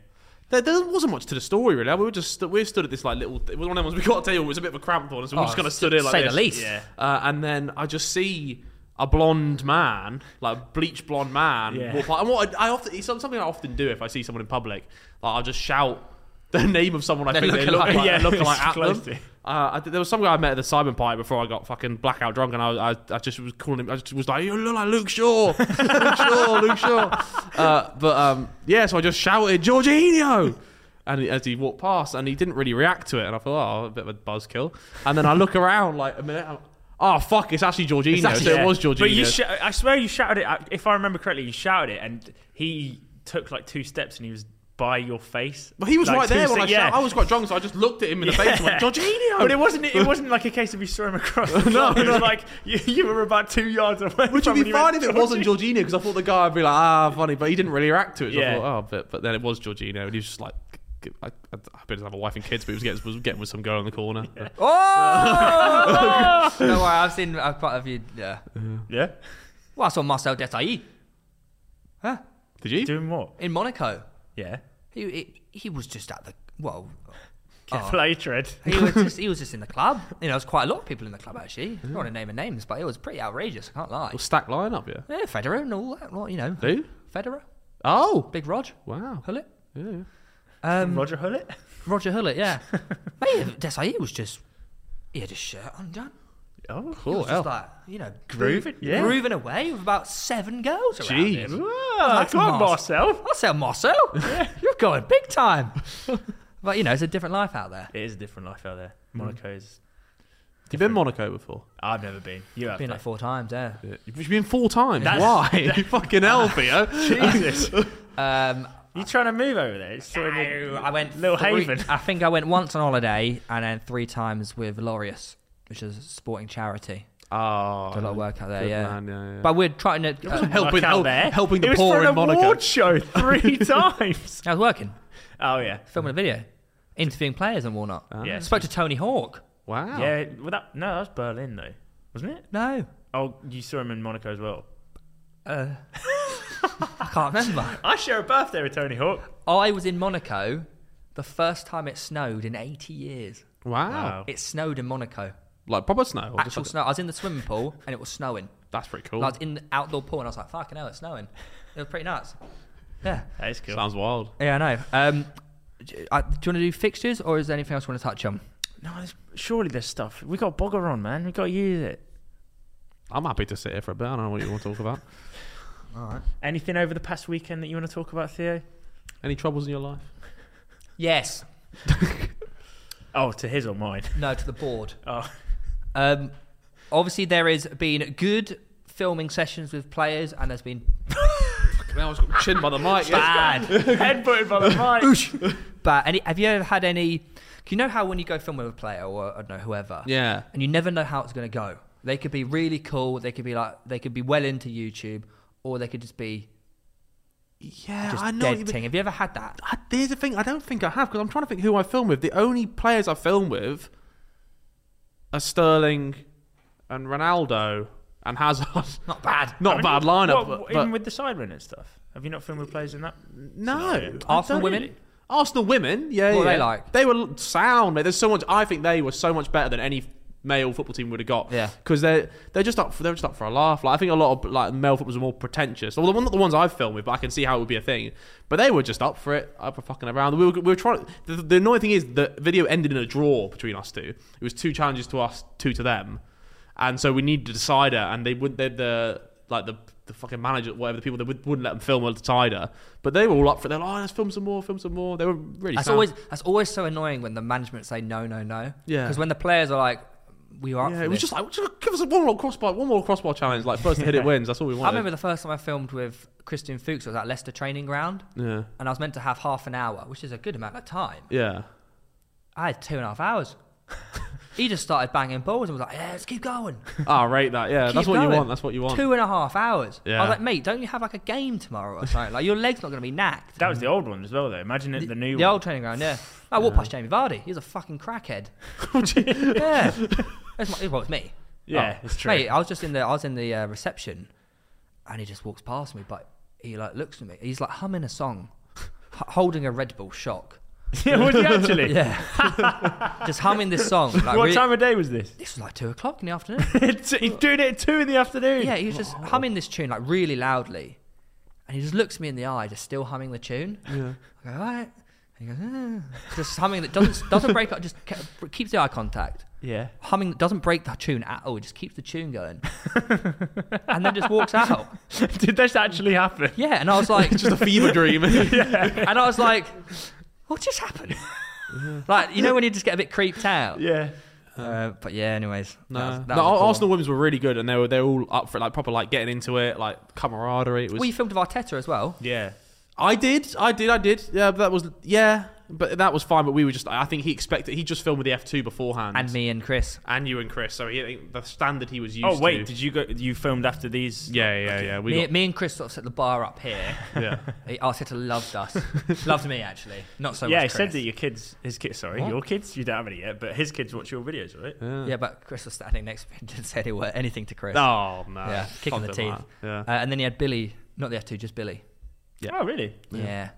There, there wasn't much to the story really. We were just stu- we stood at this like little. It was one of them ones we got a table. It was a bit of a cramped one, so we
Oh,
just kind of
to
stood here like
say the
this.
least.
Yeah.
Uh, and then I just see a blonde man, like a bleach blonde man,
Yeah.
walk by. And what I, I often it's something I often do if I see someone in public, like I'll just shout the name of someone I
They
think they
look
look
alike.
like,
Yeah,
yeah, look like
it's
at
close
them.
to.
Uh, I, did- there was some guy I met at the Simon Pie before I got fucking blackout drunk, and I, was- I, I just was calling him. I just was like, "You look like Luke Shaw, Luke Shaw, Luke Shaw." Uh, but um, yeah, so I just shouted, "Jorginho!" And he- as he walked past, and he didn't really react to it, and I thought, "Oh, a bit of a buzzkill." And then I look around like a minute. I'm, oh fuck! It's actually Jorginho.
actually-
so
Yeah.
it was Jorginho.
But you sh- I swear you shouted it. out- If I remember correctly, you shouted it, and he took like two steps, and he was by your face.
But he was
Like,
right
two
there when
se-
I
yeah.
shouted. I was quite drunk, so I just looked at him in the face and went, Jorginho!
But it wasn't. It wasn't like a case of you saw him across. The no,
No,
it was
no.
like you, you were about two yards away.
Which
from
would
when
be
you went,
fine if it wasn't Jorginho, because I thought the guy would be like, ah, funny, but he didn't really react to it. So
Yeah.
I thought, oh, but, but then it was Jorginho, and he was just like, "G- I, I, I better have a wife and kids, but he was getting, was getting with some girl in the corner.
Oh! Don't worry, I've seen uh, quite a few. Yeah.
Yeah,
Well, I saw Marcel Desailly
Did you?
doing what?
in Monaco.
Yeah,
He, he, he was just at the. Well, oh,
play tread.
he was, just, he was just in the club. You know, there's quite a lot of people in the club, actually. I don't want to name names, but it was pretty outrageous, I can't lie.
Well, stack line up, yeah.
Yeah, Federer and all that, well, you know.
Who?
Federer,
Oh!
Big Rog,
Wow.
Hullet.
Yeah.
Um,
Roger Hullett.
Roger Hullet, yeah. Mate, Desailly was just. He had his shirt undone.
Oh,
He
Cool.
was just
hell.
like, you know,
Grooving, yeah.
grooving away with about seven girls around
Jeez.
him.
Ah,
That's
come on,
Mars.
Marcel.
I'll say Marcel. You're going big time. but you know, it's a different life out there.
It is a different life out there. Monaco is.
You've been Monaco before?
Uh,
I've never been. You have
Been
been
like four times, yeah.
You've been four times.
That's-
Why? You fucking hell, Theo.
Jesus.
Um,
you trying to move over there? It's sort of a-
I went
Little
three-
Haven.
I think I went once on holiday and then three times with Laureus, which is a sporting charity.
Oh,
Did a lot of work out there,
good
yeah.
man, yeah, yeah.
But we're trying to uh,
help- Helping-
Work out
help-
there.
helping the
it was
poor
for an
in Monaco.
award show three times.
I was working,
Oh yeah,
filming a video, interviewing players and whatnot.
Ah.
Yeah.
Spoke to Tony Hawk.
wow.
yeah. Well, that, no, that was Berlin though, wasn't it?
No,
Oh, you saw him in Monaco as well.
I can't remember.
I share a birthday with Tony Hawk.
I was in Monaco the first time it snowed in 80 years.
Wow.
Wow.
It snowed in Monaco.
Like proper snow. or Oh. just
Actual
like-
snow. I was in the swimming pool and it was snowing.
That's pretty cool.
And I was in the outdoor pool and I was like, fucking hell, it's snowing. It was pretty nuts. Yeah.
That is cool.
Sounds wild.
Yeah, I know. Um, d- I- do you want to do fixtures or is there anything else you want to touch on?
no, there's, surely there's stuff. We got Bogger on, man. We got to use it.
I'm happy to sit here for a bit. I don't know what you want to talk about.
Anything over the past weekend that you want to talk about, Theo?
Any troubles in your life?
Yes.
Oh, to his or mine.
No, to the board.
Oh.
Um, obviously, there has been good filming sessions with players and there's been
I always got chinned by the mic.
bad.
Headbutted by the mic.
but any, have you ever had any? Do you know how when you go film with a player or I don't know whoever?
Yeah.
and you never know how it's going to go. They could be really cool. They could be like they could be well into YouTube, or they could just be
Yeah,
just
I know. what
dead
you mean.
ting. Have you ever had that?
I, there's a thing I don't think I have because I'm trying to think who I film with. The only players I film with are Sterling and Ronaldo and Hazard.
Not bad.
Not
Haven't
bad
you- What,
lineup. but-
even
but-
with the sidemen and stuff. Have you not filmed with players in that?
no, I don't
Arsenal women?
really. Arsenal women, yeah.
What were
yeah.
they like?
They were sound. Mate. There's so much. I think they were so much better than any male football team would have got.
Yeah.
because they're they're just up. For, they're just up for a laugh. Like I think a lot of like male footballers are more pretentious. Although well, not the ones I've filmed with, but I can see how it would be a thing. But they were just up for it, up for fucking around. We were, we were trying. The, the annoying thing is the video ended in a draw between us two. It was two challenges to us, two to them, and so we needed to decide it. And they wouldn't. They, the like the the fucking manager, whatever the people that would, wouldn't let them film a decider, but they were all up for it. They're like, oh, let's film some more, film some more. They were really.
That's
sound.
always that's always so annoying when the management say no, no, no.
Yeah.
Because when the players are like, we are. up
Yeah,
for
it was
this.
just like just give us one more crossbar, one more crossbar challenge. Like first to hit it wins. That's all we wanted.
I remember the first time I filmed with Christian Fuchs I was at Leicester training ground,
Yeah,
and I was meant to have half an hour, which is a good amount of time.
yeah.
I had two and a half hours. he just started banging balls and was like, yeah, let's keep going.
Ah, rate that. Yeah,
Keep
that's what you
going.
want. That's what you want.
Two and a half hours. I
Yeah.
was like, mate, don't you have like a game tomorrow or something? Like your leg's not going to be knacked.
That was the old one as well, though. Imagine it, the, new
The
one.
old training ground, yeah. I walked past Jamie Vardy. He was a fucking crackhead.
Oh,
yeah, it's my, well, it's me.
yeah, Oh, it's true.
Mate, I was just in the I was in the uh, reception, and he just walks past me, but he like looks at me. He's like humming a song, h- holding a Red Bull shock.
yeah, was he actually?
Yeah, just humming this song. Like,
What
really-
time of day was this?
This was like two o'clock in the afternoon.
He's doing it at two in the afternoon.
Yeah, he was just humming this tune like really loudly, and he just looks me in the eye, just still humming the tune. Yeah. I go, all right. And he goes, "Ah." just humming that doesn't doesn't break up, just ke- keeps the eye contact.
Yeah.
Humming that doesn't break the tune at all, just keeps the tune going, and then just walks out.
Did this actually happen?
Yeah, and I was like,
Just a fever dream.
and I was like, what just happened? like you know when you just get a bit creeped out.
Yeah.
Uh, but yeah, anyways.
No,
that was- that
no
was a
Ar-
cool one.
Arsenal women's were really good, and they were they were all up for it, like proper like getting into it, like camaraderie. It was,
Well, you filmed with Arteta as well.
Yeah.
I did, I did, I did. Yeah, but that was yeah, but that was fine. But we were just, I think he expected he just filmed with the F two beforehand,
And me and Chris.
and you and Chris. So he, the standard he was used.
Oh wait,
to.
did you go? You filmed after these?
yeah, yeah, yeah. We
Me,
got,
me and Chris sort of set the bar up here.
yeah.
He- Arteta loved us. loved me, actually. Not so
Yeah,
much.
he said
Chris.
that your kids, his kids, sorry, your kids, you don't have any yet, but his kids watch your videos, right?
Yeah, but Chris was standing next to me and didn't say any word, anything to Chris.
Oh no,
Yeah, kick in the
Something
teeth.
like that.
Uh,
Yeah,
and then he had Billy, not the F2, just Billy.
Oh, really?
Yeah. Yeah,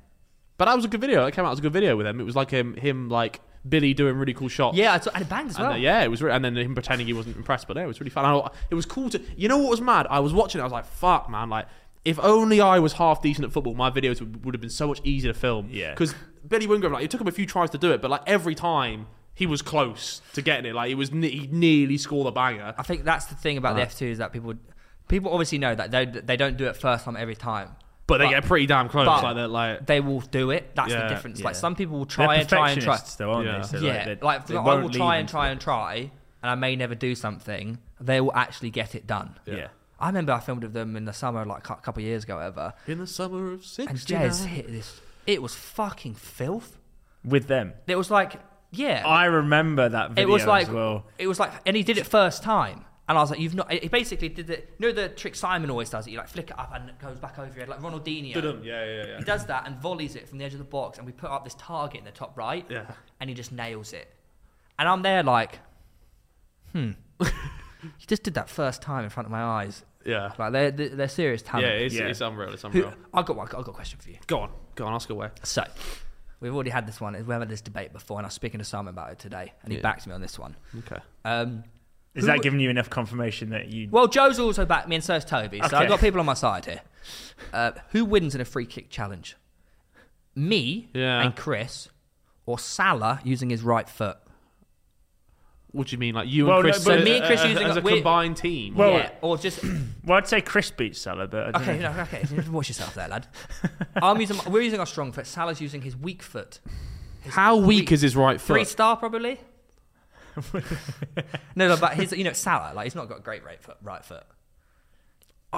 but that was a good video. That came out as a good video with him. It was like him, him like Billy doing really cool shots.
I saw, and it banged as
And
well.
uh, yeah, it was, re- and then him pretending he wasn't impressed, but yeah, it was really fun. I, it was cool to, you know, what was mad? I was watching, it, I was like, fuck, man, like if only I was half decent at football, my videos would, would have been so much easier to film.
Yeah.
because Billy Wingrove, like, it took him a few tries to do it, but like every time he was close to getting it, like he was, ne- he nearly scored a banger.
I think that's the thing about
Right.
the F2 is that people people obviously know that they, they don't do it first time every time.
But they
But-
get pretty damn close,
but-
like that, like
They will do it. That's
Yeah,
the difference. Like
yeah.
some people will
They're
try and try and try.
perfectionists though, aren't
Yeah.
they? So,
yeah,
they-
like,
they
I
won't
will
leave
try and
until-
try and try, and I may never do something. They will actually get it done.
Yeah.
I remember I filmed with them in the summer, like a couple of years ago, ever.
in the summer of
And
sixty.
Jez hit this. It was fucking filth.
With them.
It was like, yeah,
I remember that video
it was like,
as well.
it was like, and he did it first time, And I was like, you've not. It basically did the. You know the trick Simon always does? That you like flick it up and it goes back over your head, like Ronaldinho.
Dudum. Yeah, yeah, yeah.
He does that and volleys it from the edge of the box, and we put up this target in the top right,
Yeah.
and he just nails it. And I'm there like, hmm. you just did that first time in front of my eyes.
Yeah.
Like they're they're, they're serious talent.
Yeah, it's,
Yeah.
it's unreal. It's
Who-
unreal.
I got one. I got a question for you.
Go on, go on, ask away.
So, we've already had this one. We've had this debate before, and I was speaking to Simon about it today, and he
Yeah.
backed me on this one.
Okay.
Um,
Is that giving you enough confirmation that you?
well, Joe's also backed me, and so's Toby. So
Okay.
I've got people on my side here. Uh, who wins in a free kick challenge? Me
Yeah.
and Chris, or Salah using his right foot?
What do you mean, like you
Well,
and
no,
Chris?
but-
as-
me and Chris
as-
using
as a
a- we-
combined team.
Well-
yeah, or just
Well, I'd say Chris beats Salah, but I don't
okay,
know.
no, okay. Watch yourself there, lad. I'm using. We're using our strong foot. Salah's using his weak foot.
how weak
Three-
is his right
Three
foot?
star probably. no, no, but his, you know, Salah, like he's not got a great right foot. Right foot.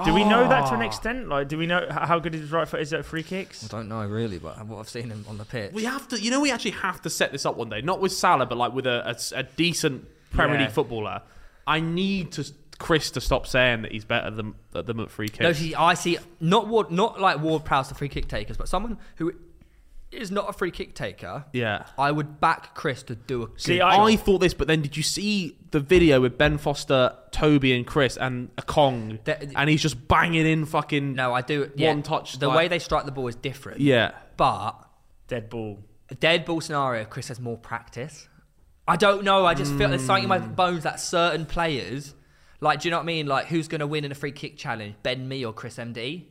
Do we know that to
Ah.
Ah.
an extent? Like, do we know h- how good his right foot is at free kicks?
I don't know really, but what I've seen him on the pitch.
we have to, you know, we actually have to set this up one day, not with Salah, but like with a, a s- a decent Premier
Yeah.
League footballer. I need to Chris to stop saying that he's better than at them at free kicks.
no, see, I see not Ward, not like Ward Prowse, the free kick takers, but someone who is not a free kick taker.
yeah.
I would back Chris to do a. Good
See,
I,
I-
thought this, but then did you see the video with Ben Foster, Toby, and Chris and a Kong,
That-
and he's just banging in fucking
no, I do. Yeah,
one touch.
The
like-
way they strike the ball is different.
yeah,
but
Dead ball.
a dead ball scenario, Chris has more practice. I don't know. I just feel there's something in my
Mm.
bones that certain players, like, do you know what I mean? Like, who's going to win in a free kick challenge? Ben Me or Chris MD?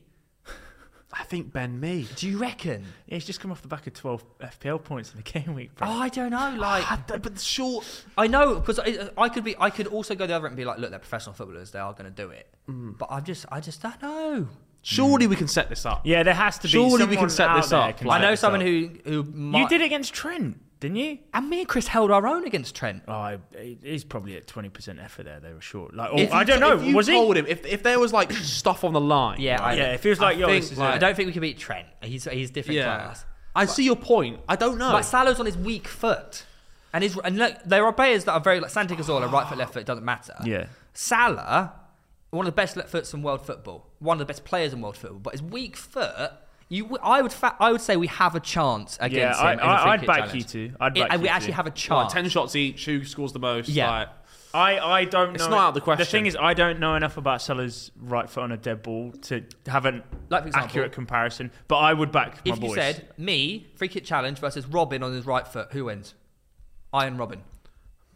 I think Ben me.
Do you reckon?
Yeah, he's just come off the back of 12 FPL points in the game week, bro.
Oh, I don't know. Like, Mm.
I, but sure,
I know because I, I could be, I could also go the other end and be like, look, they're professional footballers. They are going to do it. But I just, I just don't know.
surely we can set this up.
yeah, there has to be.
Surely we
someone
can set
out
this
there
up.
can
I
Like-
set
know
this
someone
up.
who, who might,
You did it against Trent, didn't you?
and me and Chris held our own against Trent.
Oh, I- he's probably at 20% effort there. They were short. Like,
If
or, I
you-
don't know.
If you
Was
told
he?
him if, if there was like stuff on the line,
Yeah, I,
Yeah, it feels like, yo,
think,
this is
like-
I don't think we could beat Trent. He's, he's different class.
I see your point. I don't know.
But Salah's on his weak foot. And his and look, there are players that are very like Santi Cazorla, right foot, left foot, doesn't matter.
Yeah.
Salah, one of the best left foots in world football, one of the best players in world football, but his weak foot. You, w- I would, fa- I would say we have a chance
yeah,
against
I,
him. in the free
I, I'd
kick
back
challenge.
you two. I'd
It-
back
and
you
we
two.
actually have a
Like,
chance.
ten shots each. Who scores the most?
Yeah.
like-
I, I don't
It's
know.
not out of the
The
question.
thing is, I don't know enough about Salah's right foot on a dead ball to have an
Like, for example,
accurate comparison, but I would back my
if you
boys.
said me free kick challenge versus Robin on his right foot, who wins? I and Robin.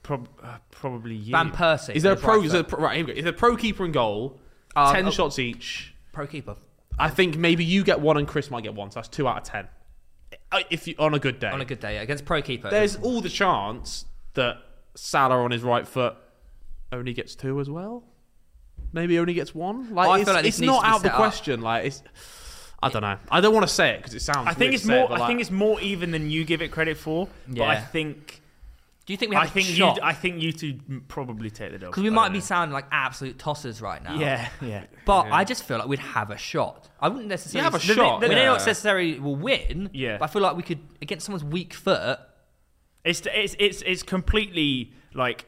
Prob- uh, probably you.
Van Persie.
is there a
on his
pro?
Right,
Is there a
foot.
pro right, here we go. Is there a pro keeper in goal?
Um,
ten
oh.
shots each.
pro keeper
I think maybe you get one and Chris might get one. So that's two out of ten. I- If you on a good day,
on a good day against pro keeper?
there's all the chance that Salah on his right foot only gets two as well. Maybe only gets one. Like
Oh, I
it's,
feel like this
it's
needs to
not
be
out the
set up.
question. Like it's, I don't know. I don't want to say it because it sounds.
I
weird
think it's
to say it,
more.
but,
I
like,
think it's more even than you give it credit for. But I
Yeah.
think
Do you think we have
I
a
think you.
shot?
I think you two m- probably take the dog
Because we
I
might
don't
be
know.
sounding like absolute tossers right now.
Yeah, yeah.
But I just feel like we'd have a shot. I wouldn't necessarily.
You have a
the-
shot,
The, the,
yeah.
not necessarily will win.
Yeah.
But I feel like we could against someone's weak foot.
It's it's it's it's completely like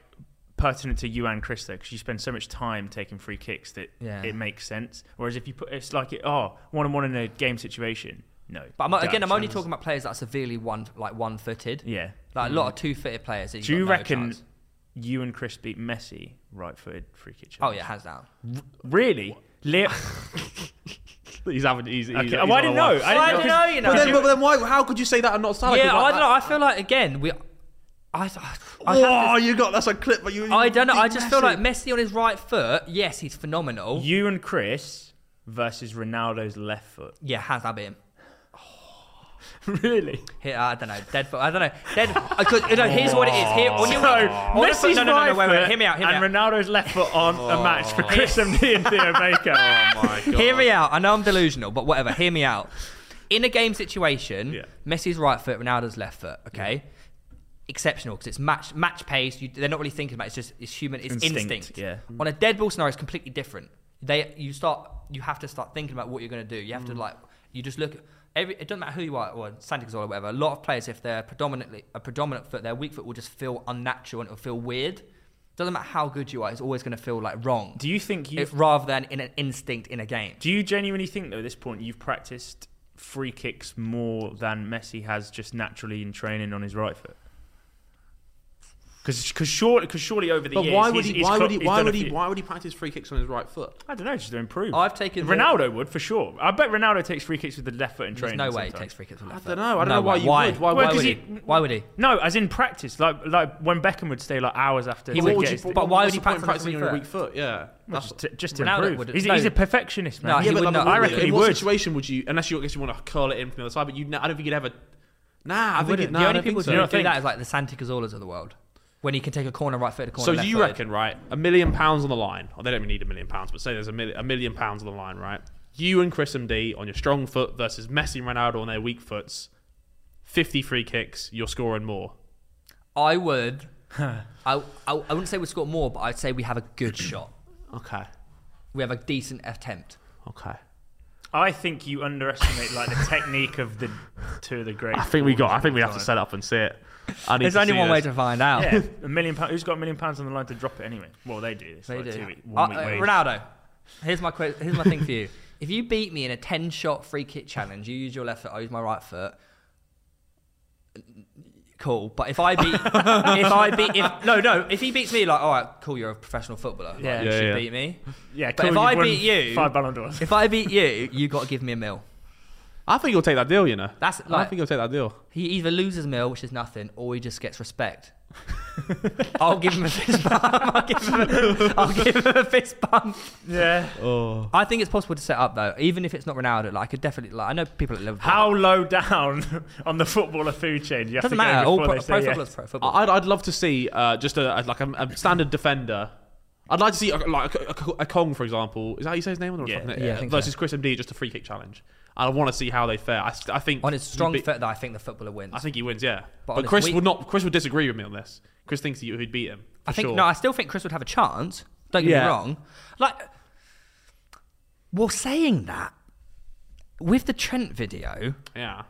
pertinent to you and Chris though, because you spend so much time taking free kicks that
Yeah.
it makes sense. Whereas if you put it's like it, oh one on one in a game situation, no.
But I'm, again, I'm only
Chance.
talking about players that are severely one like one footed.
Yeah.
Like a lot of two footed players. that
Do
you've
you
got no
reckon
chance.
you and Chris beat Messi right footed free kick?
Oh
challenge?
yeah, hands down.
really? Leo-
he's having. He's, he's,
okay.
he's
oh, I
on
didn't
a
know.
one.
Well, I
I
don't
didn't
know,
know.
you know.
But then,
you-
but then why? How could you say that and not Salah? 'Cause,
yeah, I
like,
don't know. I feel like again we. I. I have
Whoa,
this-
you got that's a clip. But you,
I don't know.
you
I just feel like
massive-
Messi on his right foot. Yes, he's phenomenal.
You and Chris versus Ronaldo's left foot.
yeah, hands down, beat him.
really?
Here, I don't know. Dead foot. I don't know. Dead. I could, no, here's what it is. Here, on your,
So,
on the foot-
Messi's
no, no, no, no,
right
wait, wait,
foot
Hear me out. Hear me
and
out.
Ronaldo's left foot on a match for Chris MD and Theo Baker.
my God.
Hear me out. I know I'm delusional, but whatever. Hear me out. In a game situation,
Yeah.
Messi's right foot, Ronaldo's left foot. Okay, exceptional because it's match match pace. You, they're not really thinking about it. It's just it's human. It's instinct.
Instinct, yeah.
On a dead ball scenario, it's completely different. They you start you have to start thinking about what you're going to do. You have to
Mm.
like you just look. Every, it doesn't matter who you are or Santa Claus or whatever. A lot of players, if they're predominantly a predominant foot, their weak foot will just feel unnatural and it'll feel weird. Doesn't matter how good you are, it's always going to feel like wrong.
Do you think you
if, rather than in an instinct in a game.
do you genuinely think though at this point you've practiced free kicks more than Messi has just naturally in training on his right foot? Because surely, cause surely over the
But
years,
why
he's-
would he?
he's
Why
cl-
would he?
he's
Why
done a
would he?
few-
Why would he practice free kicks on his right foot?
I don't know, just to improve.
I've taken more-
Ronaldo would for sure. I bet Ronaldo takes free kicks with the left foot in
There's
training.
no way he
sometimes.
takes free kicks with left
I don't
foot.
know. I don't
No
know why
way.
you would. Why-
Well,
why
'cause
would
he-
he? Why would he?
No, as in practice, like like when Beckham would stay like hours after.
He
to
would
get
What would you-
his-
but why
what's
would he
the point in
practice on
practicing
his
on a
free
weak foot? Yeah, that's
just to, just to
Ronaldo
improve.
would-
He's,
no.
he's a perfectionist, man.
No, he
yeah,
would
but
not-
like,
I reckon
in
he
what
would.
situation would you? Unless you, I guess you want to curl it in from the other side, but you, I don't think you'd ever. Nah, I think it,
Wouldn't.
nah,
the
I
only
don't
people who
think so.
You
do
don't think-
that is like the Santi Cazorlas of the world, when he can take a corner right foot, a corner
So
left
you
foot.
reckon, right? A million pounds on the line. Or they don't even need a million pounds, but say there's a million, a million pounds on the line, right? You and Chris MD on your strong foot versus Messi and Ronaldo on their weak foots. 50 free kicks, you're scoring more.
I would. I, I I wouldn't say we score more, but I'd say we have a good shot.
Okay.
We have a decent attempt.
Okay.
I think you underestimate like the technique of the two of the greats.
I think we got. I think we have to
Time.
set up and see it. I need
There's
to
only
see
one
this.
way to find out.
Yeah, a million pounds. Who's got a million pounds on the line to drop it anyway? Well, they do. It's
They
like
do.
Two week,
Uh,
one week
uh,
wage.
Ronaldo, here's my que- here's my thing for you. If you beat me in a ten shot free kick challenge, you use your left foot, I use my right foot. Cool, but if I beat, if I beat, if no, no, if he beats me, like, all right, cool, you're a professional footballer. Like,
Yeah.
you
Yeah,
should
yeah.
beat me.
Yeah,
But
cool,
if
you've
I
won
beat you-
five Ballon d'Ors.
If I beat you, you got to give me a mil.
I think you'll take that deal. You know.
That's
I
like-
think you'll take that deal.
He either loses a mil, which is nothing, or he just gets respect. I'll give him a fist bump. I'll give him a, I'll give him a fist bump.
Yeah.
Oh.
I think it's possible to set up though, even if it's not Ronaldo. Like, I could definitely like. I know people at Liverpool.
How low down on the footballer food chain do you have
doesn't
to go
matter. All
before
pro,
they
pro
say yes?
footballers, pro football.
I- I'd, I'd love to see uh, just a, a- like a, a standard defender. I'd like to see a, like a, a, a Kong, for example. Is that how you say his name?
Yeah.
Yeah, I think
versus
so.
Chris MD, just a free kick challenge. I want to see how they fare. I, st- I think
on his strong
he'd be-
foot, though, I think the footballer wins.
I think he wins. Yeah,
But
but,
on his
Chris
weak-
would not. Chris would disagree with me on this. Chris thinks he, he'd beat him.
I
for
think
sure.
no. I still think Chris would have a chance. Don't get
Yeah.
me wrong. Like, well, saying that with the Trent video,
yeah,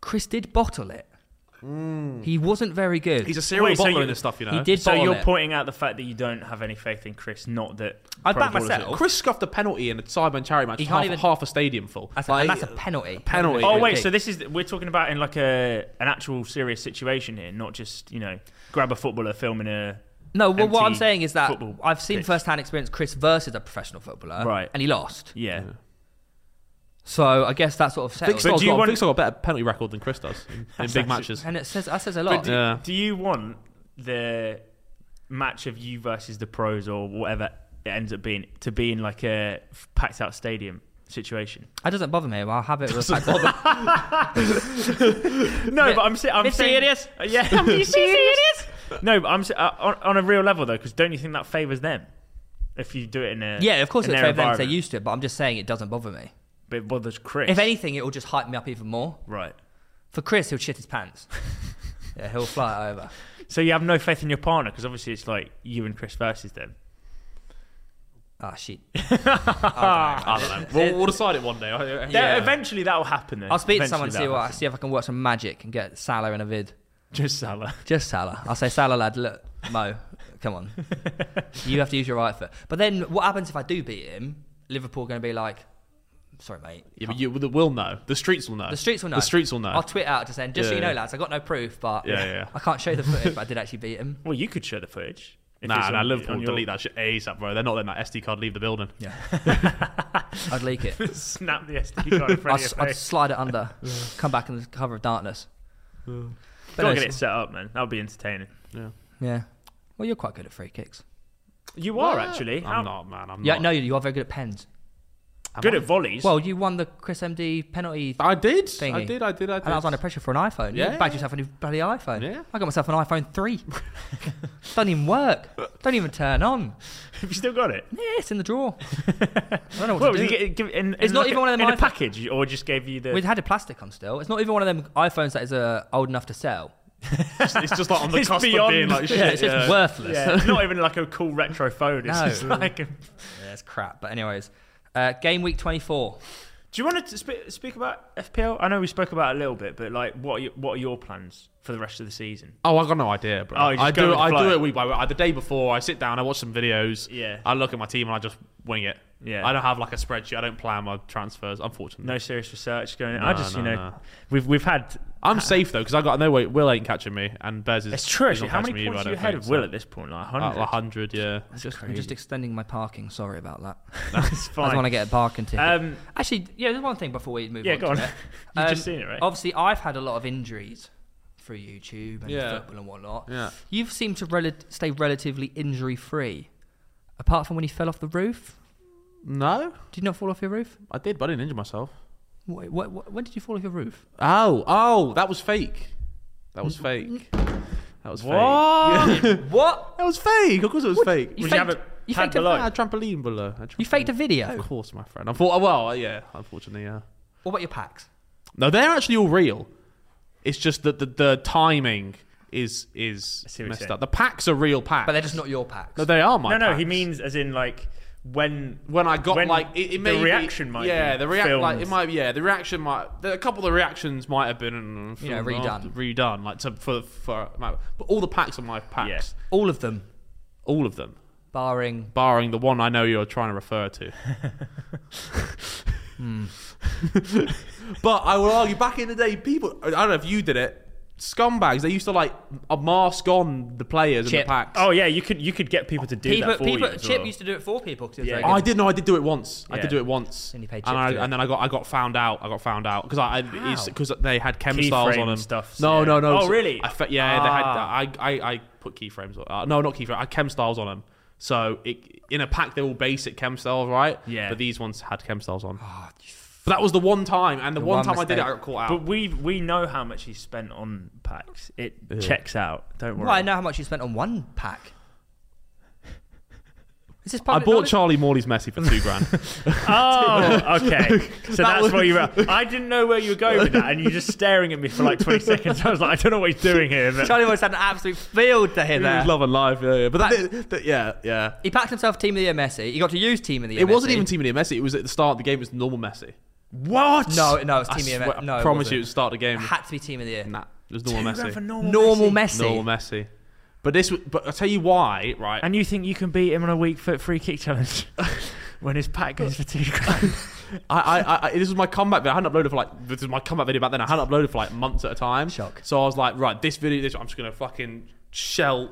Chris did bottle it.
Hmm.
He wasn't very good.
he's a serial
Wait, so
bottler
you-
in this stuff. You know,
he did
So
bottle
you're
it.
pointing out the fact that you don't have any faith in Chris, not that.
I'd
pro
back
ballers-
myself.
Chris scuffed a penalty in a sideman charity match.
He
half,
can't even-
half a stadium full.
That's a, and that's a penalty.
penalty.
Oh
Yeah,
wait, so this is we're talking about in like a an actual serious situation here, not just you know grab a footballer filming a.
No, well, what I'm
empty
saying is that
football
I've seen
pitch.
first-hand experience Chris versus a professional footballer,
Right.
And he lost.
Yeah.
So I guess that sort of settles.
But
Vixel's
do you
got,
want-
Vixel's got a better penalty record than Chris does in, in big matches.
and it says that says a
But
lot.
do,
Yeah.
do you want the match of you versus the pros or whatever it ends up being to be in like a packed out stadium situation?
That doesn't bother me. Well, I'll have it with a bother.
No, but I'm, sa- I'm
Is he
saying
serious?
Yeah, I'm being serious. No, but I'm sa- uh, on, on a real level though, because don't you think that favors them if you do it in a
yeah, of course
in
it's
their
fair them. They're
environment?
used to it, but I'm just saying it doesn't bother me.
But it bothers Chris.
If anything, it will just hype me up even more.
right.
For Chris, he'll shit his pants. yeah, he'll fly over.
So you have no faith in your partner because obviously it's like you and Chris versus them.
Ah, shit. Ah.
I don't know. We'll, we'll decide it one day. I-
Yeah. Eventually that will happen. Then.
I'll speak to someone
Eventually
and see
that'll
what
happen.
see if I can work some magic and get Salah in a vid.
Just Salah.
Just Salah. I'll say Salah lad. Look, Mo, come on. you have to use your right foot. But then what happens if I do beat him? Liverpool are going to be like, sorry mate.
Yeah, but you will know. The streets will know.
The streets will know.
The streets will know.
I'll tweet out just saying, just so you
Yeah.
know, lads, I got no proof, but
Yeah, yeah.
I can't show the footage, but I did actually beat him.
Well, you could show the footage. if
nah,
it's
nah,
on-
Liverpool
on your-
delete that shit ASAP, bro. They're not letting that SD card leave the building.
Yeah. I'd leak it.
Snap the SD card in front
I'd,
of your
I'd
face.
slide it under, come back in the cover of darkness. But
Gotta
no,
get it set up, man. That'll be entertaining.
Yeah. Well, you're quite good at free kicks.
You are actually. How-
I'm not, man. I'm
Yeah,
not.
no, you are very good at pens.
good at volleys.
Well, you won the Chris MD penalty,
I did. I
Thingy.
did. I did. I did.
and I was under pressure for an iPhone. You
Yeah.
bagged yourself a new bloody iPhone.
Yeah.
I got myself an iPhone 3. Doesn't even work. Don't even turn on.
have you still got it?
Yeah, it's in the drawer. I don't know what
What,
to
was
do.
he get, give, in, in
It's not
like
even
a-
one of them
in a
iPhone-
package, or just gave you the.
We had a plastic on still. It's not even one of them iPhones that is uh, old enough to sell.
it's just like on the
It's
cusp
beyond-
of being like shit.
Yeah, it's just
yeah.
worthless.
yeah, it's not even like a cool retro phone. It's
No.
just like. a-
Yeah, it's crap. But anyways, uh, game week 24.
Do you want to sp- speak about FPL? I know we spoke about it a little bit, but like, what are your, what are your plans for the rest of the season?
Oh, I got no idea, bro.
Oh, you just
I
go
do.
with the
I do
flow.
it week by week. I- The day before, I sit down, I watch some videos.
Yeah.
I look at my team and I just wing it.
Yeah.
I don't have like a spreadsheet. I don't plan my transfers. Unfortunately,
No serious research going. on. I
No,
just, you
no,
know,
no.
we've we've had.
I'm safe though because I got no way. Will ain't catching me, and Bez is.
It's true.
is
Actually.
not
How
catching
many
me
points
either,
are you
I
ahead
don't
of Will
think,
at this point? Like
so.
hundred.
Uh, 100, yeah.
Just, I'm just extending my parking. Sorry about that.
That's
I just
fine.
want to get a parking ticket.
Um,
Actually, yeah, there's one thing before we move
Yeah,
on.
go
to
on.
it. Um,
You've just seen it, right?
Obviously, I've had a lot of injuries through YouTube and
Yeah.
football and whatnot.
Yeah.
You've seemed to rel- stay relatively injury free, apart from when you fell off the roof.
No,
Did you not fall off your roof?
I did, but I didn't injure myself.
Wh- wh- wh- when did you fall off your roof?
Oh, oh, that was fake. That was fake. That was
What?
fake.
What?
that was fake. Of course, it was fake.
You
Would you
faked,
have a
you
pad
faked a-
below?
I had a Ah, trampoline below. I had
you faked a video.
Of course, my friend. Unfor- well, yeah, unfortunately, yeah.
What about your packs?
No, they're actually all real. It's just that the, the timing is is
see what you're
messed
saying.
up. The packs are real packs,
But they're just not your packs.
No, they are my.
no, no. He
packs.
means as in like when
when I got
when
like it, it may
the
be-
reaction might
yeah
be
the reaction like it
filmed.
might yeah the reaction might the, a couple of the reactions might have been mm,
You know,
filmed
redone.
after- redone like to for for but all the packs are my packs
Yeah.
All of them,
all of them
barring.
barring the one I know you're trying to refer to. but I will argue, back in the day, people, I don't know if you did it, scumbags, they used to like a mask on the players
Chip.
in the packs.
Oh yeah, you could you could get people to do
People,
that for
people,
you. as
Chip
well.
used to do it for people. 'cause he was
Yeah.
very
Oh, I
good.
did no, I did do it once. I
Yeah.
did do it once,
And you paid
and,
Chip
I,
to do it.
and then I got I got found out. I got found out because I because they had chem
Keyframe
styles on them.
and stuff,
no,
yeah.
no, no.
Oh,
so
really?
I fe- yeah,
Ah.
they had. I I, I put keyframes. on- Uh, no, not keyframes. I chem styles on them. So it, in a pack, they're all basic chem styles, right?
Yeah.
But these ones had chem styles on. but that was the one time, and the, one,
one
time I did it, I
mistake.
got caught out.
But we we know how much he spent on packs. It checks out. Don't worry.
Well, I know how much you spent on one pack. Is this
I
public
bought
knowledge?
Charlie Morley's Messi for two grand.
Oh, okay. So that's
was-
where you were. I didn't know where you were going with that, and you're just staring at me for like 20 seconds. I was like, I don't know what he's doing here. But
Charlie Woods had an absolute field to hit
It was
there.
love and life, yeah, yeah. But that, that yeah, yeah.
He packed himself Team of the Year Messi. He got to use Team of the Year.
It wasn't
Messi.
even Team of the Year Messi. It was at the start of the game. It was normal Messi.
what?
No, no, it
I
was Team of the
swear-
Year. No,
I
it
promise
wasn't.
you, it was start of the game.
It had to be Team of the Year.
Nah, it was normal
Grand for
Messi.
normal
Normal
Messi.
Messi.
Normal Messi. But this, was- but I'll tell you why, right?
And you think you can beat him on a weak foot free kick challenge when his pack goes for two grand?
I, I, I, this was my comeback video. I hadn't uploaded for like this was my comeback video back then. I hadn't uploaded for like months at a time.
Shock.
So I was like, right, this video, this I'm just gonna fucking shell,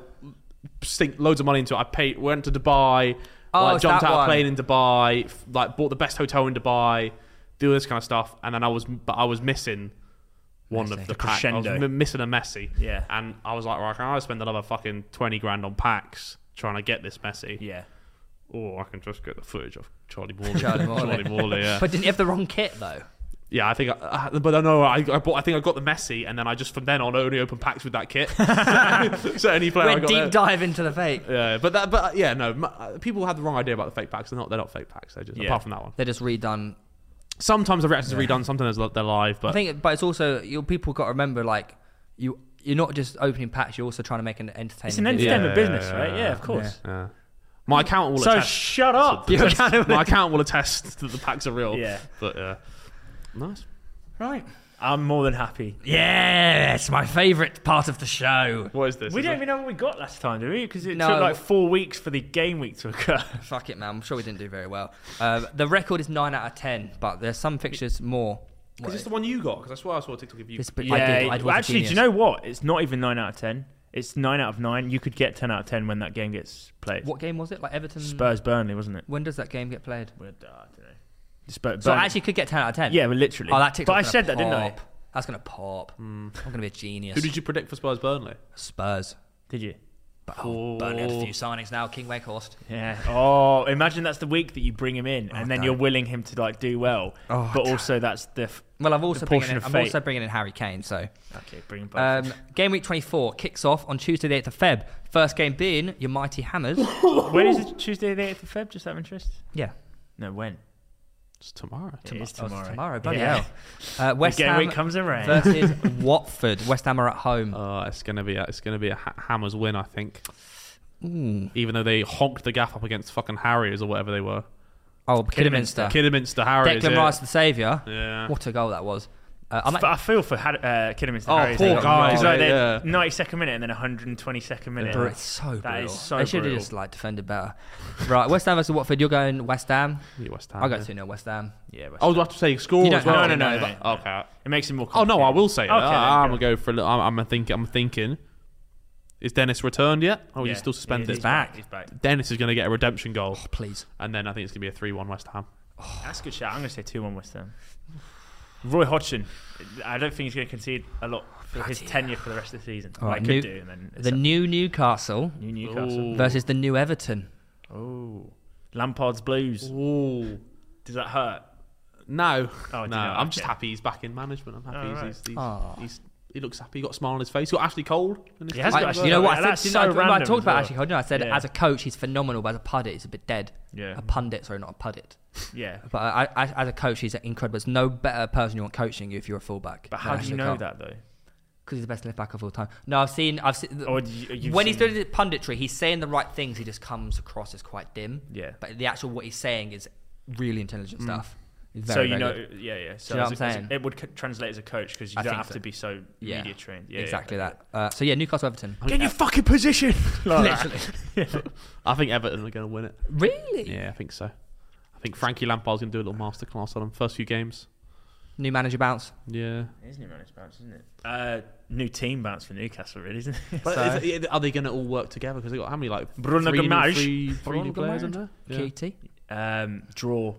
sink loads of money into it. I paid, went to Dubai,
Oh,
like
it's
jumped
that
out of a
one.
plane in Dubai, f- like bought the best hotel in Dubai, do all this kind of stuff, and then I was, but I was missing. One of the pack. I was
crescendo.
m- missing a Messi.
Yeah.
And I was like, right, can I spend another fucking 20 grand on packs trying to get this Messi?
yeah.
Or I can just get the footage of Charlie Morley.
Charlie Morley.
Morley, yeah.
But didn't he have the wrong kit though?
Yeah, I think, I, I- but I know I, I bought. I think I got the Messi, and then I just from then on only open packs with that kit. so any player I
Went
got,
deep
there-
dive into the fake.
Yeah, but that, but yeah, no. m- uh, People have the wrong idea about the fake packs. They're not. They're not fake packs. They're just
Yeah.
apart from that one.
They're just redone.
Sometimes the reactions are redone. Sometimes they're live. But
I think, but it's also you people got to remember like you you're not just opening packs. You're also trying to make an entertaining.
It's an
video.
entertainment
Yeah.
business, right? Yeah, of course.
yeah. my account will
So
attest.
shut up.
my account- my account will attest that the packs are real.
Yeah.
but yeah, nice.
right?
I'm more than happy.
Yeah, it's my favourite part of the show.
What is this?
We
Is
don't
it-
even know what we got last time, do we? Because it
No.
took like four weeks for the game week to occur.
Fuck it, man. I'm sure we didn't do very well. Um, the record is nine out of ten, but there's some fixtures more.
Is this the one you got? Because I swear I saw a TikTok of you.
This bit-
Yeah,
I did. I
it-
was a
actually, do you
genius.
know what? It's not even nine out of ten. It's nine out of nine. You could get ten out of ten when that game gets played.
what game was it? Like Everton.
Spurs Burnley, wasn't it?
When does that game get played?
Well, uh, I don't know. Spurs,
So I
Burnley-
actually could get ten out of ten.
yeah, well, literally.
Oh, that Hmm. TikTok's
But I
gonna
said that, didn't I?
pop. That's gonna pop. I'm gonna be a genius.
Who did you predict for Spurs Burnley?
Spurs.
Did you?
But oh, Burnley had a
Oh.
few signings now. King Wakehorst.
Yeah. Oh, imagine that's the week that you bring him in, and then
damn.
you're willing him to like do well.
Oh,
but also that's the. F-
Well, I've also
The
bringing
portion
in,
of
I'm
fate.
also bringing in Harry Kane. So
okay, bring him back.
um, game week 24 kicks off on Tuesday the 8th of Feb. First game being your mighty Hammers.
when is it? Tuesday the eighth of Feb. Just out of interest.
yeah.
No, when?
It's tomorrow.
It is
Oh, it's
tomorrow.
tomorrow, bloody
Yeah.
hell. Uh, West
game
Ham
week comes around. Oh,
versus Watford. West Ham are at home.
Uh, it's gonna be a, it's gonna be a ha- Hammers win, I think.
Ooh.
Hmm. Even though they honked the gaff up against fucking Harriers or whatever they were.
Oh, Kidderminster.
Kidderminster, Harry.
Declan Rice, the saviour.
Yeah.
What a goal that was. Uh, I'm
But I feel for Had- uh, Kidderminster.
Oh,
Harry's
poor
they got-
guy.
It's like
Yeah.
they're 92nd minute and then 122nd minute.
Bru- it's so
That
brutal.
is so
they should have
brutal.
just like defended better. right, West Ham versus Watford. You're going West Ham.
Yeah, West Ham.
I go
yeah.
two 0 West Ham. Yeah. West
I was about to say score
You
as
don't-
well.
no, no, Oh, no,
but-
no.
Okay.
It makes it more.
Oh no, I will say
complicated.
that.
Okay, then,
Ah,
I'm
go.
gonna go for. A little, I'm, I'm thinking. I'm thinking. Is Dennis returned yet? Oh, he's
Yeah,
still suspended.
He's back. He's back.
Dennis is going to get a redemption goal,
Ham. Oh, Please.
and then I think it's going to be a three-one West Ham.
That's a good shout. I'm going to say 2 1 West Ham. Roy Hodgson. I don't think he's going to concede a lot for his tenure for the rest of the season.
All
Well,
right,
he
new-
could do. And then it's
The
up.
new Newcastle
new Newcastle.
versus the new Everton.
Oh. Lampard's Blues.
Ooh.
Does that hurt?
No.
Oh, I
no.
didn't know.
I'm just
Okay.
happy he's back in management. I'm happy
Oh,
he's,
right.
he's, he's,
Aw.
he's- he looks happy. He got a smile on his face. He got Ashley Cole. In his
He has
team
got
as
Ashley
well.
you know
Cole.
what? I,
That's
said,
so
I, I
random
talked
as
about
well.
Ashley Hodgson. I said
Yeah.
as a coach he's phenomenal, but as a pundit he's a bit dead.
Yeah.
A pundit, sorry, not a pundit.
Yeah.
But I, I, as a coach he's incredible. There's no better person you want coaching you if you're a fullback.
But how do you know that, though?
Because he's the best left back of all time. No, I've seen. I've seen.
Or Oh, you- you've
when he's
seen-
doing the punditry, he's saying the right things. He just comes across as quite dim.
Yeah. Mm.
But the actual what he's saying is really intelligent stuff. He's
so
very,
you
very
know,
good.
yeah, yeah. So
Do you know what I'm
as a- as a-
saying?
it would c- translate as a coach because you
I
don't
think
have
so.
to be so
Yeah.
media trained. Yeah,
exactly that. Uh, so yeah, Newcastle Everton.
Get in your fucking position. Like that.
Literally.
I think Everton are going to win it.
really?
Yeah, I think so. I think Frankie Lampard's going to do a little masterclass on him. First few games.
New manager bounce.
Yeah.
Is new managed bounce, isn't it? Uh, new team bounce for Newcastle, really, isn't it?
But
So-
is it- are they going to all work together? Because they got how many like
Bruno
three, new-
Guimaraes.
three, three new
Bruno
players in
Guimaraes.
there? Yeah.
Kitty.
um, draw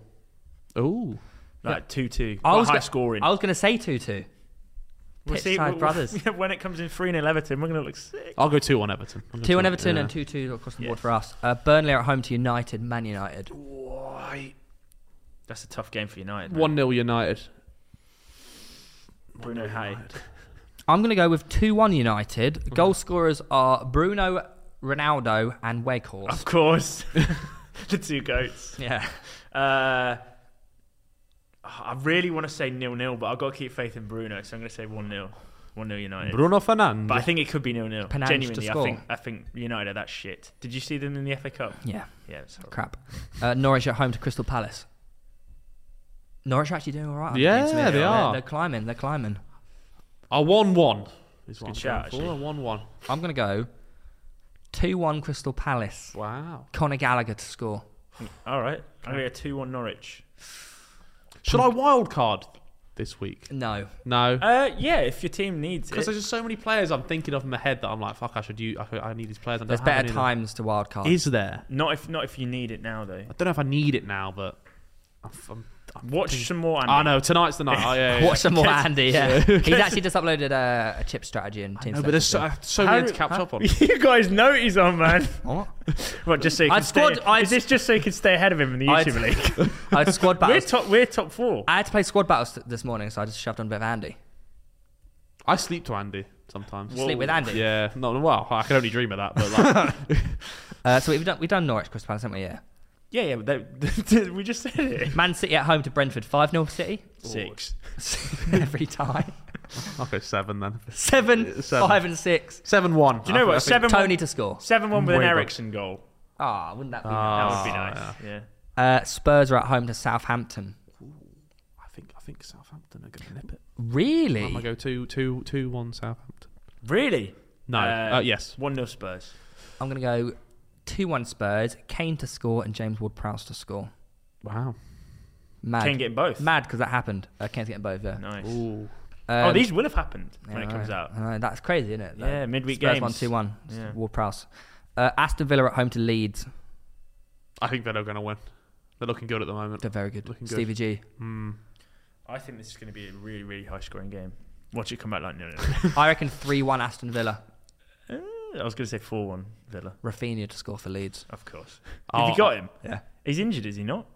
Ooh.
like two two.
I
Quite
was
high
go-
scoring.
I was going to say two two.
We'll see-
Pittside
we'll-
brothers.
yeah, when it comes in three 0 Everton, we're gonna look sick.
I'll go two on Everton. I'm gonna
Two on
go-
Everton
yeah.
and two two across the
Yeah.
board for us. Uh, Burnley are at home to United. Man United.
That's a tough game for United. man.
One 0 United.
Bruno Hay.
I'm going to go with two one United. Goal scorers are Bruno Ronaldo and Weghorst.
Of course, the two goats.
Yeah.
Uh, I really want to say nil nil, but I've got to keep faith in Bruno, so I'm gonna say one 0 one 0 United.
Bruno Fernandes.
But I think it could be nil nil.
Penalty to
Genuinely, I
score.
think I think United are that shit. Did you see them in the FA Cup?
Yeah.
Yeah, it's horrible.
Crap. Uh, Norwich at home to Crystal Palace. Norwich are actually doing all right. under
Yeah,
Dean Smith.
they
They're-
are.
They're climbing. They're climbing.
a one one. Is what
Good
I'm
shout,
going for.
actually.
A one one.
I'm going to go two one Crystal Palace.
Wow.
Conor Gallagher to score.
All right, I'm gonna go two one Norwich.
Should I wild card this week?
No.
No.
Uh, yeah, if your team needs
Because
it.
there's just so many players I'm thinking of in my head that I'm like, fuck, I should use. I, could- I need these players. I don't
There's
have
better
any now.
times to wildcard.
Is there?
Not if not if you need it now though.
I don't know if I need it now, but I'm. I'm, I'm
Watch some more. Andy.
I know tonight's the night. Oh, yeah, yeah, yeah.
Watch some more Andy. Yeah. He's actually just uploaded a, a chip strategy and team.
No, but there's so, I
selection
have so
How
many
do-
to catch up on.
You guys know he's on, man.
stuff.
what? Just so you
I'd
can stay.
squad- I'd-
Is this just so you can stay ahead of him in the
I'd-
YouTube league?
I had squad
we're
battles.
top. We're top four.
I had to play squad battles th- this morning, so I just shoved on a bit of Andy.
I sleep to Andy sometimes.
Sleep with Andy.
Yeah, no, well, I can only dream of that. But like,
Uh, so we've done we've done Norwich, Crystal Palace, haven't we? Yeah.
Yeah, yeah. but That, we just said it.
Man City at home to Brentford, five 0 City
Six.
every time.
I'll go seven then.
Seven,
Seven.
five, and six.
Seven one.
Do you know what? Seven.
Tony to score.
Seven one with an
Way back. Ah.
Ericsson goal.
Ah, wouldn't that be?
That
nice?
would be nice. Yeah.
Uh, Spurs are at home to Southampton.
I think I think Southampton are going to nip it.
Really?
Oh
I'm going to go two two two one Southampton.
Really?
No. Uh, yes.
One 0 Spurs.
I'm gonna go two one Spurs. Kane to score and James Ward Prowse to score.
Wow.
Mad.
Kane getting both.
Mad because that happened. Uh, Kane's getting both. Yeah.
Nice.
Ooh.
oh,
Um,
these will have happened
yeah,
when
I
it comes
know.
out.
I know, that's crazy, isn't it?
Yeah, midweek
Spurs
games.
one two one.
Yeah.
Ward Prowse. Uh, Aston Villa at home to Leeds.
I think they're going to win. They're looking good at the moment.
They're very good.
Looking good.
Stevie G.
I think this is going to be a really, really high scoring game. Watch it come out like no, no.
I reckon three one Aston Villa.
no. I was going to say four one Villa.
Rafinha to score for Leeds.
Of course.
Oh.
Have you got him?
Yeah.
He's injured, is he not?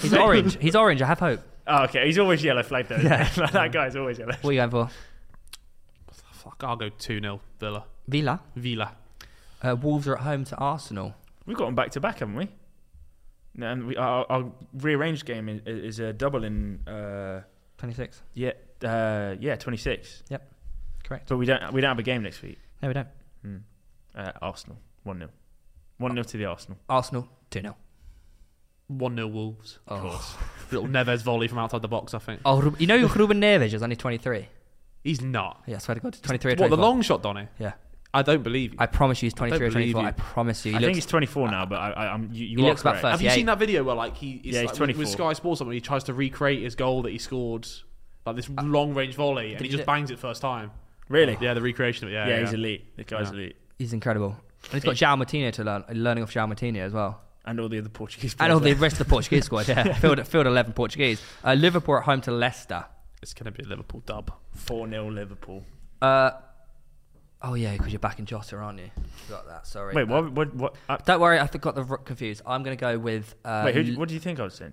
He's orange. He's orange. I have hope.
Oh, okay. He's always yellow flag though. Yeah. that guy's always yellow.
What are you going for?
Fuck. I'll go two 0 Villa.
Villa.
Villa.
Uh, Wolves are at home to Arsenal.
We've got him back to back, haven't we? No, And we, our, our rearranged game is, is a double in uh,
26.
yeah uh, yeah twenty six.
Yep. Correct.
But we don't we don't have a game next week.
No, we don't.
Uh, Arsenal one 0 one 0 to the Arsenal.
Arsenal 2 0.
One 0 Wolves.
Of
Oh.
course.
Little Neves volley from outside the box. I think
Oh, Ru- you know Ruben Neves is only 23.
he's not.
Yeah, I swear to God, 23 or
What the
24.
long shot, Donny?
Yeah,
I don't believe you.
I promise you, he's 23 or
believe
24.
you.
I promise you. He
I
looks,
think he's 24 now, but I, I, I'm, you, you
He
are
looks about
correct.
Have you
38.
seen that video where like he is
Yeah, he's
like, with- with
24.
Sky Sports or something? He tries to recreate his goal that he scored, like this
Uh,
long range volley, and he
he
just
do-
bangs it first time.
Really?
Yeah, the recreation of it. Yeah,
Yeah, he's elite. The guy's
Yeah.
elite,
he's incredible. And he's got João Martino to learn, learning off João Martino as well.
and all the other Portuguese.
And all Oh, the
players.
rest of the Portuguese squad, yeah. Field, field 11 Portuguese. Uh, Liverpool at home to Leicester.
It's gonna be a Liverpool dub.
4 0 Liverpool.
Uh, oh, yeah, because you're back in Jota, aren't you? Got that, sorry.
Wait,
Uh,
what? What? what uh,
Don't worry, I got the r- confused. I'm going to go with. Uh,
wait, who,
L-
do- what do you think I was saying?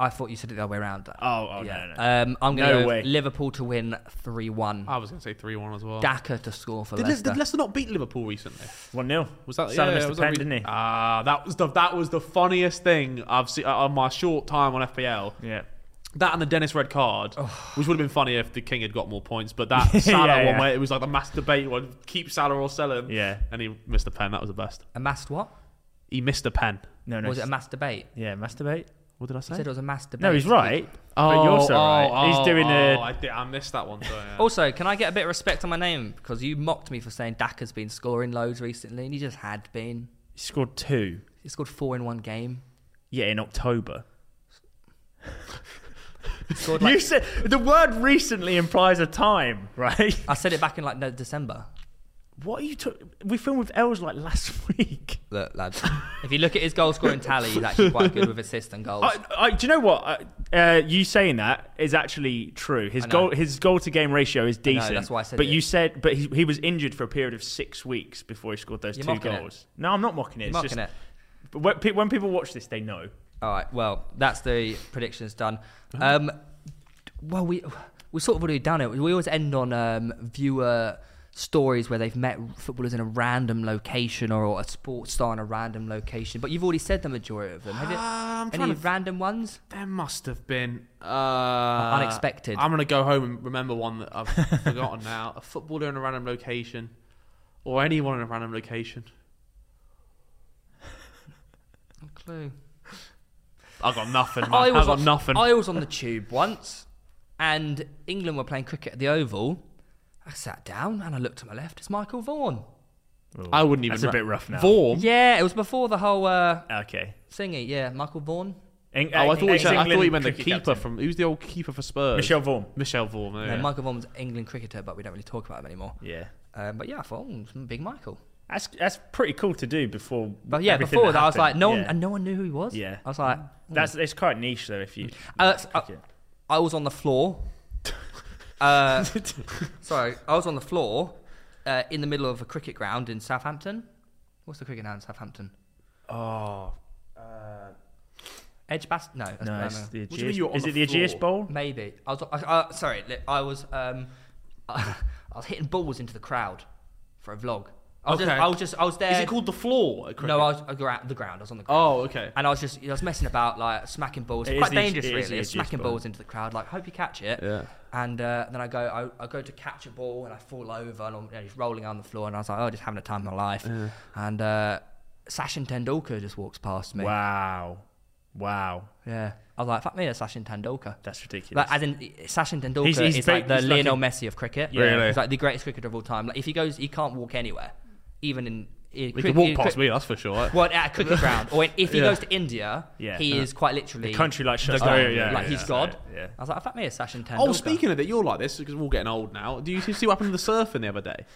I thought you said it the other way around.
Oh, oh no, no, no.
Um, I'm going to
No
go
way. Oh.
with Liverpool to win 3 1.
I was gonna say three one as well.
Daka to score for
Did, Le-
Leicester.
did Leicester not beat Liverpool recently?
1 0.
Was that
Salah
yeah,
missed
yeah,
the
was that
pen,
re-
didn't he?
Ah, that was the that was the funniest thing I've seen uh, on my short time on FPL.
yeah.
That and the Dennis red card, which would have been funnier if the King had got more points. But that Salah
Yeah,
one,
yeah.
where it was like the mass debate one: keep Salah or sell him.
Yeah.
and he missed a pen. That was the best.
a mass what?
He missed a pen.
No, no.
was it a
s-
mass debate?
yeah, masturbate?
What did I
You
say?
said it was a mass debate.
No, he's right. but you're also right. he's doing
oh,
the.
I, did, I missed that one. So, yeah.
Also, can I get a bit of respect on my name? Because you mocked me for saying Daka's been scoring loads recently, and he just had been.
He scored two.
He scored four in one game.
Yeah, in October.
He Scored like,
you said the word recently implies a time, right?
I said it back in like no, December.
What are you? T- we filmed with Els like last week.
Look, lads. if you look at his goal scoring tally, he's actually quite good with assists and goals.
I, I, do you know what? I, uh, you saying that is actually true. His
I know.
goal, his goal to game ratio is
know,
decent.
that's why I said
But
it.
you said, but he, he was injured for a period of six weeks before he scored those
You're
two
mocking it.
goals. No, I'm not mocking it.
You're
It's
mocking
just,
it.
But when, pe- when people watch this, they know.
All right. Well, that's the predictions done. Um, well, we we sort of already done it. We always end on um, viewer stories where they've met footballers in a random location or, a sports star in a random location. But you've already said the majority of them. Have you,
Ah, I'm trying
any
to th-
random ones?
There must have been uh, unexpected. I'm gonna go home and remember one that I've forgotten now. A footballer in a random location, or anyone in a random location.
No clue.
I got nothing. Man.
I
I,
was
got
on,
nothing.
I was on the tube once, and England were playing cricket at the Oval. I sat down and I looked to my left. It's Michael Vaughan.
I wouldn't even.
That's a bit rough now.
Vaughan.
Yeah, it was before the whole uh,
Okay.
thingy. Yeah, Michael Vaughan.
Eng-
Oh, I thought, you
England
said, I thought you meant the
cricket
keeper
captain.
from who's the old keeper for Spurs?
Michelle Vaughan.
Michelle Vaughan. Yeah.
No, Michael Vaughan was an England cricketer, but we don't really talk about him anymore.
Oh, Yeah,
Um, but yeah, I thought, "Oh, it's big Michael.
that's that's pretty cool to do before.
But yeah,
everything
before that, I was like,
happened.
no one,
Yeah.
and no one knew who he was.
Yeah.
I was like, hmm.
That's it's quite niche though. If you,
uh, s- uh, I was on the floor. uh, sorry, I was on the floor uh, in the middle of a cricket ground in Southampton. What's the cricket ground in Southampton?
oh
Edge Bast? No, that's
no, it's
Birmingham.
the
do you mean you're
Aegeus.
on
Is
the
it the Aegeus
floor?
Bowl?
Maybe I was. I, uh, sorry, li- I was. Um, I was hitting balls into the crowd for a vlog. I was,
Okay.
just, I was just. I was there.
Is it called the floor? at cricket?
No, I was I gra- the ground. I was on the ground.
Oh, okay.
And I was just, I was messing about, like smacking balls.
It
quite
is the-
dangerous,
it is the
really. I was
edgiest
smacking
ball.
balls into the crowd, like hope you catch it.
Yeah.
And uh, then I go, I, I go to catch a ball, and I fall over, and I'm you know, just rolling on the floor, and I was like, oh, just having a time of my life. And uh, Sachin Tendulkar just walks past me.
Wow, wow,
Yeah. I was like, fuck me, that's Sachin Tendulkar.
that's ridiculous.
Like, as in, Sachin Tendulkar
He's- he's
is like
big-
the
he's like
Lionel
a-
Messi of cricket.
Yeah. Really?
He's like the greatest cricketer of all time. Like, if he goes, he can't walk anywhere, even in. He
He could walk past me. That's for sure.
well, at a cricket ground, or if he
Yeah.
goes to India,
Yeah.
he
Yeah.
is quite literally
The country, like, shuts
the
down.
god.
Yeah, yeah,
like
yeah.
he's god.
Yeah.
I was like, fuck me, a Sachin Tendulkar.
Oh, speaking of it, you're like this because we're all getting old now. Do you see what happened to the surfing the other day?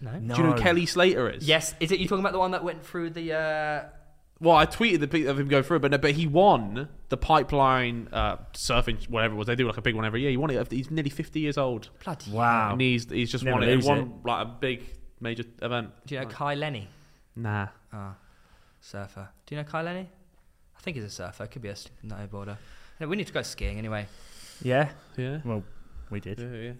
no.
Do you know who Kelly Slater is?
Yes, is it you talking about the one that went through the? Uh,
Well, I tweeted the pic of him go through, but but he won the pipeline uh, surfing, whatever it was. They do like a big one every year. He won it. after- He's nearly fifty years old,
bloody.
wow.
and he's he's just
Never
won it.
lose
He won like a big major event.
Do you know Kai Lenny,
Nah,
surfer? Do you know Kai Lenny? I think he's a surfer. Could be a s- snowboarder. No, we need to go skiing anyway.
Yeah.
yeah,
Well, we did.
yeah, yeah.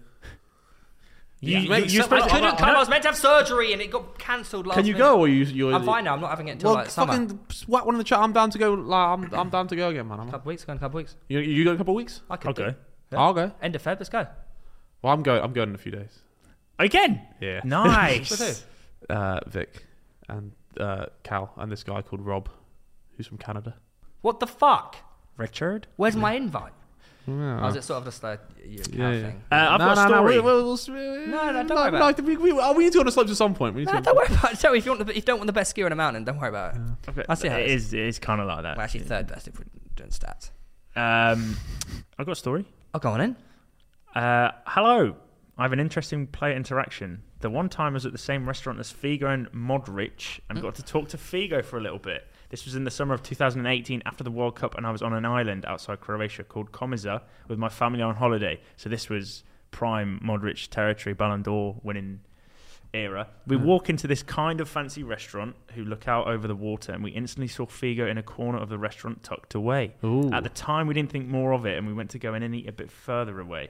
You,
You- you-
I
But
couldn't
I'm-
come. I was meant to have surgery and it got cancelled last.
Can you
minute.
go or you? You're,
I'm fine now. I'm not having it until
Well,
like summer.
fucking whack one in the chat. I'm down to go. Like, I'm I'm down to go again, man. I'm,
couple weeks. Going a couple weeks.
you you go in a couple of weeks?
I could
I'll go
do. Yeah.
I'll go.
End of Feb. Let's go.
Well, I'm going. I'm going in a few days.
again.
Yeah.
Nice.
Uh, Vic and uh, Cal and this guy called Rob, who's from Canada.
What the fuck?
Richard?
Where's my invite? Or is it sort of just like you kind of thing?
Uh, I've
no,
got a
no, no,
story.
we- we'll- we'll-
No, no, don't worry
no, no,
about
we, we, uh, we, we need to go on the slopes at some point. We need
No,
to,
don't worry about it. Tell me if you want the, if you don't want the best skier on a mountain, don't worry about it.
Okay,
I see how
it
it is.
is. It is kind of like that.
Well, actually, third best if we're doing stats.
Um, I've got a story.
Oh, go on in.
Uh, hello. I have an interesting player interaction. The one time I was at the same restaurant as Figo and Modric and got to talk to Figo for a little bit. This was in the summer of 2018 after the World Cup, and I was on an island outside Croatia called Komiza with my family on holiday. So this was prime Modric territory, Ballon d'Or winning era. We walk into this kind of fancy restaurant who look out over the water, and we instantly saw Figo in a corner of the restaurant tucked away. At the time, we didn't think more of it, and we went to go in and eat a bit further away.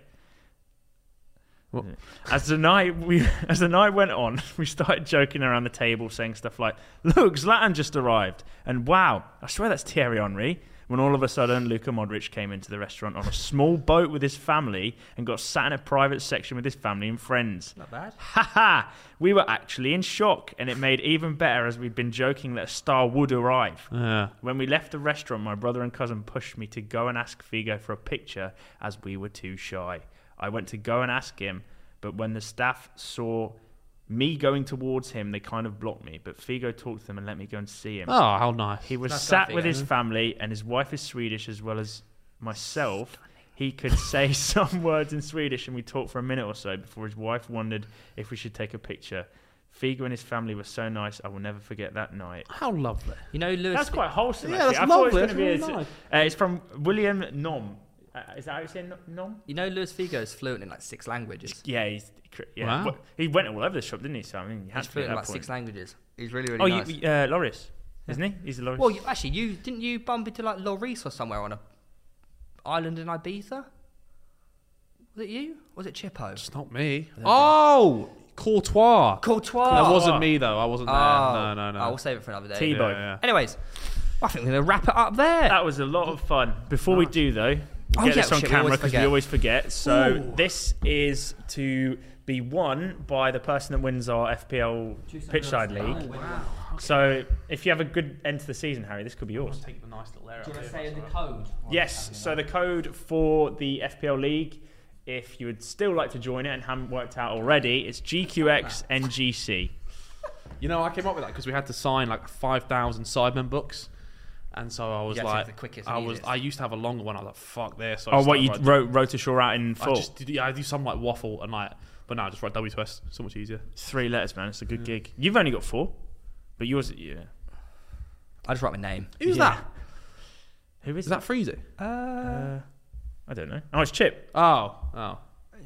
As the night we as the night went on, we started joking around the table, saying stuff like, "Look, Zlatan just arrived," and "Wow, I swear that's Thierry Henry." When all of a sudden, Luka Modric came into the restaurant on a small boat with his family and got sat in a private section with his family and friends.
Not bad.
Ha ha! We were actually in shock, and it made even better as we'd been joking that a star would arrive.
Yeah.
When we left the restaurant, my brother and cousin pushed me to go and ask Figo for a picture as we were too shy. I went to go and ask him, but when the staff saw me going towards him, they kind of blocked me. But Figo talked to them and let me go and see him.
Oh, how nice.
He was
Nice guy,
sat with
Figo.
his family, and his wife is Swedish as well as myself. He could say some words in Swedish, and we talked for a minute or so before his wife wondered if we should take a picture. Figo and his family were so nice. I will never forget that night.
how lovely.
You know, Lewis.
That's quite wholesome.
Yeah,
actually.
that's
I thought
lovely.
It was gonna
That's
be
really
a- uh, it's from William Nom. Uh, is that how you say Nom- Nom?
You know, Luis Figo is fluent in like six languages.
Yeah, he's cr- yeah.
Wow.
Wha- He went all over the shop, didn't he? So I mean, he had
He's
to be at
fluent
that
in like
point.
six languages. He's really, really
oh,
nice.
you, uh, Loris, isn't he? He's a Loris.
well, you, actually, you didn't you bump into like Loris or somewhere on a island in Ibiza? Was it you? Was it Chippo?
It's not me. Oh, Courtois. Ah.
Courtois.
That wasn't me though. I wasn't
Oh,
there. No, no, no.
I will Oh, save it for another day.
Tebow.
Yeah,
Anyways, I think we're gonna wrap it up there.
That was a lot of fun. Before we do though, we
Oh,
get
yeah,
this on
shit, we
camera
always
because we
forget.
always forget. So
Ooh.
this is to be won by the person that wins our FPL pitchside league.
wow.
So if you have a good end to the season, Harry, this could be yours.
Take the nice little air out here.
the code?
Yes. So the code for the FPL League, if you would still like to join it and haven't worked out already, it's GQXNGC.
You know, I came up with that because we had to sign like five thousand Sidemen books, and so I was
You had to
like,
have the quickest
I
and
was.
easiest.
I used to have a longer one. I was like, fuck this. So I
Oh,
just
what
started
you
writing-
wrote Rotashore out in
I
full?
just did, yeah, I do some like waffle and like, but now I just write WTS. So much easier.
Three letters, man. It's a good gig. You've only got four, but yours, yeah.
I just write my name.
Who's
Yeah.
that?
Who is
Is that Freezy?
Uh, I don't know. Oh, it's Chip.
Oh, oh.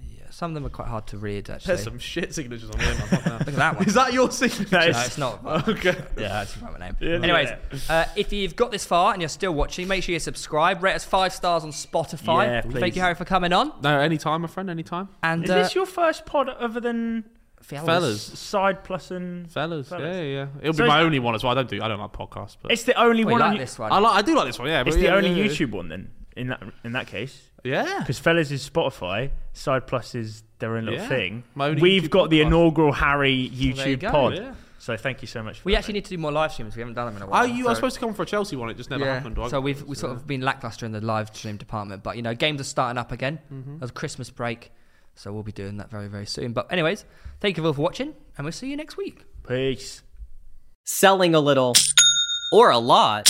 Yeah, some of them are quite hard to read actually.
There's some shit signatures on here, man. Fuck that.
Look at that one.
Is that your signature?
No, it's not.
okay.
Yeah, I just wrote my name.
Yeah,
Anyways,
yeah.
uh, if you've got this far and you're still watching, make sure you subscribe. Rate us five stars on Spotify.
Yeah, please.
Thank you, Harry, for coming on.
No, anytime, my friend, anytime.
And
Is
uh,
this your first pod other than
fellas.
Fellas.
side plus and?
Fellas,
Fellas.
yeah, yeah. It'll
So
be
is
my
that-
only one as well. I don't do, I don't like podcasts, but
It's the only
We
one. on
like
you-
this one.
I, like, I do like this one. Yeah,
It's
but
the
yeah,
only
yeah, yeah.
YouTube one then. In that in that case,
Yeah,
Because Fellas is Spotify, Side Plus is their own little
Yeah.
thing.
My own
We've
YouTube
got the
podcast.
inaugural Harry
there you
YouTube
go.
pod.
Yeah.
So thank you so much. For
We
that,
actually
mate.
need to do more live streams. We haven't done them in a while.
Oh, you
so-
are supposed to come for a Chelsea one. It just never
yeah.
happened. I-
So we've we sort of been lackluster in the live stream department, but you know games are starting up again.
Mm-hmm.
There's Christmas break, so we'll be doing that very very soon. But anyways, thank you all for watching, and we'll see you next week.
peace.
selling a little or a lot.